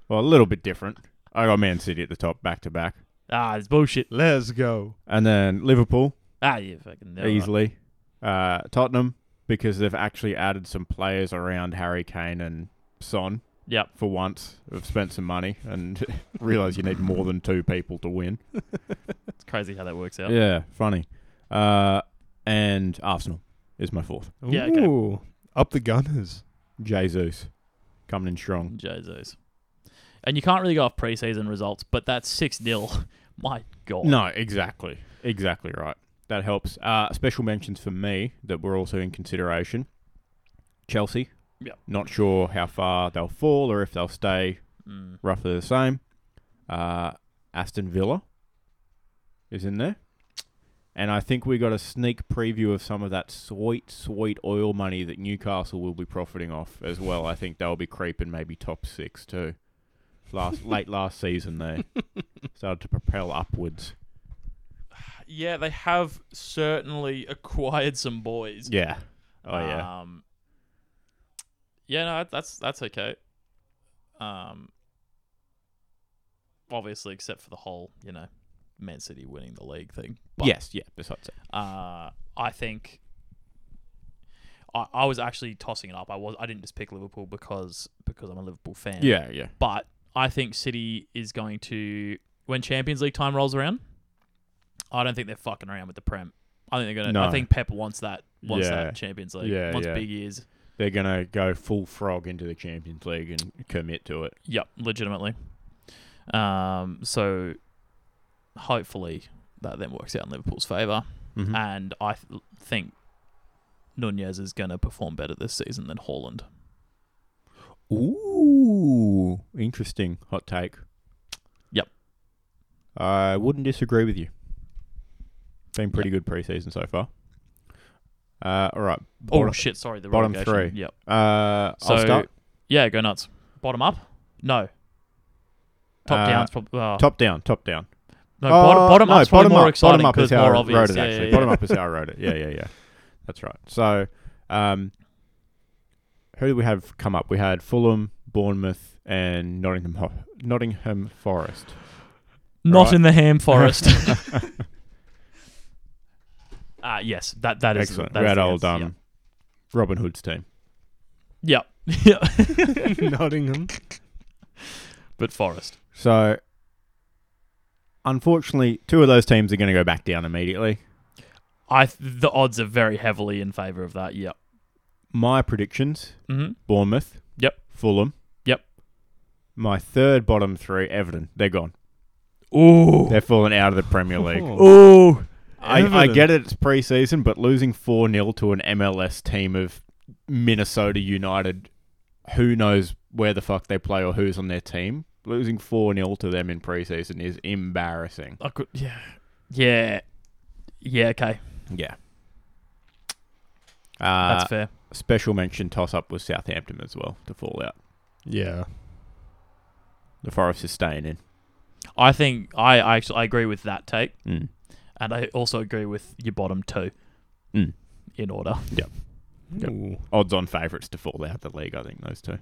well, a little bit different. I got Man City at the top, back to back,
Ah, it's bullshit.
Let's go.
and then Liverpool
Ah, yeah, fucking they're alright.
easily, uh, Tottenham because they've actually added some players around Harry Kane and Son.
Yep.
for once, have spent some money and realised you need more than two people to win.
It's crazy how that works out.
Yeah, funny. Uh, and Arsenal is my fourth.
Yeah, okay.
Ooh. Up the Gunners.
Jesus coming in strong.
Jesus. And you can't really go off preseason results, but that's 6 0. My God.
No, exactly, exactly right. That helps. Uh, special mentions for me that were also in consideration. Chelsea.
Yep.
Not sure how far they'll fall or if they'll stay
Mm.
roughly the same. Uh, Aston Villa is in there. And I think we got a sneak preview of some of that sweet, sweet oil money that Newcastle will be profiting off as well. I think they'll be creeping maybe top six too. Last late last season they started to propel upwards.
Yeah, they have certainly acquired some boys.
Yeah. Oh yeah.
Um, yeah, no, that's that's okay. Um, obviously, except for the whole, you know, Man City winning the league thing. But,
yes, yeah, besides it.
Uh, I think I, I was actually tossing it up. I was I didn't just pick Liverpool because because I'm a Liverpool fan.
Yeah, yeah.
But I think City is going to when Champions League time rolls around. I don't think they're fucking around with the Prem. I think they're gonna. I
No.
think Pep wants that. Wants
Yeah.
that Champions League.
Yeah,
wants
yeah.
big years.
They're gonna go full frog into the Champions League and commit to it.
Yep, legitimately. Um, so hopefully that then works out in Liverpool's favour,
Mhm.
and I th- think Nunez is going to perform better this season than Haaland.
Ooh, interesting hot take.
Yep.
I wouldn't disagree with you. Been pretty good preseason so far. Uh, all right.
Oh
Bottom,
shit! Sorry, the
bottom
relegation.
three.
Yep.
uh,
So
I'll start.
yeah, go nuts. Bottom up? No. Top
Uh,
down's probably uh,
Top down, top down.
No, bottom,
Oh,
bottom
no,
up's probably more exciting
Bottom up is
because
how
more
I
obvious.
wrote it,
yeah,
actually.
yeah,
Bottom
yeah.
up is how I wrote it. Yeah, yeah, yeah. That's right. So, um, who do we have come up? We had Fulham, Bournemouth, and Nottingham, Ho- Nottingham Forest.
Not
Right.
in the ham forest. Ah, yes, that that is
Excellent.
That
we
is
had
the
old
answer,
um, Robin Hood's team.
Yep. Yep. Yep.
Nottingham.
but forest.
So, unfortunately, two of those teams are going to go back down immediately.
I th- the odds are very heavily in favour of that. Yep.
My predictions:
Mm-hmm.
Bournemouth.
Yep.
Fulham.
Yep.
My third bottom three: Everton. They're gone.
Ooh.
They're falling out of the Premier League.
Oh.
Ooh.
I, I
Everton.
get it, it's pre-season, but losing 4-0 to an MLS team of Minnesota United, who knows where the fuck they play or who's on their team. Losing 4 0 to them in preseason is embarrassing.
I could, yeah, yeah, yeah. Okay,
Yeah.
that's
Uh,
fair.
special mention toss up was Southampton as well to fall out.
Yeah.
The Forest is staying in.
I think I, I actually I agree with that take,
Mm.
and I also agree with your bottom two
Mm.
in order.
Yep.
Ooh.
Odds on favourites to fall out the league, I think, those two.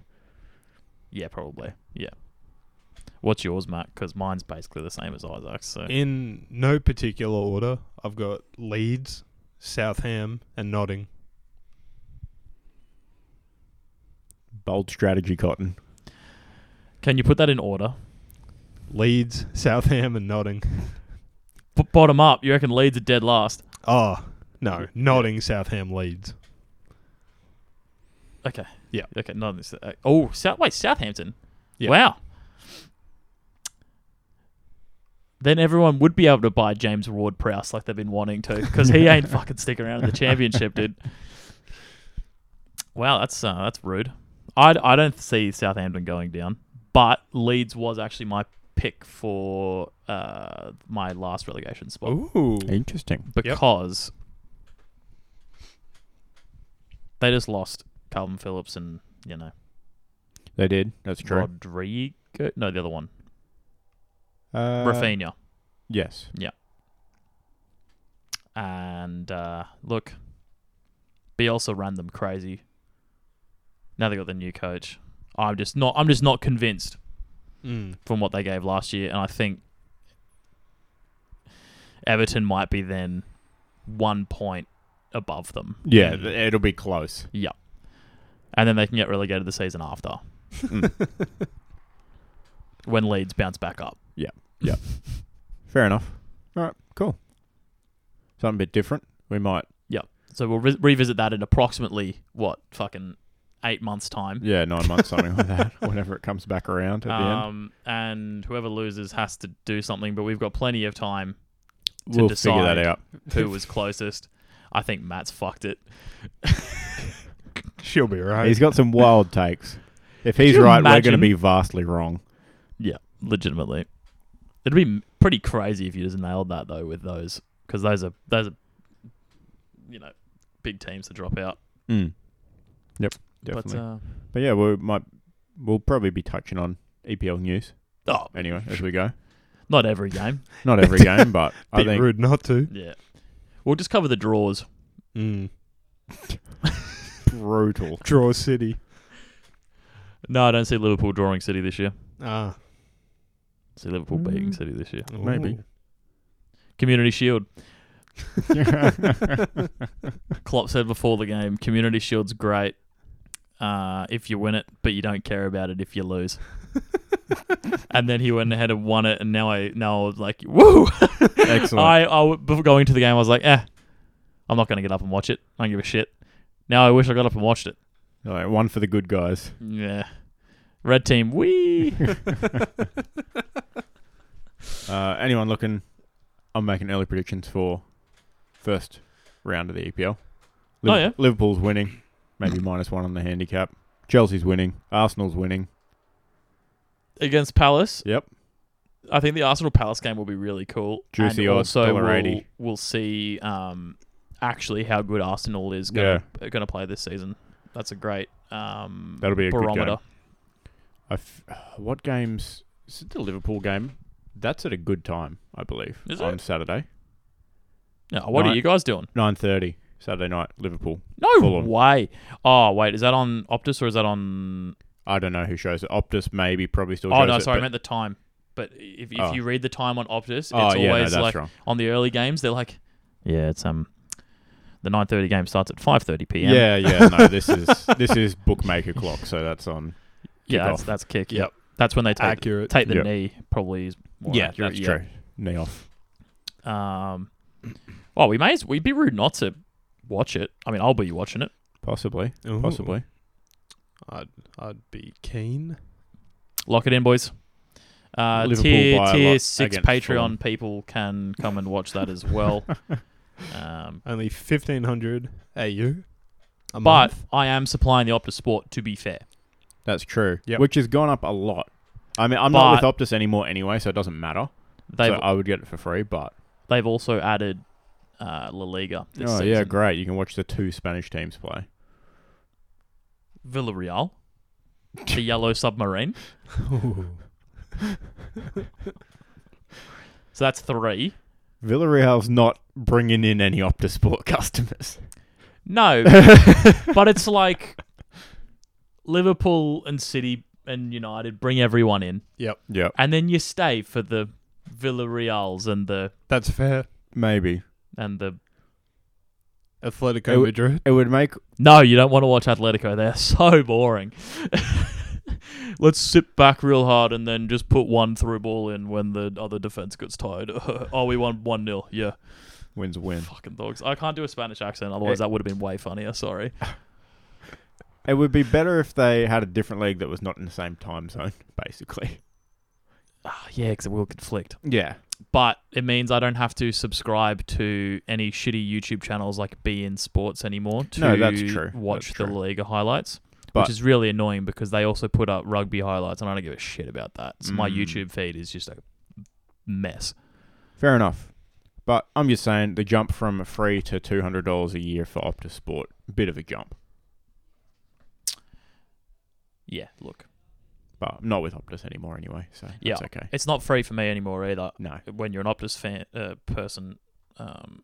Yeah, probably. Yeah. What's yours, Matt? Because mine's basically the same as Isaac's. So
In no particular order, I've got Leeds, Southam, and Notting.
Bold strategy, Cotton.
can you put that in order?
Leeds, Southam, and Notting.
B- bottom up, you reckon Leeds are dead last?
Oh, no. Notting, Southam, Leeds.
Okay.
Yeah.
Okay. No. This. Uh, oh, South. Wait, Southampton.
Yeah.
Wow. Then everyone would be able to buy James Ward Prowse like they've been wanting to because he ain't fucking sticking around in the championship, dude. Wow, that's uh, that's rude. I, I don't see Southampton going down, but Leeds was actually my pick for uh, my last relegation spot
Ooh.
Interesting.
because they just lost Calvin Phillips and you know
They did. That's true.
Rodrigo. No, the other one,
Uh,
Rafinha.
Yes.
And uh, look, Bielsa ran them crazy. Now they got the new coach. I'm just not. I'm just not convinced
Mm.
from what they gave last year, and I think Everton might be then one point above them,
Yeah, th- it'll be close.
and then they can get relegated the season after
Mm.
when Leeds bounce back up.
Fair enough. All right, cool. Something a bit different. We might.
So we'll re- revisit that in approximately what fucking eight months time.
Yeah, nine months, something like that. Whenever it comes back around at the end.
Um, and whoever loses has to do something, but we've got plenty of time to
We'll figure that
decide.
out.
who was closest. I think Matt's fucked it.
She'll be right.
He's got some wild takes. If he's
you
right, we're going to
imagine?
be vastly wrong.
Legitimately, it'd be m- pretty crazy if you just nailed that though with those, because those are those are you know big teams to drop out.
Mm. Yep, definitely.
But, uh,
But yeah, we might we'll probably be touching on EPL news
oh,
anyway as we go.
not every game.
Not every game, but I
Bit
think
rude not to.
yeah, we'll just cover the draws.
Mm.
brutal.
Draw City.
No, I don't see Liverpool drawing City this year.
Ah.
see Liverpool beating
Mm.
City this year.
Maybe.
Ooh.
Community Shield. Klopp said before the game, Community Shield's great uh, if you win it, but you don't care about it if you lose. and then he went ahead and won it, and now I now I was like, woo!
Excellent.
I, I w- before going to the game, I was like, eh, I'm not going to get up and watch it. I don't give a shit. Now I wish I got up and watched it.
All right, one for the good guys.
Yeah, red team, wee.
Uh, anyone looking? I'm making early predictions for first round of the E EPL.
Oh, yeah.
Liverpool's winning, maybe minus one on the handicap. Chelsea's winning. Arsenal's winning.
Against Palace,
Yep.
I think the Arsenal Palace game will be really cool.
Juicy
and
odds,
also we'll,
$1.80.
we'll see um, actually how good Arsenal is going to going to play this season. That's a great um,
That'll be a good
barometer.
game. I f- what games? Is it the Liverpool game? That's at a good time, I believe.
Is
on Saturday,
No, what
Night.
are you guys doing?
nine thirty Saturday night, Liverpool.
No
Full on.
way. Oh wait, is that on Optus or is that on?
I don't know who shows it. Optus maybe probably still.
oh
shows
no,
it,
sorry, I
but-
meant the time. But if, if
Oh.
you read the time on Optus, it's
oh yeah, no,
always
that's
like
wrong.
on the early games. They're like, yeah, it's um, the nine thirty game starts at five thirty p.m.
Yeah, yeah, no, this is this is bookmaker clock, so that's on.
yeah, that's,
off.
that's kick.
Yep.
that's when they take
Accurate.
take the
Yep.
knee. Probably is more accurate.
that's true. Knee off.
Um, well, we may as we'd be rude not to watch it. I mean, I'll be watching it.
Possibly,
Ooh.
possibly.
I'd, I'd be keen.
Lock it in, boys. Uh,
Liverpool
tier
by a
tier
lot
six
against
Patreon
Fulham.
people can come and watch that as well. um,
Only 1500 AU. A
but
month?
I am supplying the Optus Sport. To be fair,
That's true.
Yep.
Which has gone up a lot. I mean, I'm not with Optus anymore anyway, so it doesn't matter.
they've
so uh, I would get it for free, but
they've also added uh, La Liga. This
oh
season.
yeah, great! You can watch the two Spanish teams play.
Villarreal, the Yellow Submarine. So that's three.
Villarreal's not bringing in any Optus Sport customers.
No, but it's like Liverpool and City and United bring everyone in,
Yeah,
and then you stay for the Villarreals and the
That's fair.
maybe
and the.
Atletico
It w-
Madrid.
it would make
No, you don't want to watch Atletico. They're so boring. Let's sit back real hard and then just put one through ball in when the other defense gets tired. oh, we won one 0 Yeah,
wins a win.
fucking dogs. I can't do a Spanish accent, otherwise that would have been way funnier. Sorry.
It would be better if they had a different league that was not in the same time zone, basically.
Ah, yeah, because it will conflict.
Yeah,
but it means I don't have to subscribe to any shitty YouTube channels like Be In Sports anymore to
No, that's true.
watch
That's
the
true.
La Liga highlights,
But-
which is really annoying because they also put up rugby highlights, and I don't give a shit about that. So my
Mm.
YouTube feed is just a mess.
fair enough. But I'm just saying the jump from free to two hundred dollars a year for Optus Sport, bit of a jump.
Yeah, look,
But I'm not with Optus anymore anyway, so
Yeah.
that's okay.
it's not free for me anymore either.
No,
When you're an Optus fan uh, person, um,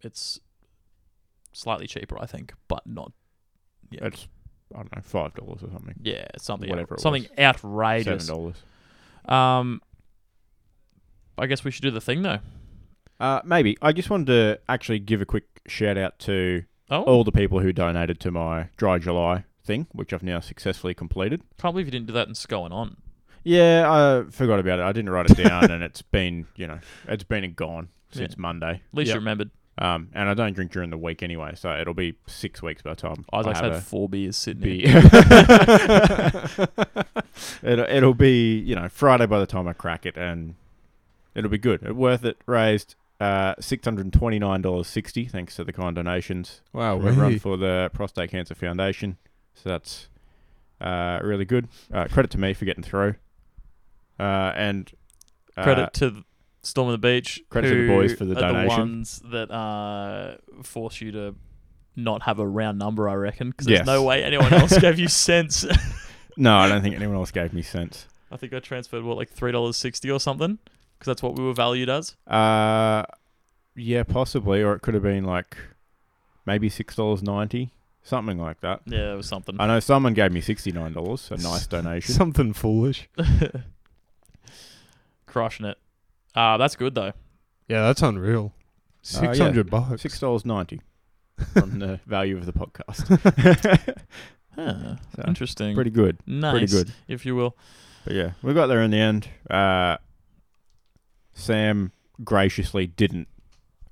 it's slightly cheaper, I think, but not. Yeah,
it's I don't know five dollars or something.
yeah, something
whatever it
something
Seven
outrageous.
dollars.
Um, I guess we should do the thing though.
Uh, maybe I just wanted to actually give a quick shout out to
Oh,
all the people who donated to my dry July thing, which I've now successfully completed.
can't believe you didn't do that. And it's going on.
Yeah, I forgot about it. I didn't write it down, and it's been you know it's been and gone since
Yeah.
Monday.
At least
Yep.
you remembered.
Um, and I don't drink during the week anyway, so it'll be six weeks by the time
Isaac's
I have
had four beers
a
sitting here.
beer. it'll, it'll be you know Friday by the time I crack it, and it'll be good. Worth it. Raised uh, six hundred twenty nine dollars sixty thanks to the kind donations
Wow,
we run
wee.
for the Prostate Cancer Foundation. So that's uh, really good. Uh, credit to me for getting through. Uh, and uh,
Credit to th- Storm on the Beach.
Credit to the
who
boys for the
are
donation.
The ones that uh, force you to not have a round number, I reckon, because
Yes.
there's no way anyone else gave you cents.
No, I don't think anyone else gave me cents.
I think I transferred what like three dollars sixty or something, because that's what we were valued as.
Uh, yeah, possibly, or it could have been like maybe six dollars ninety, something like that.
Yeah, it was something.
I know someone gave me sixty nine dollars, a nice donation.
Something foolish.
Crushing it. Uh, that's good though.
Yeah, that's unreal.
Uh, yeah.
Six hundred bucks.
Six dollars ninety from the value of the podcast.
Huh,
So,
Interesting.
Pretty good,
nice,
pretty good.
if you will.
But yeah, we got there in the end. Uh, Sam graciously didn't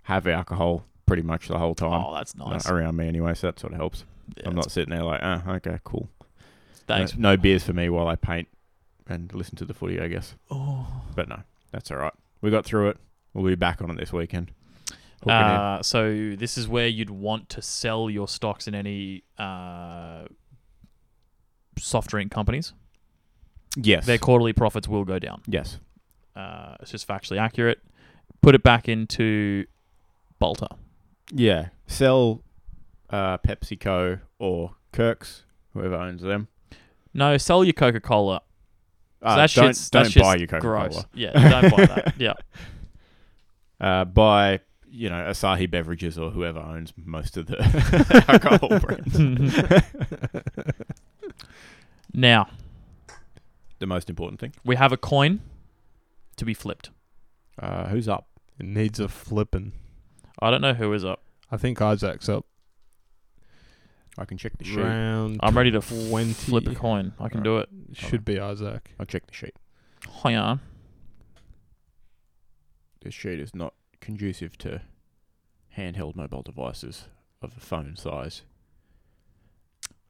have alcohol pretty much the whole time
Oh, that's
uh,
nice.
around me anyway, so that sort of helps.
Yeah,
I'm not uh, sitting there like, ah, okay, cool. No-
Thanks.
No, beers for me while I paint and listen to the footy, I guess.
Oh.
But no, that's all right. We got through it. We'll be back on it this weekend. Hook it in.
Uh, so this is where you'd want to sell your stocks in any uh, soft drink companies.
yes.
Their quarterly profits will go down.
yes.
Uh, it's just factually accurate. Put it back into Bolter.
Yeah. Sell uh, PepsiCo or Kirk's, whoever owns them.
No, sell your Coca Cola.
Uh,
that
don't
shit's
don't
that
buy
shit's
your Coca
gross.
Cola.
Yeah, don't buy that. Yeah,
uh, by you know Asahi Beverages or whoever owns most of the alcohol brands.
now
The most important thing.
we have a coin to be flipped.
Uh, who's up?
It needs a flipping.
I don't know who is up.
I think Isaac's up.
I can check the sheet.
Round
I'm ready to f-
20.
flip a coin. I can do it.
Oh,
should be Isaac.
I'll check the sheet.
Hang on.
This sheet is not conducive to handheld mobile devices of the phone size.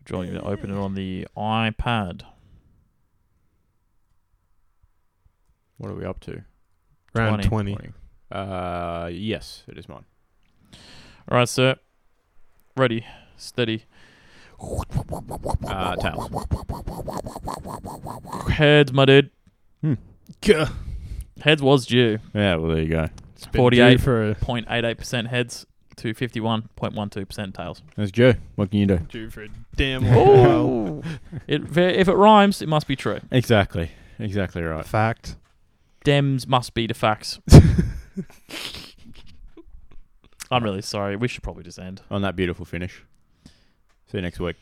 Do you want me to open it on the iPad?
What are we up to?
Round
20.
twenty.
Uh, yes, it is mine.
All right, sir. Ready, Steady.
Uh, tails.
Heads, my dude.
Gah.
Heads was due.
Yeah, well, there you go.
It's been due
48.
for
0.88% heads to 51.12% tails.
That's Joe. What can you do?
due for a damn long while.
It, if it if it rhymes, it must be true.
Exactly. Exactly right.
Fact.
Dems must be the facts. I'm really sorry. We should probably just end.
On that beautiful finish. See you next week.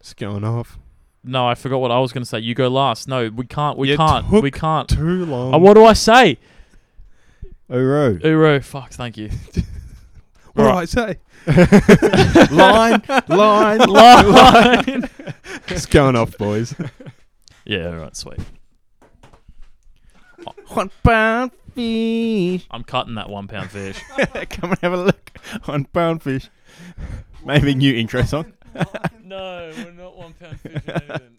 It's going off
No, I forgot what I was going to say. You go last. No, we can't. We
You
can't.
took
We can't.
too long. Oh,
Uh, what do I Uh, say?
Uro.
Uro, fuck, thank you.
What do
Alright.
I say?
line, line,
Line.
It's going off, boys.
yeah, all right, sweet.
One pound fish.
I'm cutting that one pound fish.
Come and have a look. One pound fish. Maybe new intro song.
no, we're not one pound fish.